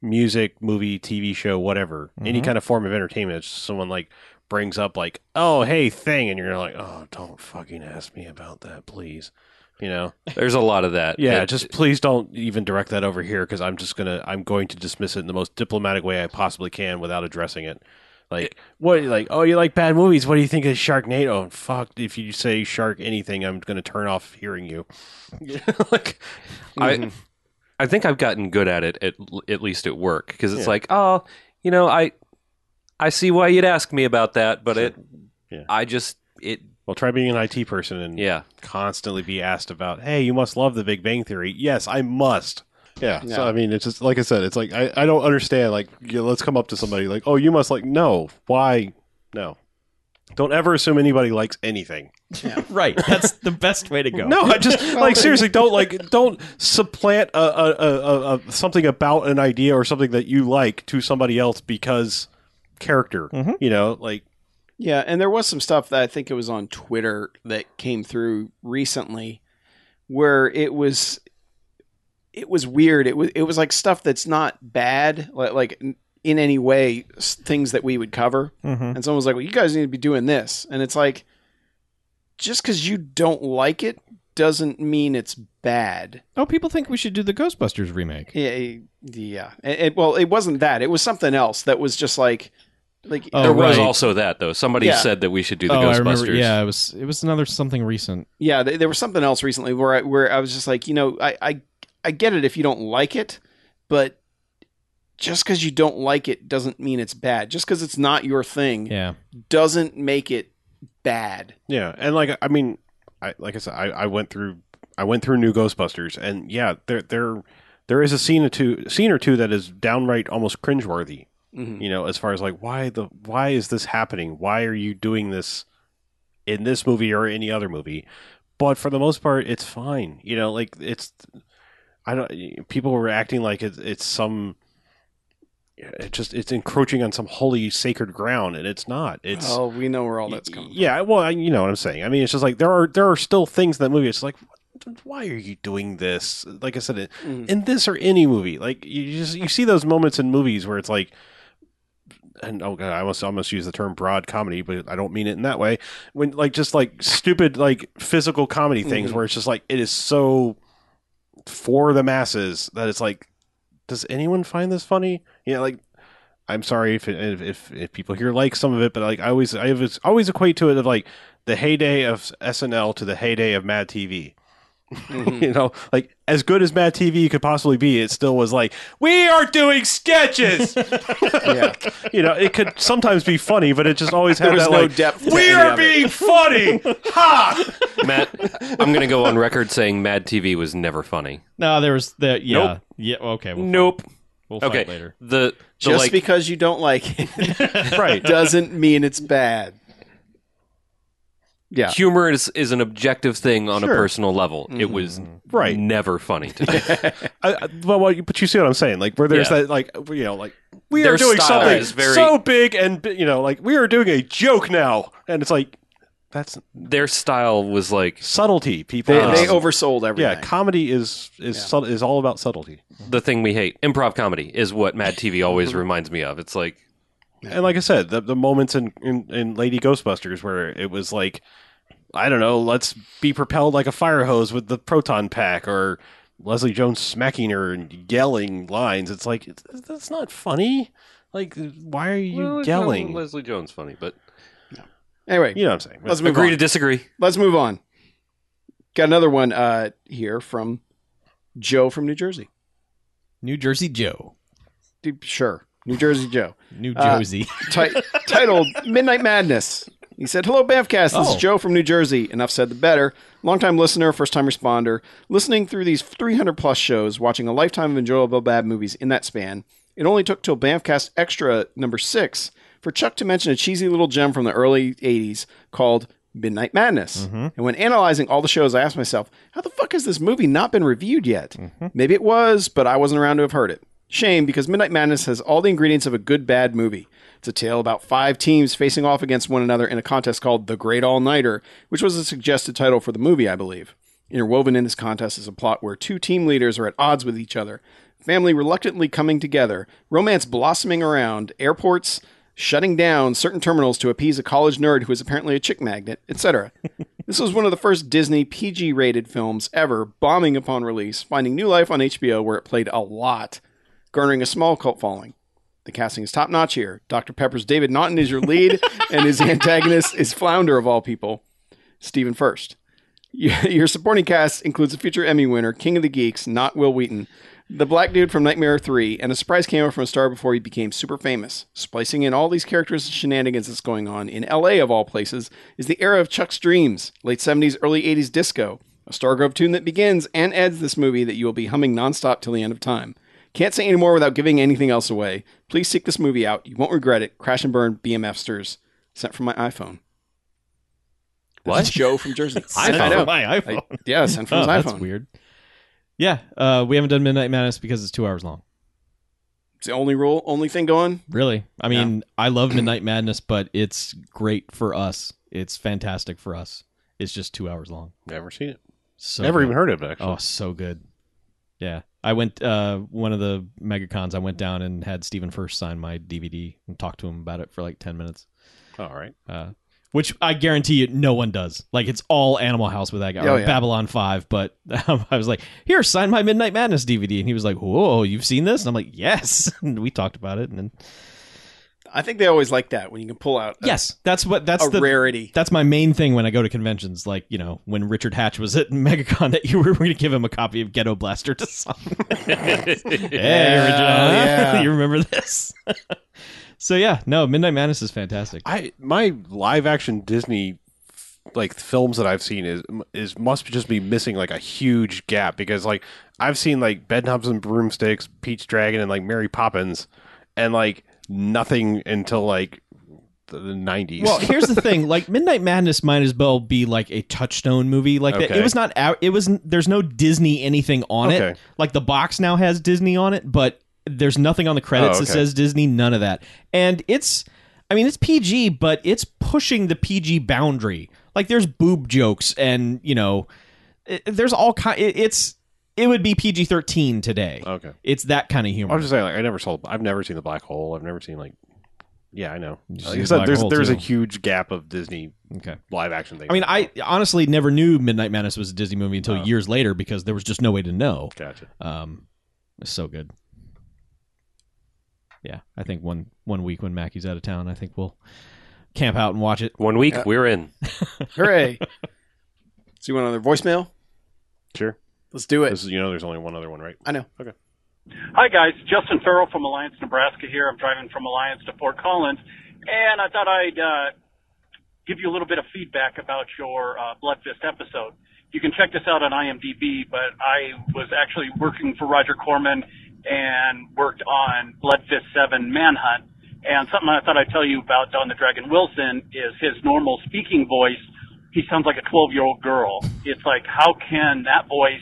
[SPEAKER 3] music, movie, TV show, whatever, any
[SPEAKER 4] Mm-hmm.
[SPEAKER 5] Mhm.
[SPEAKER 3] kind of form of entertainment. It's just someone like brings up like, "Oh, hey, thing," and you're like, "Oh, don't fucking ask me about that, please." You know,
[SPEAKER 6] There's a lot of that.
[SPEAKER 3] yeah,
[SPEAKER 6] It-
[SPEAKER 3] just please don't even direct that over here because I'm just gonna I'm going to dismiss it in the most diplomatic way I possibly can without addressing it. Like what? Like oh, you like bad movies? What do you think of Sharknado? And fuck, if you say shark anything, I'm gonna turn off hearing you. like Mm-hmm.
[SPEAKER 6] I, I think I've gotten good at it at at least at work because it's like, oh, you know, I I see why you'd ask me about that, but it,
[SPEAKER 3] Yeah.
[SPEAKER 6] I just it,
[SPEAKER 3] well, try being an IT person and
[SPEAKER 6] yeah,
[SPEAKER 3] constantly be asked about. Hey, you must love The Big Bang Theory. Yes, I must. Yeah. So I mean, it's just like I said. It's like I I don't understand. Like you let's come up to somebody like, oh, you must like. No, why? No. Don't ever assume anybody likes anything.
[SPEAKER 5] Right. That's the best way to go.
[SPEAKER 3] No, I just like seriously don't like don't supplant a, a, a, a, a something about an idea or something that you like to somebody else because character.
[SPEAKER 5] Mhm.
[SPEAKER 3] You know, like
[SPEAKER 4] Yeah, and there was some stuff that I think it was on Twitter that came through recently where it was it was weird. It was it was like stuff that's not bad like, like in- in any way s- things that we would cover.
[SPEAKER 5] Mm-hmm.
[SPEAKER 4] And someone was like, "Well, you guys need to be doing this." And it's like just cuz you don't like it doesn't mean it's bad.
[SPEAKER 5] Oh, people think we should do the Ghostbusters remake.
[SPEAKER 4] Yeah, yeah. It, it- well, it wasn't that. It was something else that was just like like
[SPEAKER 5] Oh,
[SPEAKER 6] there was
[SPEAKER 5] right.
[SPEAKER 6] also that though. Somebody
[SPEAKER 4] Yeah.
[SPEAKER 6] said that we should do the
[SPEAKER 5] oh,
[SPEAKER 6] Ghostbusters.
[SPEAKER 5] I remember. Yeah, it was it was another something recent.
[SPEAKER 4] yeah th- there was something else recently where I, where I was just like you know I, I I get it if you don't like it but just because you don't like it doesn't mean it's bad just because it's not your thing
[SPEAKER 5] Yeah.
[SPEAKER 4] doesn't make it bad
[SPEAKER 3] yeah, and like I mean, I like I said, I, I went through I went through New Ghostbusters, and yeah, there there there is a scene or two scene or two that is downright almost cringeworthy.
[SPEAKER 4] Mhm.
[SPEAKER 3] you know as far as like why the why is this happening why are you doing this in this movie or any other movie but for the most part it's fine you know like it's i don't people were acting like it's, it's some it just it's encroaching on some holy sacred ground and it's not it's
[SPEAKER 4] oh we know where all that's coming from.
[SPEAKER 3] yeah, well, I- you know what I'm saying. I mean, it's just like there are there are still things in that movie. It's like, why are you doing this? Like I said, it-
[SPEAKER 4] Mhm.
[SPEAKER 3] in this or any movie, like you just you see those moments in movies where it's like, and oh god, I almost almost use the term broad comedy, but I don't mean it in that way. When like just like stupid like physical comedy things
[SPEAKER 4] Mhm.
[SPEAKER 3] where it's just like it is so for the masses that it's like, does anyone find this funny? Yeah, like I'm sorry if if, if if people here like some of it, but like I always I always always equate to it of like the heyday of SNL to the heyday of Mad TV.
[SPEAKER 4] Mhm.
[SPEAKER 3] You know, like as good as Mad TV could possibly be, it still was like we are doing sketches.
[SPEAKER 4] yeah
[SPEAKER 3] you know, it could sometimes be funny, but it just always had
[SPEAKER 4] there was
[SPEAKER 3] that
[SPEAKER 4] no
[SPEAKER 3] like
[SPEAKER 4] depth to
[SPEAKER 3] we
[SPEAKER 4] any
[SPEAKER 3] are
[SPEAKER 4] of it.
[SPEAKER 3] being funny. ha!
[SPEAKER 6] Matt, I'm going to go on record saying Mad TV was never funny.
[SPEAKER 5] No, there was the yeah
[SPEAKER 6] Nope.
[SPEAKER 5] yeah okay we'll we'll
[SPEAKER 6] Okay.
[SPEAKER 5] fight later.
[SPEAKER 6] The, the
[SPEAKER 4] just
[SPEAKER 6] like,
[SPEAKER 4] because you don't like it
[SPEAKER 3] right.
[SPEAKER 4] doesn't mean it's bad yeah
[SPEAKER 6] humor is, is an objective thing on
[SPEAKER 3] Sure.
[SPEAKER 6] a personal level. It was
[SPEAKER 3] Right.
[SPEAKER 6] never funny to me.
[SPEAKER 3] I, I- well, well, you- but you see what I'm saying? Like where there's
[SPEAKER 6] Yeah.
[SPEAKER 3] that like you know like we
[SPEAKER 6] Their
[SPEAKER 3] are doing
[SPEAKER 6] style
[SPEAKER 3] something
[SPEAKER 6] is very-
[SPEAKER 3] so big and bi- you know like we are doing a joke now, and it's like That's
[SPEAKER 6] Their style was like
[SPEAKER 3] subtlety, people.
[SPEAKER 4] They,
[SPEAKER 3] Um,
[SPEAKER 4] they oversold everything.
[SPEAKER 3] yeah, comedy is is sub- is all about subtlety.
[SPEAKER 6] the thing we hate. Improv comedy is what Mad TV
[SPEAKER 4] Mm-hmm.
[SPEAKER 6] always reminds me of. It's like
[SPEAKER 3] And like I said, the, the moments in, in in Lady Ghostbusters where it was like, I don't know, let's be propelled like a fire hose with the proton pack, or Leslie Jones smacking her and yelling lines. It's like it's, that's not funny. Like, why are you
[SPEAKER 6] well, it's not
[SPEAKER 3] yelling?
[SPEAKER 6] Leslie Jones funny, but
[SPEAKER 4] Anyway,
[SPEAKER 3] You know what I'm saying?
[SPEAKER 4] let's move
[SPEAKER 6] agree
[SPEAKER 4] on.
[SPEAKER 6] to disagree.
[SPEAKER 4] let's move on. Got another one uh, here from Joe from New Jersey.
[SPEAKER 5] New Jersey Joe.
[SPEAKER 4] Dude, Sure, New Jersey Joe.
[SPEAKER 5] New
[SPEAKER 4] Uh,
[SPEAKER 5] Jersey.
[SPEAKER 4] Ti- titled Midnight Madness. He said, Hello, Bamfcast. This
[SPEAKER 5] Oh.
[SPEAKER 4] is Joe from New Jersey. Enough said, the better. Longtime listener, first time responder. Listening through these 300 plus shows, watching a lifetime of enjoyable bad movies in that span. It only took till Bamfcast Extra number six for Chuck to mention a cheesy little gem from the early 80s called Midnight Madness. And when analyzing all the shows, I asked myself, how the fuck has this movie not been reviewed yet? Maybe it was, but I wasn't around to have heard it. Shame, because Midnight Madness has all the ingredients of a good bad movie. It's a tale about five teams facing off against one another in a contest called The Great All Nighter, which was a suggested title for the movie, I believe. Interwoven in this contest is a plot where two team leaders are at odds with each other, family reluctantly coming together, romance blossoming around, airports shutting down certain terminals to appease a college nerd who is apparently a chick magnet, etc. this was one of the first Disney PG rated films ever, bombing upon release, finding new life on HBO where it played a lot, garnering a small cult following. The casting is top notch here. Dr. Pepper's David Naughton is your lead, and his antagonist is Flounder of all people, Stephen First. Y- Your supporting cast includes a future Emmy winner, King of the Geeks, not Will Wheaton, the black dude from Nightmare 3, and a surprise cameo from a star before he became super famous. Splicing in all these characters and shenanigans that's going on in LA, of all places, is the era of Chuck's dreams, late 70s, early 80s disco, a Stargrove tune that begins and ends this movie that you will be humming nonstop till the end of time. Can't say any more without giving anything else away. Please seek this movie out. You won't regret it. Crash and burn, BMFsters. Sent from my iPhone. This
[SPEAKER 6] What?
[SPEAKER 4] is Joe from Jersey.
[SPEAKER 5] Sent
[SPEAKER 4] I know.
[SPEAKER 5] from My iPhone.
[SPEAKER 4] I, yeah, sent from
[SPEAKER 5] Oh,
[SPEAKER 4] his
[SPEAKER 5] that's
[SPEAKER 4] iPhone.
[SPEAKER 5] weird. Yeah, uh, we haven't done Midnight Madness because it's two hours long.
[SPEAKER 4] It's the only rule, only thing going.
[SPEAKER 5] Really, I mean, I love Midnight Madness, but it's great for us. It's fantastic for us. It's just two hours long.
[SPEAKER 3] Never seen it.
[SPEAKER 5] So
[SPEAKER 3] Never
[SPEAKER 5] good.
[SPEAKER 3] even heard of it. Actually,
[SPEAKER 5] Oh, so good. Yeah, I went uh, one of the MegaCons. I went down and had Stephen First sign my DVD and talked to him about it for like ten minutes.
[SPEAKER 3] all right.
[SPEAKER 5] Uh, which I guarantee you, no one does. Like it's all Animal House with that guy,
[SPEAKER 4] Oh,
[SPEAKER 5] or
[SPEAKER 4] yeah.
[SPEAKER 5] Babylon Five. But um, I was like, "Here, sign my Midnight Madness DVD," and he was like, "Whoa, you've seen this?" And I'm like, "Yes." And we talked about it, and then
[SPEAKER 4] I think they always like that when you can pull out a,
[SPEAKER 5] yes, that's what that's
[SPEAKER 4] Uh, a
[SPEAKER 5] the
[SPEAKER 4] rarity.
[SPEAKER 5] that's my main thing when I go to conventions. Like you know, when Richard Hatch was at MegaCon, that you were going to give him a copy of Ghetto Blaster to sign. hey, Richard, huh?
[SPEAKER 4] yeah.
[SPEAKER 5] you remember this? so yeah, no, Midnight Madness is fantastic.
[SPEAKER 3] I my live action Disney like films that I've seen is is must just be missing like a huge gap because like I've seen like Bedknobs and Broomsticks, Peach Dragon, and like Mary Poppins, and like nothing until like the nineties.
[SPEAKER 5] Well, here's the thing: like Midnight Madness might as well be like a touchstone movie. Like that,
[SPEAKER 3] Okay.
[SPEAKER 5] it was not out. It was there's no Disney anything on it.
[SPEAKER 3] Okay.
[SPEAKER 5] Like the box now has Disney on it, but there's nothing on the credits
[SPEAKER 3] Oh,
[SPEAKER 5] that
[SPEAKER 3] okay.
[SPEAKER 5] says Disney. None of that. And it's, I mean, it's PG, but it's pushing the PG boundary. Like there's boob jokes and you know, it, there's all kind. It, it's it would be PG thirteen today.
[SPEAKER 3] okay.
[SPEAKER 5] It's that kind of humor.
[SPEAKER 3] I'm Oh. just saying like I never saw I've never seen the black hole. I've never seen like yeah I know.
[SPEAKER 5] You
[SPEAKER 3] Like
[SPEAKER 5] see
[SPEAKER 3] I
[SPEAKER 5] The
[SPEAKER 3] said,
[SPEAKER 5] Black
[SPEAKER 3] there's
[SPEAKER 5] Hole,
[SPEAKER 3] there's a
[SPEAKER 5] too.
[SPEAKER 3] huge gap of Disney
[SPEAKER 5] okay.
[SPEAKER 3] live action things.
[SPEAKER 5] I mean, I honestly never knew Midnight Madness was a Disney movie until
[SPEAKER 3] Oh.
[SPEAKER 5] years later because there was just no way to know.
[SPEAKER 3] gotcha.
[SPEAKER 5] Um, it's so good. Yeah, I think one one week when Mackie's out of town, I think we'll camp out and watch it.
[SPEAKER 6] One week we're in.
[SPEAKER 4] Hooray. so you want another voicemail?
[SPEAKER 3] Sure.
[SPEAKER 4] Let's do it.
[SPEAKER 3] This is you know there's only one other one right.
[SPEAKER 4] I know.
[SPEAKER 8] Hi guys, Justin Farrell from Alliance, Nebraska here. I'm driving from Alliance to Fort Collins, and I thought I'd uh, give you a little bit of feedback about your uh, Blood Fist episode. You can check this out on IMDb, but I was actually working for Roger Corman and worked on Blood Fist 7 Manhunt. And something I thought I'd tell you about Don the Dragon Wilson is his normal speaking voice. He sounds like a 12 year old girl. It's like, how can that voice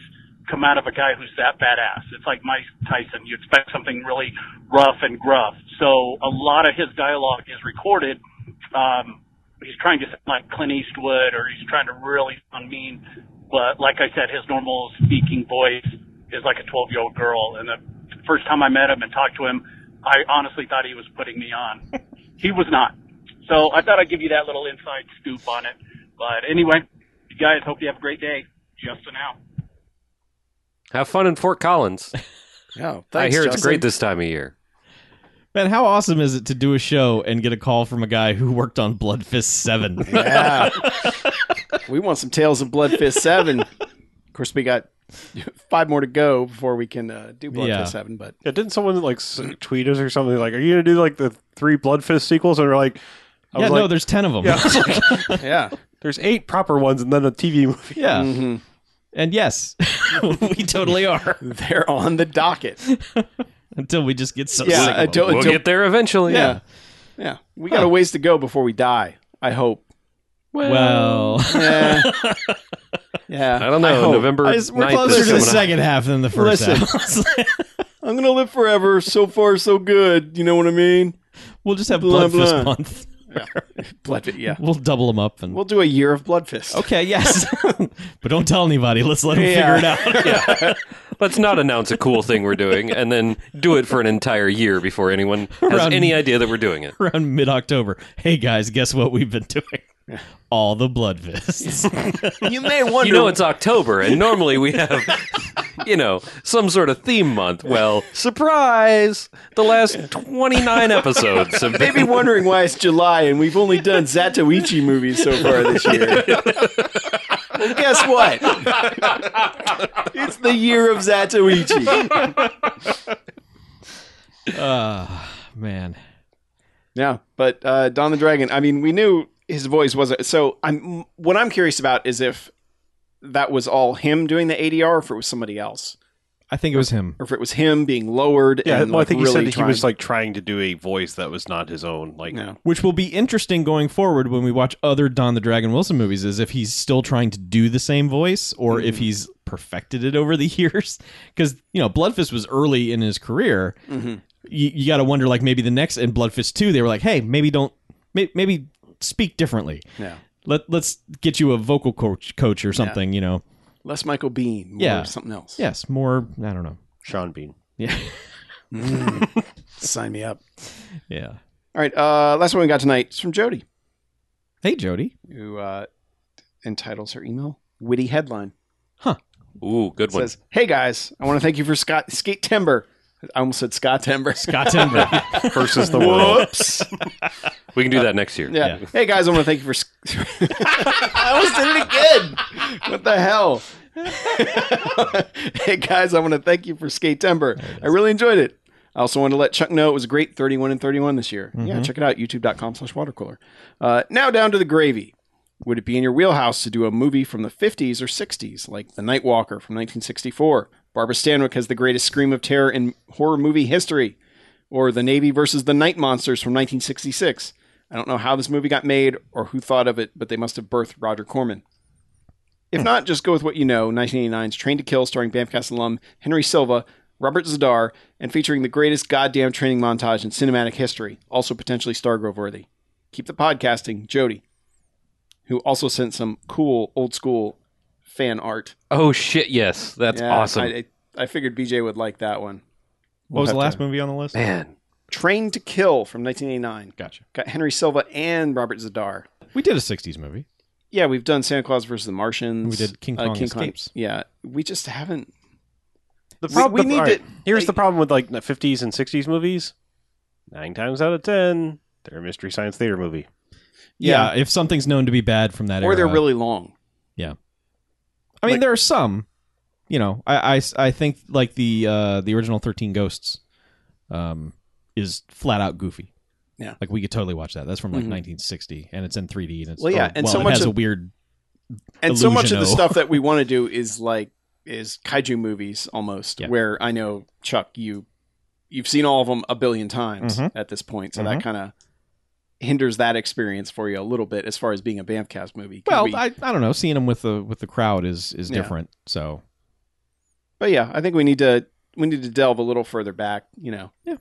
[SPEAKER 8] come out of a guy who's that badass. It's like Mike Tyson. You expect something really rough and gruff. So a lot of his dialogue is recorded um, he's trying to sound like Clint Eastwood or he's trying to really sound mean. But like I said, his normal speaking voice is like a 12 year old girl. And the first time I met him and talked to him, I honestly thought he was putting me on. he was not. So I thought I'd give you that little inside scoop on it. But anyway, you guys, hope you have a great day. Justin out.
[SPEAKER 6] Have fun in Fort Collins.
[SPEAKER 4] Oh, thanks,
[SPEAKER 6] I hear it's
[SPEAKER 4] Justin.
[SPEAKER 6] great this time of year.
[SPEAKER 5] Man, how awesome is it to do a show and get a call from a guy who worked on Blood Fist 7?
[SPEAKER 4] Yeah. we want some Tales of Blood Fist 7. Of course, we got five more to go before we can uh, do Blood
[SPEAKER 5] Yeah.
[SPEAKER 4] Fist 7, but
[SPEAKER 3] Yeah, didn't someone like s- tweet us or something like, "Are you gonna do like the three Blood Fist sequels?" And we're like, I
[SPEAKER 5] yeah,
[SPEAKER 3] was
[SPEAKER 5] no,
[SPEAKER 3] like,
[SPEAKER 5] there's 10 of them.
[SPEAKER 3] Yeah, I was like,
[SPEAKER 4] yeah.
[SPEAKER 3] there's eight proper ones and then a TV movie.
[SPEAKER 5] Yeah.
[SPEAKER 4] hmm
[SPEAKER 5] And yes, we totally are
[SPEAKER 4] They're on the docket.
[SPEAKER 5] until we just get so
[SPEAKER 4] Yeah,
[SPEAKER 5] sick. of
[SPEAKER 4] until-
[SPEAKER 5] them.
[SPEAKER 6] We'll get there eventually.
[SPEAKER 4] Yeah. Yeah. We got a ways to go before we die, I hope.
[SPEAKER 5] well,
[SPEAKER 4] Yeah. yeah.
[SPEAKER 6] I don't know.
[SPEAKER 4] hope.
[SPEAKER 6] November.
[SPEAKER 5] I just- we're
[SPEAKER 6] 9th
[SPEAKER 5] closer
[SPEAKER 6] is
[SPEAKER 5] to the
[SPEAKER 6] coming up.
[SPEAKER 5] second half than the first half.
[SPEAKER 4] I'm going to live forever. So far, so good. You know what I mean?
[SPEAKER 5] we'll just have
[SPEAKER 4] Blah,
[SPEAKER 5] Blood Fist
[SPEAKER 4] blah.
[SPEAKER 5] month.
[SPEAKER 4] Blood Fist, yeah.
[SPEAKER 5] We'll double them up and
[SPEAKER 4] We'll do a year of Blood Fist.
[SPEAKER 5] okay, yes, but don't tell anybody. Let's let them figure it out.
[SPEAKER 6] Let's not announce a cool thing we're doing and then do it for an entire year before anyone has
[SPEAKER 5] Run.
[SPEAKER 6] any idea that we're doing it.
[SPEAKER 5] around mid-October. Hey guys, guess what we've been doing? All the blood fists.
[SPEAKER 4] You may wonder.
[SPEAKER 6] You know, it's October, and normally we have, you know, some sort of theme month. Well, surprise! The last 29 episodes have
[SPEAKER 4] Maybe
[SPEAKER 6] been.
[SPEAKER 4] wondering why it's July and we've only done Zatoichi movies so far this year. well, guess what? it's the year of Zatoichi.
[SPEAKER 5] Ah, Man.
[SPEAKER 4] Yeah, but uh, Don the Dragon. I mean, we knew his voice wasn't. So I'm. What I'm curious about is if that was all him doing the ADR, or if it was somebody else,
[SPEAKER 5] I think it was him.
[SPEAKER 4] or if it was him being lowered.
[SPEAKER 3] Yeah,
[SPEAKER 4] and,
[SPEAKER 3] well, I
[SPEAKER 4] like,
[SPEAKER 3] think
[SPEAKER 4] really
[SPEAKER 3] he said that he was
[SPEAKER 4] trying-
[SPEAKER 3] like trying to do a voice that was not his own. Like,
[SPEAKER 4] No.
[SPEAKER 5] Which will be interesting going forward when we watch other Don the Dragon Wilson movies is if he's still trying to do the same voice or
[SPEAKER 4] Mm-hmm.
[SPEAKER 5] if he's perfected it over the years. Because, you know, Bloodfist was early in his career.
[SPEAKER 4] Mm-hmm.
[SPEAKER 5] You, you got to wonder, like, maybe the next, in Bloodfist 2, they were like, hey, maybe don't, may, maybe speak differently.
[SPEAKER 4] Yeah.
[SPEAKER 5] Let, let's get you a vocal coach, coach or something, you know.
[SPEAKER 4] less Michael Bean, more
[SPEAKER 5] Yeah.
[SPEAKER 4] something else.
[SPEAKER 5] Yes, more, I don't know.
[SPEAKER 3] Sean Bean.
[SPEAKER 5] Yeah.
[SPEAKER 4] sign me up.
[SPEAKER 5] Yeah.
[SPEAKER 4] All right, uh, last one we got tonight is from Jody,
[SPEAKER 5] Hey, Jody.
[SPEAKER 4] who uh, entitles her email "Witty Headline."
[SPEAKER 6] Ooh, good one.
[SPEAKER 4] says, "Hey guys, I want to thank you for Scott Skate Timber." I almost said Scott Timber.
[SPEAKER 5] Scott Timber.
[SPEAKER 3] Versus the world.
[SPEAKER 4] Whoops.
[SPEAKER 6] We can do that next year.
[SPEAKER 4] uh, Yeah.
[SPEAKER 5] Yeah.
[SPEAKER 4] Hey guys, I want to thank you for. sc- I almost did it again. What the hell? hey guys, I want to thank you for Skate Timber. I really enjoyed it. I also want to let Chuck know it was a great 31 and 31 this year. Yeah, check it out. YouTube.com slash watercooler. Uh, now down to the gravy. Would it be in your wheelhouse to do a movie from the 50s or 60s, like The Night Walker from 1964? Barbara Stanwyck has the greatest scream of terror in horror movie history or The Navy versus the Night Monsters from 1966. I don't know how this movie got made or who thought of it, but they must have birthed Roger Corman. If not, just go with what you know 1989's Train to Kill, starring Bamfcast alum Henry Silva, Robert Zadar, and featuring the greatest goddamn training montage in cinematic history, also potentially Stargrove worthy. Keep the podcasting, Jody, who also sent some cool old school fan art.
[SPEAKER 6] Oh, shit, yes. That's
[SPEAKER 4] Yeah,
[SPEAKER 6] awesome.
[SPEAKER 4] I, I, I figured BJ would like that one.
[SPEAKER 5] What was the
[SPEAKER 4] We'll have
[SPEAKER 5] last movie on the list?
[SPEAKER 6] Man.
[SPEAKER 4] Train to Kill from 1989.
[SPEAKER 5] Gotcha.
[SPEAKER 4] Got Henry Silva and Robert Zadar.
[SPEAKER 5] We did a 60s movie.
[SPEAKER 4] Yeah, we've done Santa Claus versus the Martians. Uh,
[SPEAKER 5] We did King Kong Escapes.
[SPEAKER 4] Yeah, we just haven't.
[SPEAKER 3] The
[SPEAKER 4] We-
[SPEAKER 3] problem.
[SPEAKER 4] we need
[SPEAKER 3] all right,
[SPEAKER 4] to-
[SPEAKER 3] Here's
[SPEAKER 4] I-
[SPEAKER 3] the problem with like the 50s and 60s movies. Nine times out of ten, they're a mystery science theater movie.
[SPEAKER 5] Yeah. if something's known to be bad from that
[SPEAKER 4] or
[SPEAKER 5] era.
[SPEAKER 4] they're really long.
[SPEAKER 5] I mean,
[SPEAKER 4] like-
[SPEAKER 5] there are some. You know, I, I, I think like the uh, the original Thirteen Ghosts, um, is flat out goofy.
[SPEAKER 4] Yeah.
[SPEAKER 5] like we could totally watch that. That's from like
[SPEAKER 4] Mhm.
[SPEAKER 5] 1960, and it's in 3D, and it's
[SPEAKER 4] Well, yeah,
[SPEAKER 5] oh,
[SPEAKER 4] and so
[SPEAKER 5] it
[SPEAKER 4] much
[SPEAKER 5] has a
[SPEAKER 4] of-
[SPEAKER 5] weird.
[SPEAKER 4] And so much of the
[SPEAKER 5] Illusiono.
[SPEAKER 4] stuff that we want to do is like is kaiju movies almost,
[SPEAKER 5] Yeah.
[SPEAKER 4] where I know Chuck, you you've seen all of them a billion times
[SPEAKER 5] Mhm.
[SPEAKER 4] at this point, so that kind of hinders that experience for you a little bit as far as being a Bamcast movie. 'Cause
[SPEAKER 5] Well,
[SPEAKER 4] we-
[SPEAKER 5] I, I don't know. Seeing them with the with the crowd is is
[SPEAKER 4] Yeah.
[SPEAKER 5] different. So
[SPEAKER 4] But yeah, I think we need to we need to delve a little further back, you know.
[SPEAKER 5] Yeah.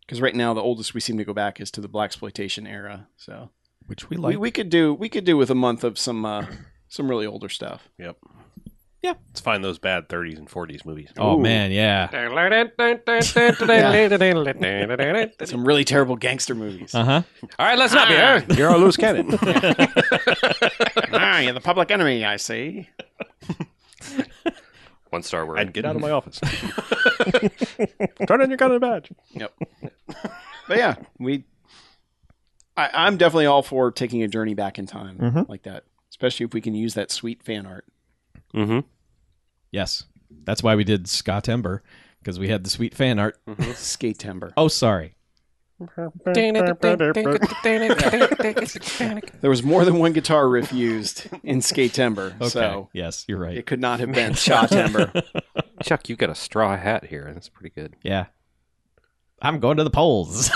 [SPEAKER 4] Because right now the oldest we seem to go back is to the black exploitation era. So
[SPEAKER 9] which we
[SPEAKER 4] We,
[SPEAKER 9] like.
[SPEAKER 4] we could do we could do with a month of some uh, some really older stuff.
[SPEAKER 3] Yep.
[SPEAKER 5] Yeah.
[SPEAKER 3] Let's find those bad 30s and 40s movies.
[SPEAKER 5] Oh man, yeah.
[SPEAKER 4] Some really terrible gangster
[SPEAKER 5] Uh-huh.
[SPEAKER 4] movies.
[SPEAKER 9] Uh huh.
[SPEAKER 6] All right, let's not be. uh,
[SPEAKER 3] You're a loose cannon.
[SPEAKER 4] ah, you're the public enemy, I see.
[SPEAKER 6] One star word.
[SPEAKER 3] and get out of my office. Turn on your gun and badge.
[SPEAKER 4] But yeah, we. I, I'm definitely all for taking a journey back in time
[SPEAKER 9] Mhm.
[SPEAKER 4] like that, especially if we can use that sweet fan art.
[SPEAKER 6] Mm-hmm.
[SPEAKER 5] Yes. That's why we did Scott Ember because we had the sweet fan art.
[SPEAKER 4] Mm-hmm. Skate timber.
[SPEAKER 5] Oh, sorry.
[SPEAKER 4] There was more than one guitar riff used in Skate Timber,
[SPEAKER 5] Okay.
[SPEAKER 4] so
[SPEAKER 5] yes, you're right.
[SPEAKER 4] it could not have been Shaw Timber.
[SPEAKER 6] Chuck, you got a straw hat here. That's pretty good.
[SPEAKER 5] Yeah. I'm going to the polls.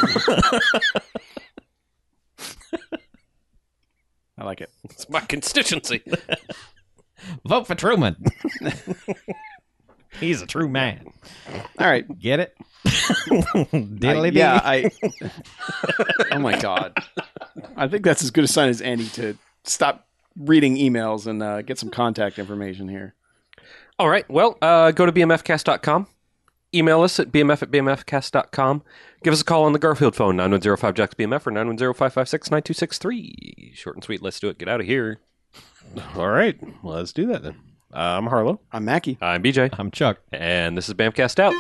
[SPEAKER 4] I like it.
[SPEAKER 6] It's my constituency.
[SPEAKER 5] Vote for Truman. He's a true man.
[SPEAKER 4] All right.
[SPEAKER 5] Get it?
[SPEAKER 4] I,
[SPEAKER 5] Diddly
[SPEAKER 4] yeah,
[SPEAKER 5] dee.
[SPEAKER 4] I. Oh my god. I think that's as good a sign as any to stop reading emails and uh, get some contact information here.
[SPEAKER 6] All right. Well, uh, go to bmfcast.com. Email us at bmf at bmfcast.com. Give us a call on the Garfield phone, 9105 Jacks BMF or 910 556 9263. Short and sweet. Let's do it. Get out of here.
[SPEAKER 3] All right. Let's do that then. Uh, I'm Harlow.
[SPEAKER 4] I'm Mackie.
[SPEAKER 6] I'm BJ.
[SPEAKER 5] I'm Chuck.
[SPEAKER 6] And this is Bamcast Out.